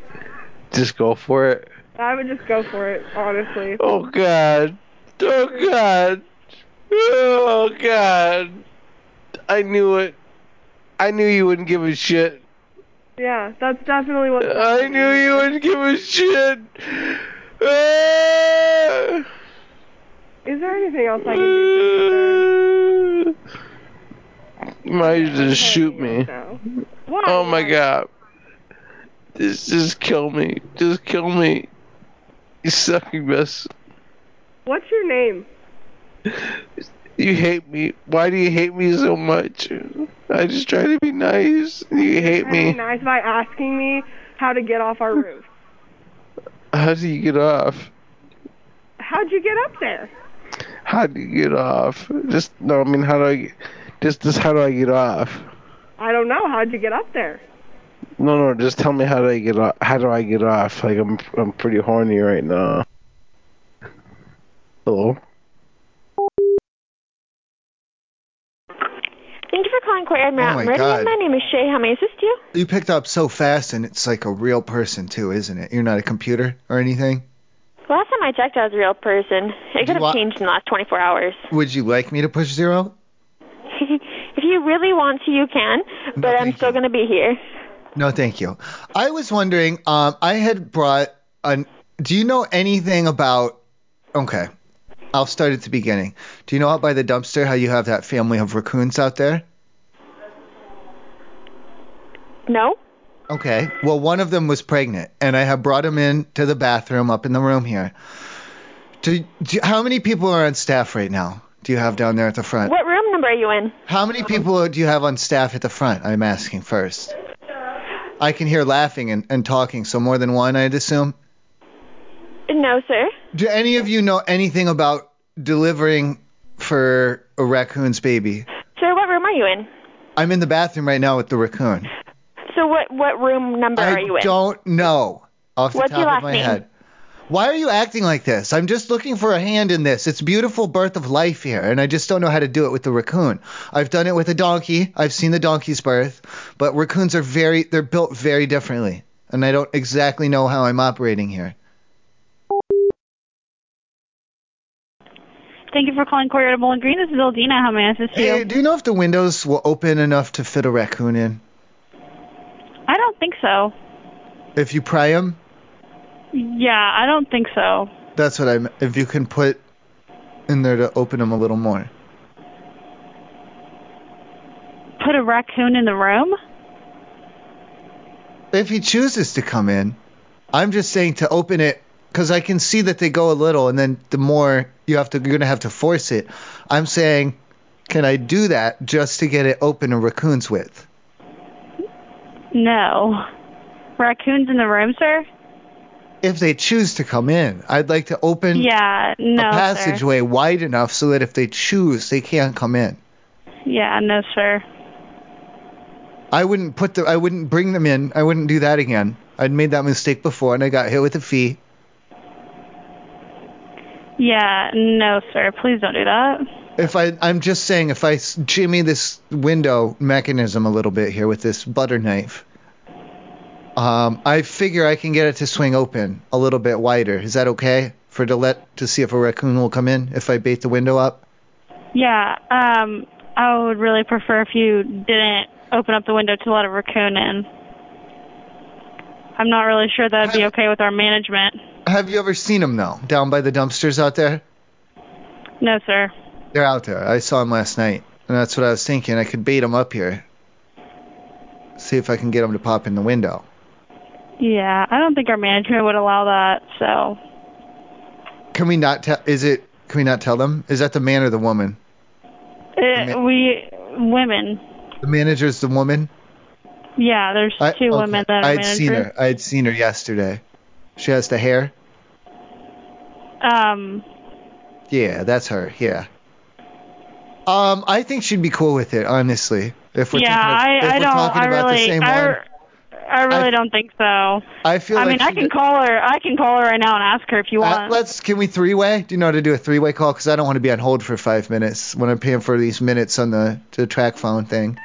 Speaker 5: Just go for it.
Speaker 26: I would just go for it, honestly.
Speaker 5: Oh God. Oh God. Oh God. I knew it. I knew you wouldn't give a shit.
Speaker 26: Yeah, that's definitely what.
Speaker 5: I knew you wouldn't give a shit. Ah!
Speaker 26: Is there anything else I can do? for you, sir?
Speaker 5: Might just shoot me.
Speaker 26: Why?
Speaker 5: Oh my god. This just kill me. Just kill me. You sucking best.
Speaker 26: What's your name?
Speaker 5: You hate me. Why do you hate me so much? I just try to be nice. and You hate
Speaker 26: Trying to be
Speaker 5: me.
Speaker 26: Nice by asking me how to get off our roof.
Speaker 5: How do you get off?
Speaker 26: How'd you get up there?
Speaker 5: How do you get off? Just no. I mean, how do I? get- Just just how do I get off?
Speaker 26: I don't know. How'd you get up there?
Speaker 5: No, no. Just tell me how do I get off? How do I get off? Like I'm I'm pretty horny right now. Hello.
Speaker 3: Thank you for calling Courtyard Mountain
Speaker 2: Oh my
Speaker 3: Meridian.
Speaker 2: God.
Speaker 3: My name is Shay. How may I assist you?
Speaker 2: You picked up so fast, and it's like a real person too, isn't it? You're not a computer or anything.
Speaker 3: Last time I checked, I was a real person. It could have
Speaker 2: wa-
Speaker 3: changed in the last 24 hours.
Speaker 2: Would you like me to push zero?
Speaker 3: if you really want to, you can, but I'm still going to be here.
Speaker 2: No, thank you. I was wondering. Um, I had brought an. Do you know anything about? Okay, I'll start at the beginning. Do you know out by the dumpster how you have that family of raccoons out there?
Speaker 3: No.
Speaker 2: Okay. Well, one of them was pregnant, and I have brought him in to the bathroom up in the room here. Do, do how many people are on staff right now? Do you have down there at the front?
Speaker 3: What room number are you in?
Speaker 2: How many people do you have on staff at the front? I'm asking first. I can hear laughing and, and talking, so more than one, I'd assume.
Speaker 3: No, sir.
Speaker 2: Do any of you know anything about delivering for a raccoon's baby?
Speaker 3: Sir, what room are you in?
Speaker 2: I'm in the bathroom right now with the raccoon.
Speaker 3: So what what room number are you
Speaker 2: I
Speaker 3: in?
Speaker 2: don't know off the
Speaker 3: What's
Speaker 2: top
Speaker 3: your
Speaker 2: of
Speaker 3: last
Speaker 2: my
Speaker 3: name?
Speaker 2: head. Why are you acting like this? I'm just looking for a hand in this. It's beautiful birth of life here, and I just don't know how to do it with the raccoon. I've done it with a donkey. I've seen the donkey's birth, but raccoons are very they're built very differently, and I don't exactly know how I'm operating here.
Speaker 4: Thank you for calling Courtyard Bowling Green. This is Aldina. How may I assist
Speaker 2: Hey,
Speaker 4: you?
Speaker 2: do you know if the windows will open enough to fit a raccoon in
Speaker 4: I don't think so.
Speaker 2: if you pry them?
Speaker 4: Yeah, I don't think so.
Speaker 2: That's what I'm. If you can put in there to open them a little more.
Speaker 4: Put a raccoon in the room?
Speaker 2: if he chooses to come in, I'm just saying to open it because I can see that they go a little, and then the more you have to, you're gonna have to force it. I'm saying, can I do that just to get it open a raccoon's width?
Speaker 4: No. Raccoons in the room, sir?
Speaker 2: If they choose to come in, I'd like to open
Speaker 4: Yeah, no.
Speaker 2: a
Speaker 4: sir.
Speaker 2: passageway wide enough so that if they choose, they can't come in.
Speaker 4: Yeah, no, sir.
Speaker 2: I wouldn't put the, I wouldn't bring them in. I wouldn't do that again. I'd made that mistake before, and I got hit with a fee.
Speaker 4: Yeah, no, sir. Please don't do that.
Speaker 2: If I, I'm just saying, if I s- jimmy this window mechanism a little bit here with this butter knife, Um, I figure I can get it to swing open a little bit wider. Is that okay for to let to see if a raccoon will come in if I bait the window up?
Speaker 4: Yeah, um, I would really prefer if you didn't open up the window to let a raccoon in. I'm not really sure that'd be okay with our management.
Speaker 2: Have you ever seen them though, down by the dumpsters out there?
Speaker 4: No, sir.
Speaker 2: They're out there. I saw them last night, and that's what I was thinking. I could bait them up here, see if I can get them to pop in the window.
Speaker 4: Yeah, I don't think our management would allow that. So
Speaker 2: Can we not tell? Is it? Can we not tell them? Is that the man or the woman?
Speaker 4: it, Uh, we women.
Speaker 2: The manager's the woman.
Speaker 4: Yeah, there's two
Speaker 2: I- okay.
Speaker 4: women that are
Speaker 2: I'd
Speaker 4: managers.
Speaker 2: seen her. I'd seen her yesterday. She has the hair.
Speaker 4: Um,
Speaker 2: Yeah, that's her. Yeah. Um, I think she'd be cool with it, honestly. If we're
Speaker 4: yeah,
Speaker 2: thinking of, if
Speaker 4: I, I
Speaker 2: we're
Speaker 4: don't.
Speaker 2: talking
Speaker 4: I
Speaker 2: about
Speaker 4: really,
Speaker 2: the same
Speaker 4: I,
Speaker 2: one,
Speaker 4: I really don't think so.
Speaker 2: I feel
Speaker 4: I
Speaker 2: like
Speaker 4: mean, I
Speaker 2: she
Speaker 4: can
Speaker 2: did-
Speaker 4: call her. I can call her right now and ask her if you
Speaker 2: Uh,
Speaker 4: want.
Speaker 2: let's. Can we three-way? Do you know how to do a three-way call? Because I don't want to be on hold for five minutes when I'm paying for these minutes on the the track phone thing.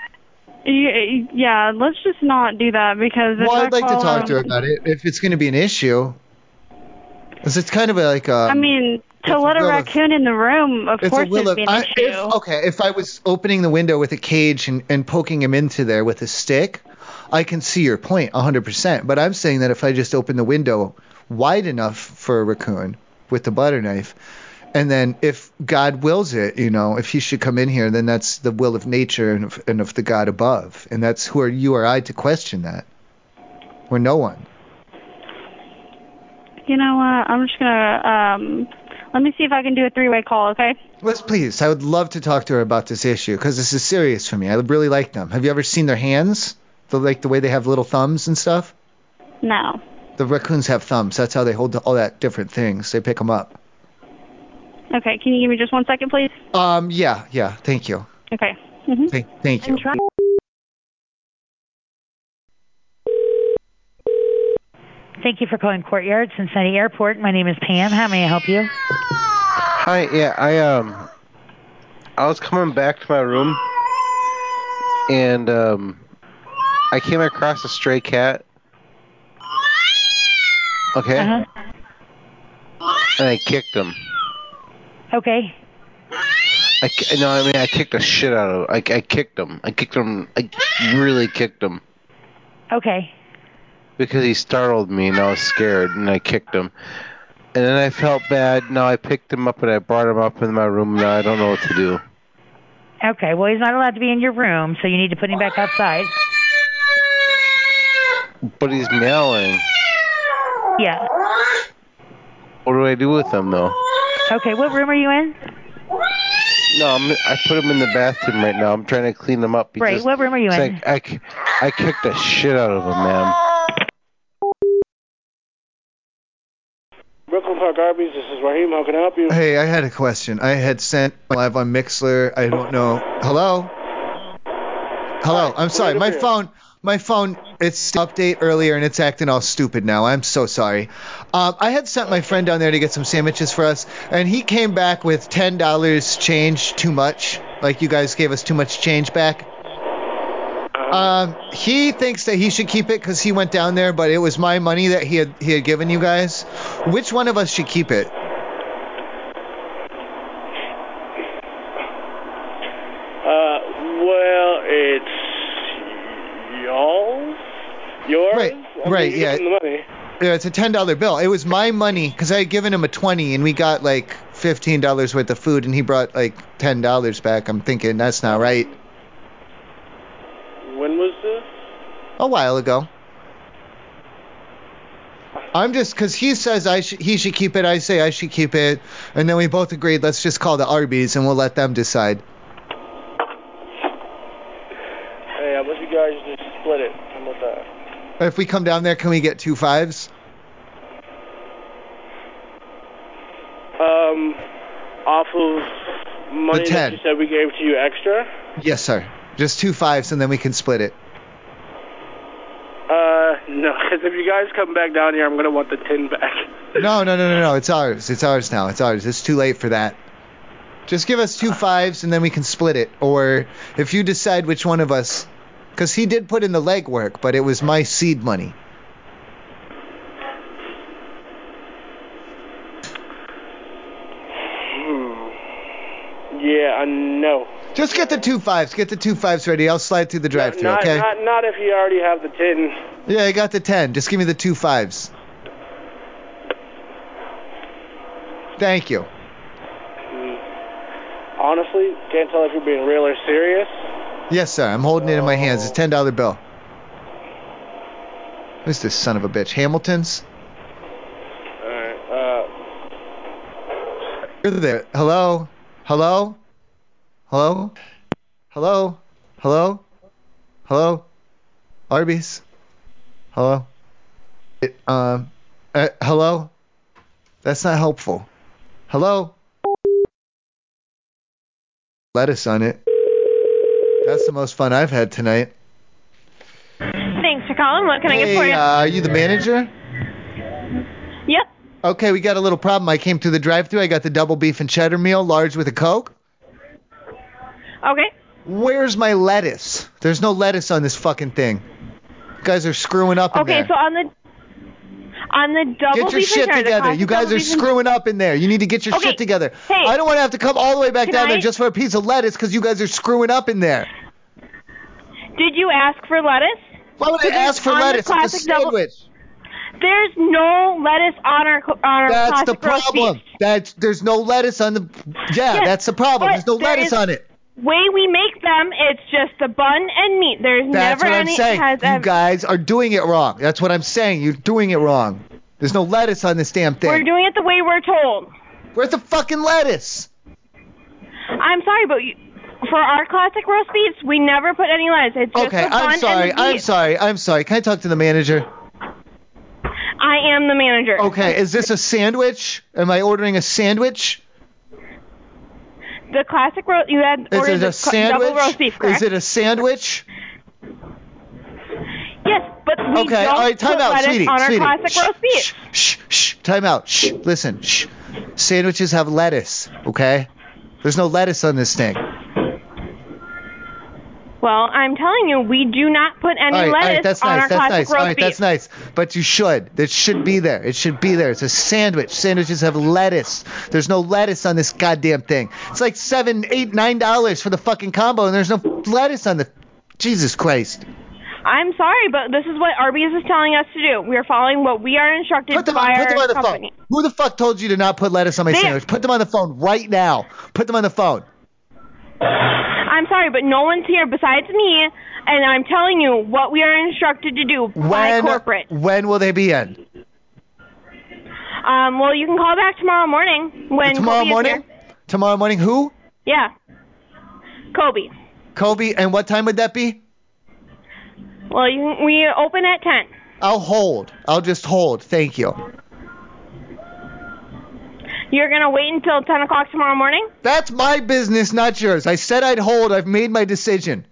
Speaker 4: Y- yeah, let's just not do that because um, if
Speaker 2: well,
Speaker 4: I
Speaker 2: I'd like
Speaker 4: call
Speaker 2: to talk to her
Speaker 4: her.
Speaker 2: about it if it's going to be an issue. 'Cause it's kind of a, like um, a.
Speaker 4: I mean, to let a
Speaker 2: will of-
Speaker 4: raccoon in the room, of
Speaker 2: it's a
Speaker 4: course,
Speaker 2: will
Speaker 4: would
Speaker 2: of.
Speaker 4: be an
Speaker 2: I,
Speaker 4: issue.
Speaker 2: if, okay, if I was opening the window with a cage and, and poking him into there with a stick, I can see your point 100%. But I'm saying that if I just open the window wide enough for a raccoon with the butter knife, and then if God wills it, you know, if he should come in here, then that's the will of nature and of, and of the God above. And that's who are you or I to question that? We're no one.
Speaker 4: You know what? I'm just gonna um. Let me see if I can do a three-way call. Okay.
Speaker 2: Yes, please. I would love to talk to her about this issue because this is serious for me. I really like them. Have you ever seen their hands? The like the way they have little thumbs and stuff.
Speaker 4: No.
Speaker 2: The raccoons have thumbs. That's how they hold all that different things. They pick 'em up.
Speaker 4: Okay. Can you give me just one second, please?
Speaker 2: Um. Yeah. Yeah. Thank you.
Speaker 4: Okay. hmm
Speaker 2: Thank. Thank you.
Speaker 6: Thank you for calling Courtyard Cincinnati Airport. My name is Pam. How may I help you?
Speaker 5: Hi, yeah, I um, I was coming back to my room, and um, I came across a stray cat. Okay.
Speaker 6: Uh-huh.
Speaker 5: And I kicked him.
Speaker 6: Okay.
Speaker 5: I ki- no, I mean I kicked the shit out of. I I kicked him. I kicked him. I really kicked him
Speaker 6: Okay.
Speaker 5: because he startled me and I was scared and I kicked him. And then I felt bad. Now I picked him up and I brought him up in my room. Now I don't know what to do.
Speaker 6: Okay. Well, he's not allowed to be in your room, so you need to put him back outside.
Speaker 5: But he's meowing.
Speaker 6: Yeah.
Speaker 5: What do I do with him though?
Speaker 6: Okay. What room are you in?
Speaker 5: No, I'm, I put him in the bathroom right now. I'm trying to clean him up. He
Speaker 6: Right,
Speaker 5: just-
Speaker 6: what room are you
Speaker 5: it's
Speaker 6: in?
Speaker 5: Like, I, ki- I kicked the shit out of him, man.
Speaker 17: Brooklyn Park Arby's, this is Raheem. How can I help you?
Speaker 2: Hey, I had a question. I had sent live on Mixler. I don't know. Hello. Hello. I'm sorry. My
Speaker 17: here.
Speaker 2: phone. My phone. It's update earlier and it's acting all stupid now. I'm so sorry. Um, I had sent my friend down there to get some sandwiches for us, and he came back with ten dollars change too much. Like you guys gave us too much change back. Um, he thinks that he should keep it because he went down there, but it was my money that he had he had given you guys. Which one of us should keep it?
Speaker 17: Uh, well, it's y'all's. Yours?
Speaker 2: Right,
Speaker 17: I mean,
Speaker 2: right,
Speaker 17: you
Speaker 2: yeah.
Speaker 17: give them The money.
Speaker 2: Yeah, it's a ten dollar bill. It was my money because I had given him a twenty, and we got like fifteen dollars worth of food, and he brought like ten dollars back. I'm thinking that's not right.
Speaker 17: When was this?
Speaker 2: A while ago. I'm just because he says I sh- he should keep it. I say I should keep it, and then we both agreed let's just call the Arby's and we'll let them decide.
Speaker 17: Hey, I wish you guys just split it. How about that?
Speaker 2: If we come down there, can we get two fives?
Speaker 17: Um, off of money that
Speaker 2: 10.
Speaker 17: you said we gave to you extra.
Speaker 2: Yes, sir. Just two fives, and then we can split it.
Speaker 17: Uh, no, 'cause if you guys come back down here, I'm gonna want the tin back.
Speaker 2: No, no, no, no, no. It's ours. It's ours now. It's ours. It's too late for that. Just give us two
Speaker 17: Uh.
Speaker 2: fives and then we can split it. Or if you decide which one of us, because he did put in the legwork, but it was my seed money.
Speaker 17: Hmm. Yeah, I know.
Speaker 2: Just get the two fives. Get the two fives ready. I'll slide through the drive-through.
Speaker 17: Not,
Speaker 2: okay.
Speaker 17: not, not if you already have the tin.
Speaker 2: Yeah, I got the ten. Just give me the two fives. Thank you.
Speaker 17: Honestly, can't tell if you're being real or serious.
Speaker 2: Yes, sir. I'm holding it in my hands. It's a ten dollar bill. Who's this son of a bitch? Hamilton's.
Speaker 17: Alright, uh,
Speaker 2: You're there. Hello. Hello. Hello. Hello. Hello. Hello. Arby's. Hello. It, um. Uh, hello. That's not helpful. Hello. Lettuce on it. That's the most fun I've had tonight.
Speaker 31: Thanks for calling. What can I get for
Speaker 2: Hey,
Speaker 31: you?
Speaker 2: uh, are you the manager?
Speaker 31: Yep.
Speaker 2: Okay, we got a little problem. I came through the drive-through. I got the double beef and cheddar meal, large with a coke.
Speaker 31: Okay.
Speaker 2: Where's my lettuce? There's no lettuce on this fucking thing. You guys are screwing up in
Speaker 31: Okay,
Speaker 2: there.
Speaker 31: so on the on the double
Speaker 2: get your
Speaker 31: beef and
Speaker 2: shit
Speaker 31: cheddar, the
Speaker 2: together.
Speaker 31: classic
Speaker 2: You guys
Speaker 31: double
Speaker 2: are
Speaker 31: beef and-
Speaker 2: screwing up in there. You need to get your shit together.
Speaker 31: hey,
Speaker 2: I don't want to have to come all the way back
Speaker 31: can
Speaker 2: down there
Speaker 31: I-
Speaker 2: just for a piece of lettuce because you guys are screwing up in there.
Speaker 31: Did you ask for lettuce?
Speaker 2: Why would I
Speaker 31: Because
Speaker 2: ask for
Speaker 31: on the
Speaker 2: lettuce? It's a
Speaker 31: classic double-
Speaker 2: sandwich.
Speaker 31: There's no lettuce on our on our
Speaker 2: That's
Speaker 31: classic
Speaker 2: the
Speaker 31: roast beef.
Speaker 2: problem. That's there's no lettuce on the. Yeah,
Speaker 31: Yes,
Speaker 2: that's the problem.
Speaker 31: but
Speaker 2: There's no
Speaker 31: there
Speaker 2: lettuce
Speaker 31: is-
Speaker 2: on it.
Speaker 31: Way we make them, it's just the bun and meat. There's
Speaker 2: That's
Speaker 31: never
Speaker 2: what I'm
Speaker 31: any
Speaker 2: saying.
Speaker 31: has
Speaker 2: You
Speaker 31: ever-
Speaker 2: guys are doing it wrong. That's what I'm saying. You're doing it wrong. There's no lettuce on this damn thing.
Speaker 31: We're doing it the way we're told.
Speaker 2: Where's the fucking lettuce?
Speaker 31: I'm sorry, but you, for our classic roast beefs, we never put any lettuce. It's just
Speaker 2: okay,
Speaker 31: the bun
Speaker 2: I'm sorry.
Speaker 31: and the
Speaker 2: I'm
Speaker 31: beef.
Speaker 2: sorry. I'm sorry. Can I talk to the manager?
Speaker 31: I am the manager.
Speaker 2: Okay, is this a sandwich? Am I ordering a sandwich?
Speaker 31: The classic roast you had
Speaker 2: Is
Speaker 31: ordered
Speaker 2: it
Speaker 31: the
Speaker 2: a
Speaker 31: cl- double
Speaker 2: sandwich?
Speaker 31: roast beef, correct?
Speaker 2: Is it a sandwich?
Speaker 31: Yes, but we
Speaker 2: Okay,
Speaker 31: don't
Speaker 2: all right, time
Speaker 31: put
Speaker 2: out,
Speaker 31: lettuce
Speaker 2: sweetie,
Speaker 31: on our
Speaker 2: sweetie.
Speaker 31: classic
Speaker 2: Shh,
Speaker 31: roast beef.
Speaker 2: Shh, time out. Shh, listen. Shh. Sandwiches have lettuce, okay? There's no lettuce on this thing.
Speaker 31: Well, I'm telling you, we do not put any
Speaker 2: all right,
Speaker 31: lettuce
Speaker 2: all right, that's
Speaker 31: on
Speaker 2: nice.
Speaker 31: our
Speaker 2: That's
Speaker 31: classic
Speaker 2: nice.
Speaker 31: roast
Speaker 2: All right,
Speaker 31: beef.
Speaker 2: that's nice. But you should. It should be there. It should be there. It's a sandwich. Sandwiches have lettuce. There's no lettuce on this goddamn thing. It's like seven, eight, nine dollars for the fucking combo, and there's no lettuce on the. Jesus Christ.
Speaker 31: I'm sorry, but this is what Arby's is telling us to do. We are following what we are instructed
Speaker 2: Put them
Speaker 31: by
Speaker 2: on, put
Speaker 31: our
Speaker 2: them on the
Speaker 31: company.
Speaker 2: phone. Who the fuck told you to not put lettuce on my
Speaker 31: They-
Speaker 2: sandwich? Put them on the phone right now. Put them on the phone.
Speaker 31: I'm sorry, but no one's here besides me, and I'm telling you what we are instructed to do by
Speaker 2: When,
Speaker 31: corporate.
Speaker 2: when will they be in?
Speaker 31: Um, well, you can call back tomorrow morning when
Speaker 2: tomorrow
Speaker 31: Kobe
Speaker 2: morning?
Speaker 31: is here.
Speaker 2: Tomorrow morning, who?
Speaker 31: Yeah, Kobe.
Speaker 2: Kobe, and what time would that be?
Speaker 31: Well, you can, we open at ten.
Speaker 2: I'll hold. I'll just hold. Thank you.
Speaker 31: You're gonna wait until ten o'clock tomorrow morning.
Speaker 2: That's my business, not yours. I said I'd hold. I've made my decision.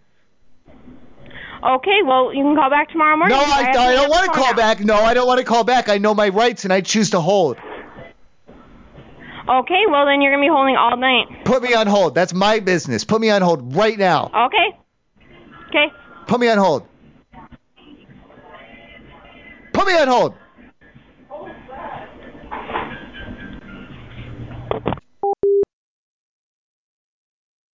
Speaker 31: Okay, well, you can call back tomorrow morning.
Speaker 2: No,
Speaker 31: if
Speaker 2: I,
Speaker 31: have
Speaker 2: I
Speaker 31: have
Speaker 2: don't want to
Speaker 31: phone
Speaker 2: call
Speaker 31: out.
Speaker 2: back. No, I don't want to call back. I know my rights and I choose to hold.
Speaker 31: Okay, well then you're gonna be holding all night.
Speaker 2: Put me on hold. That's my business. Put me on hold right now.
Speaker 31: Okay. Okay.
Speaker 2: Put me on hold. Put me on hold.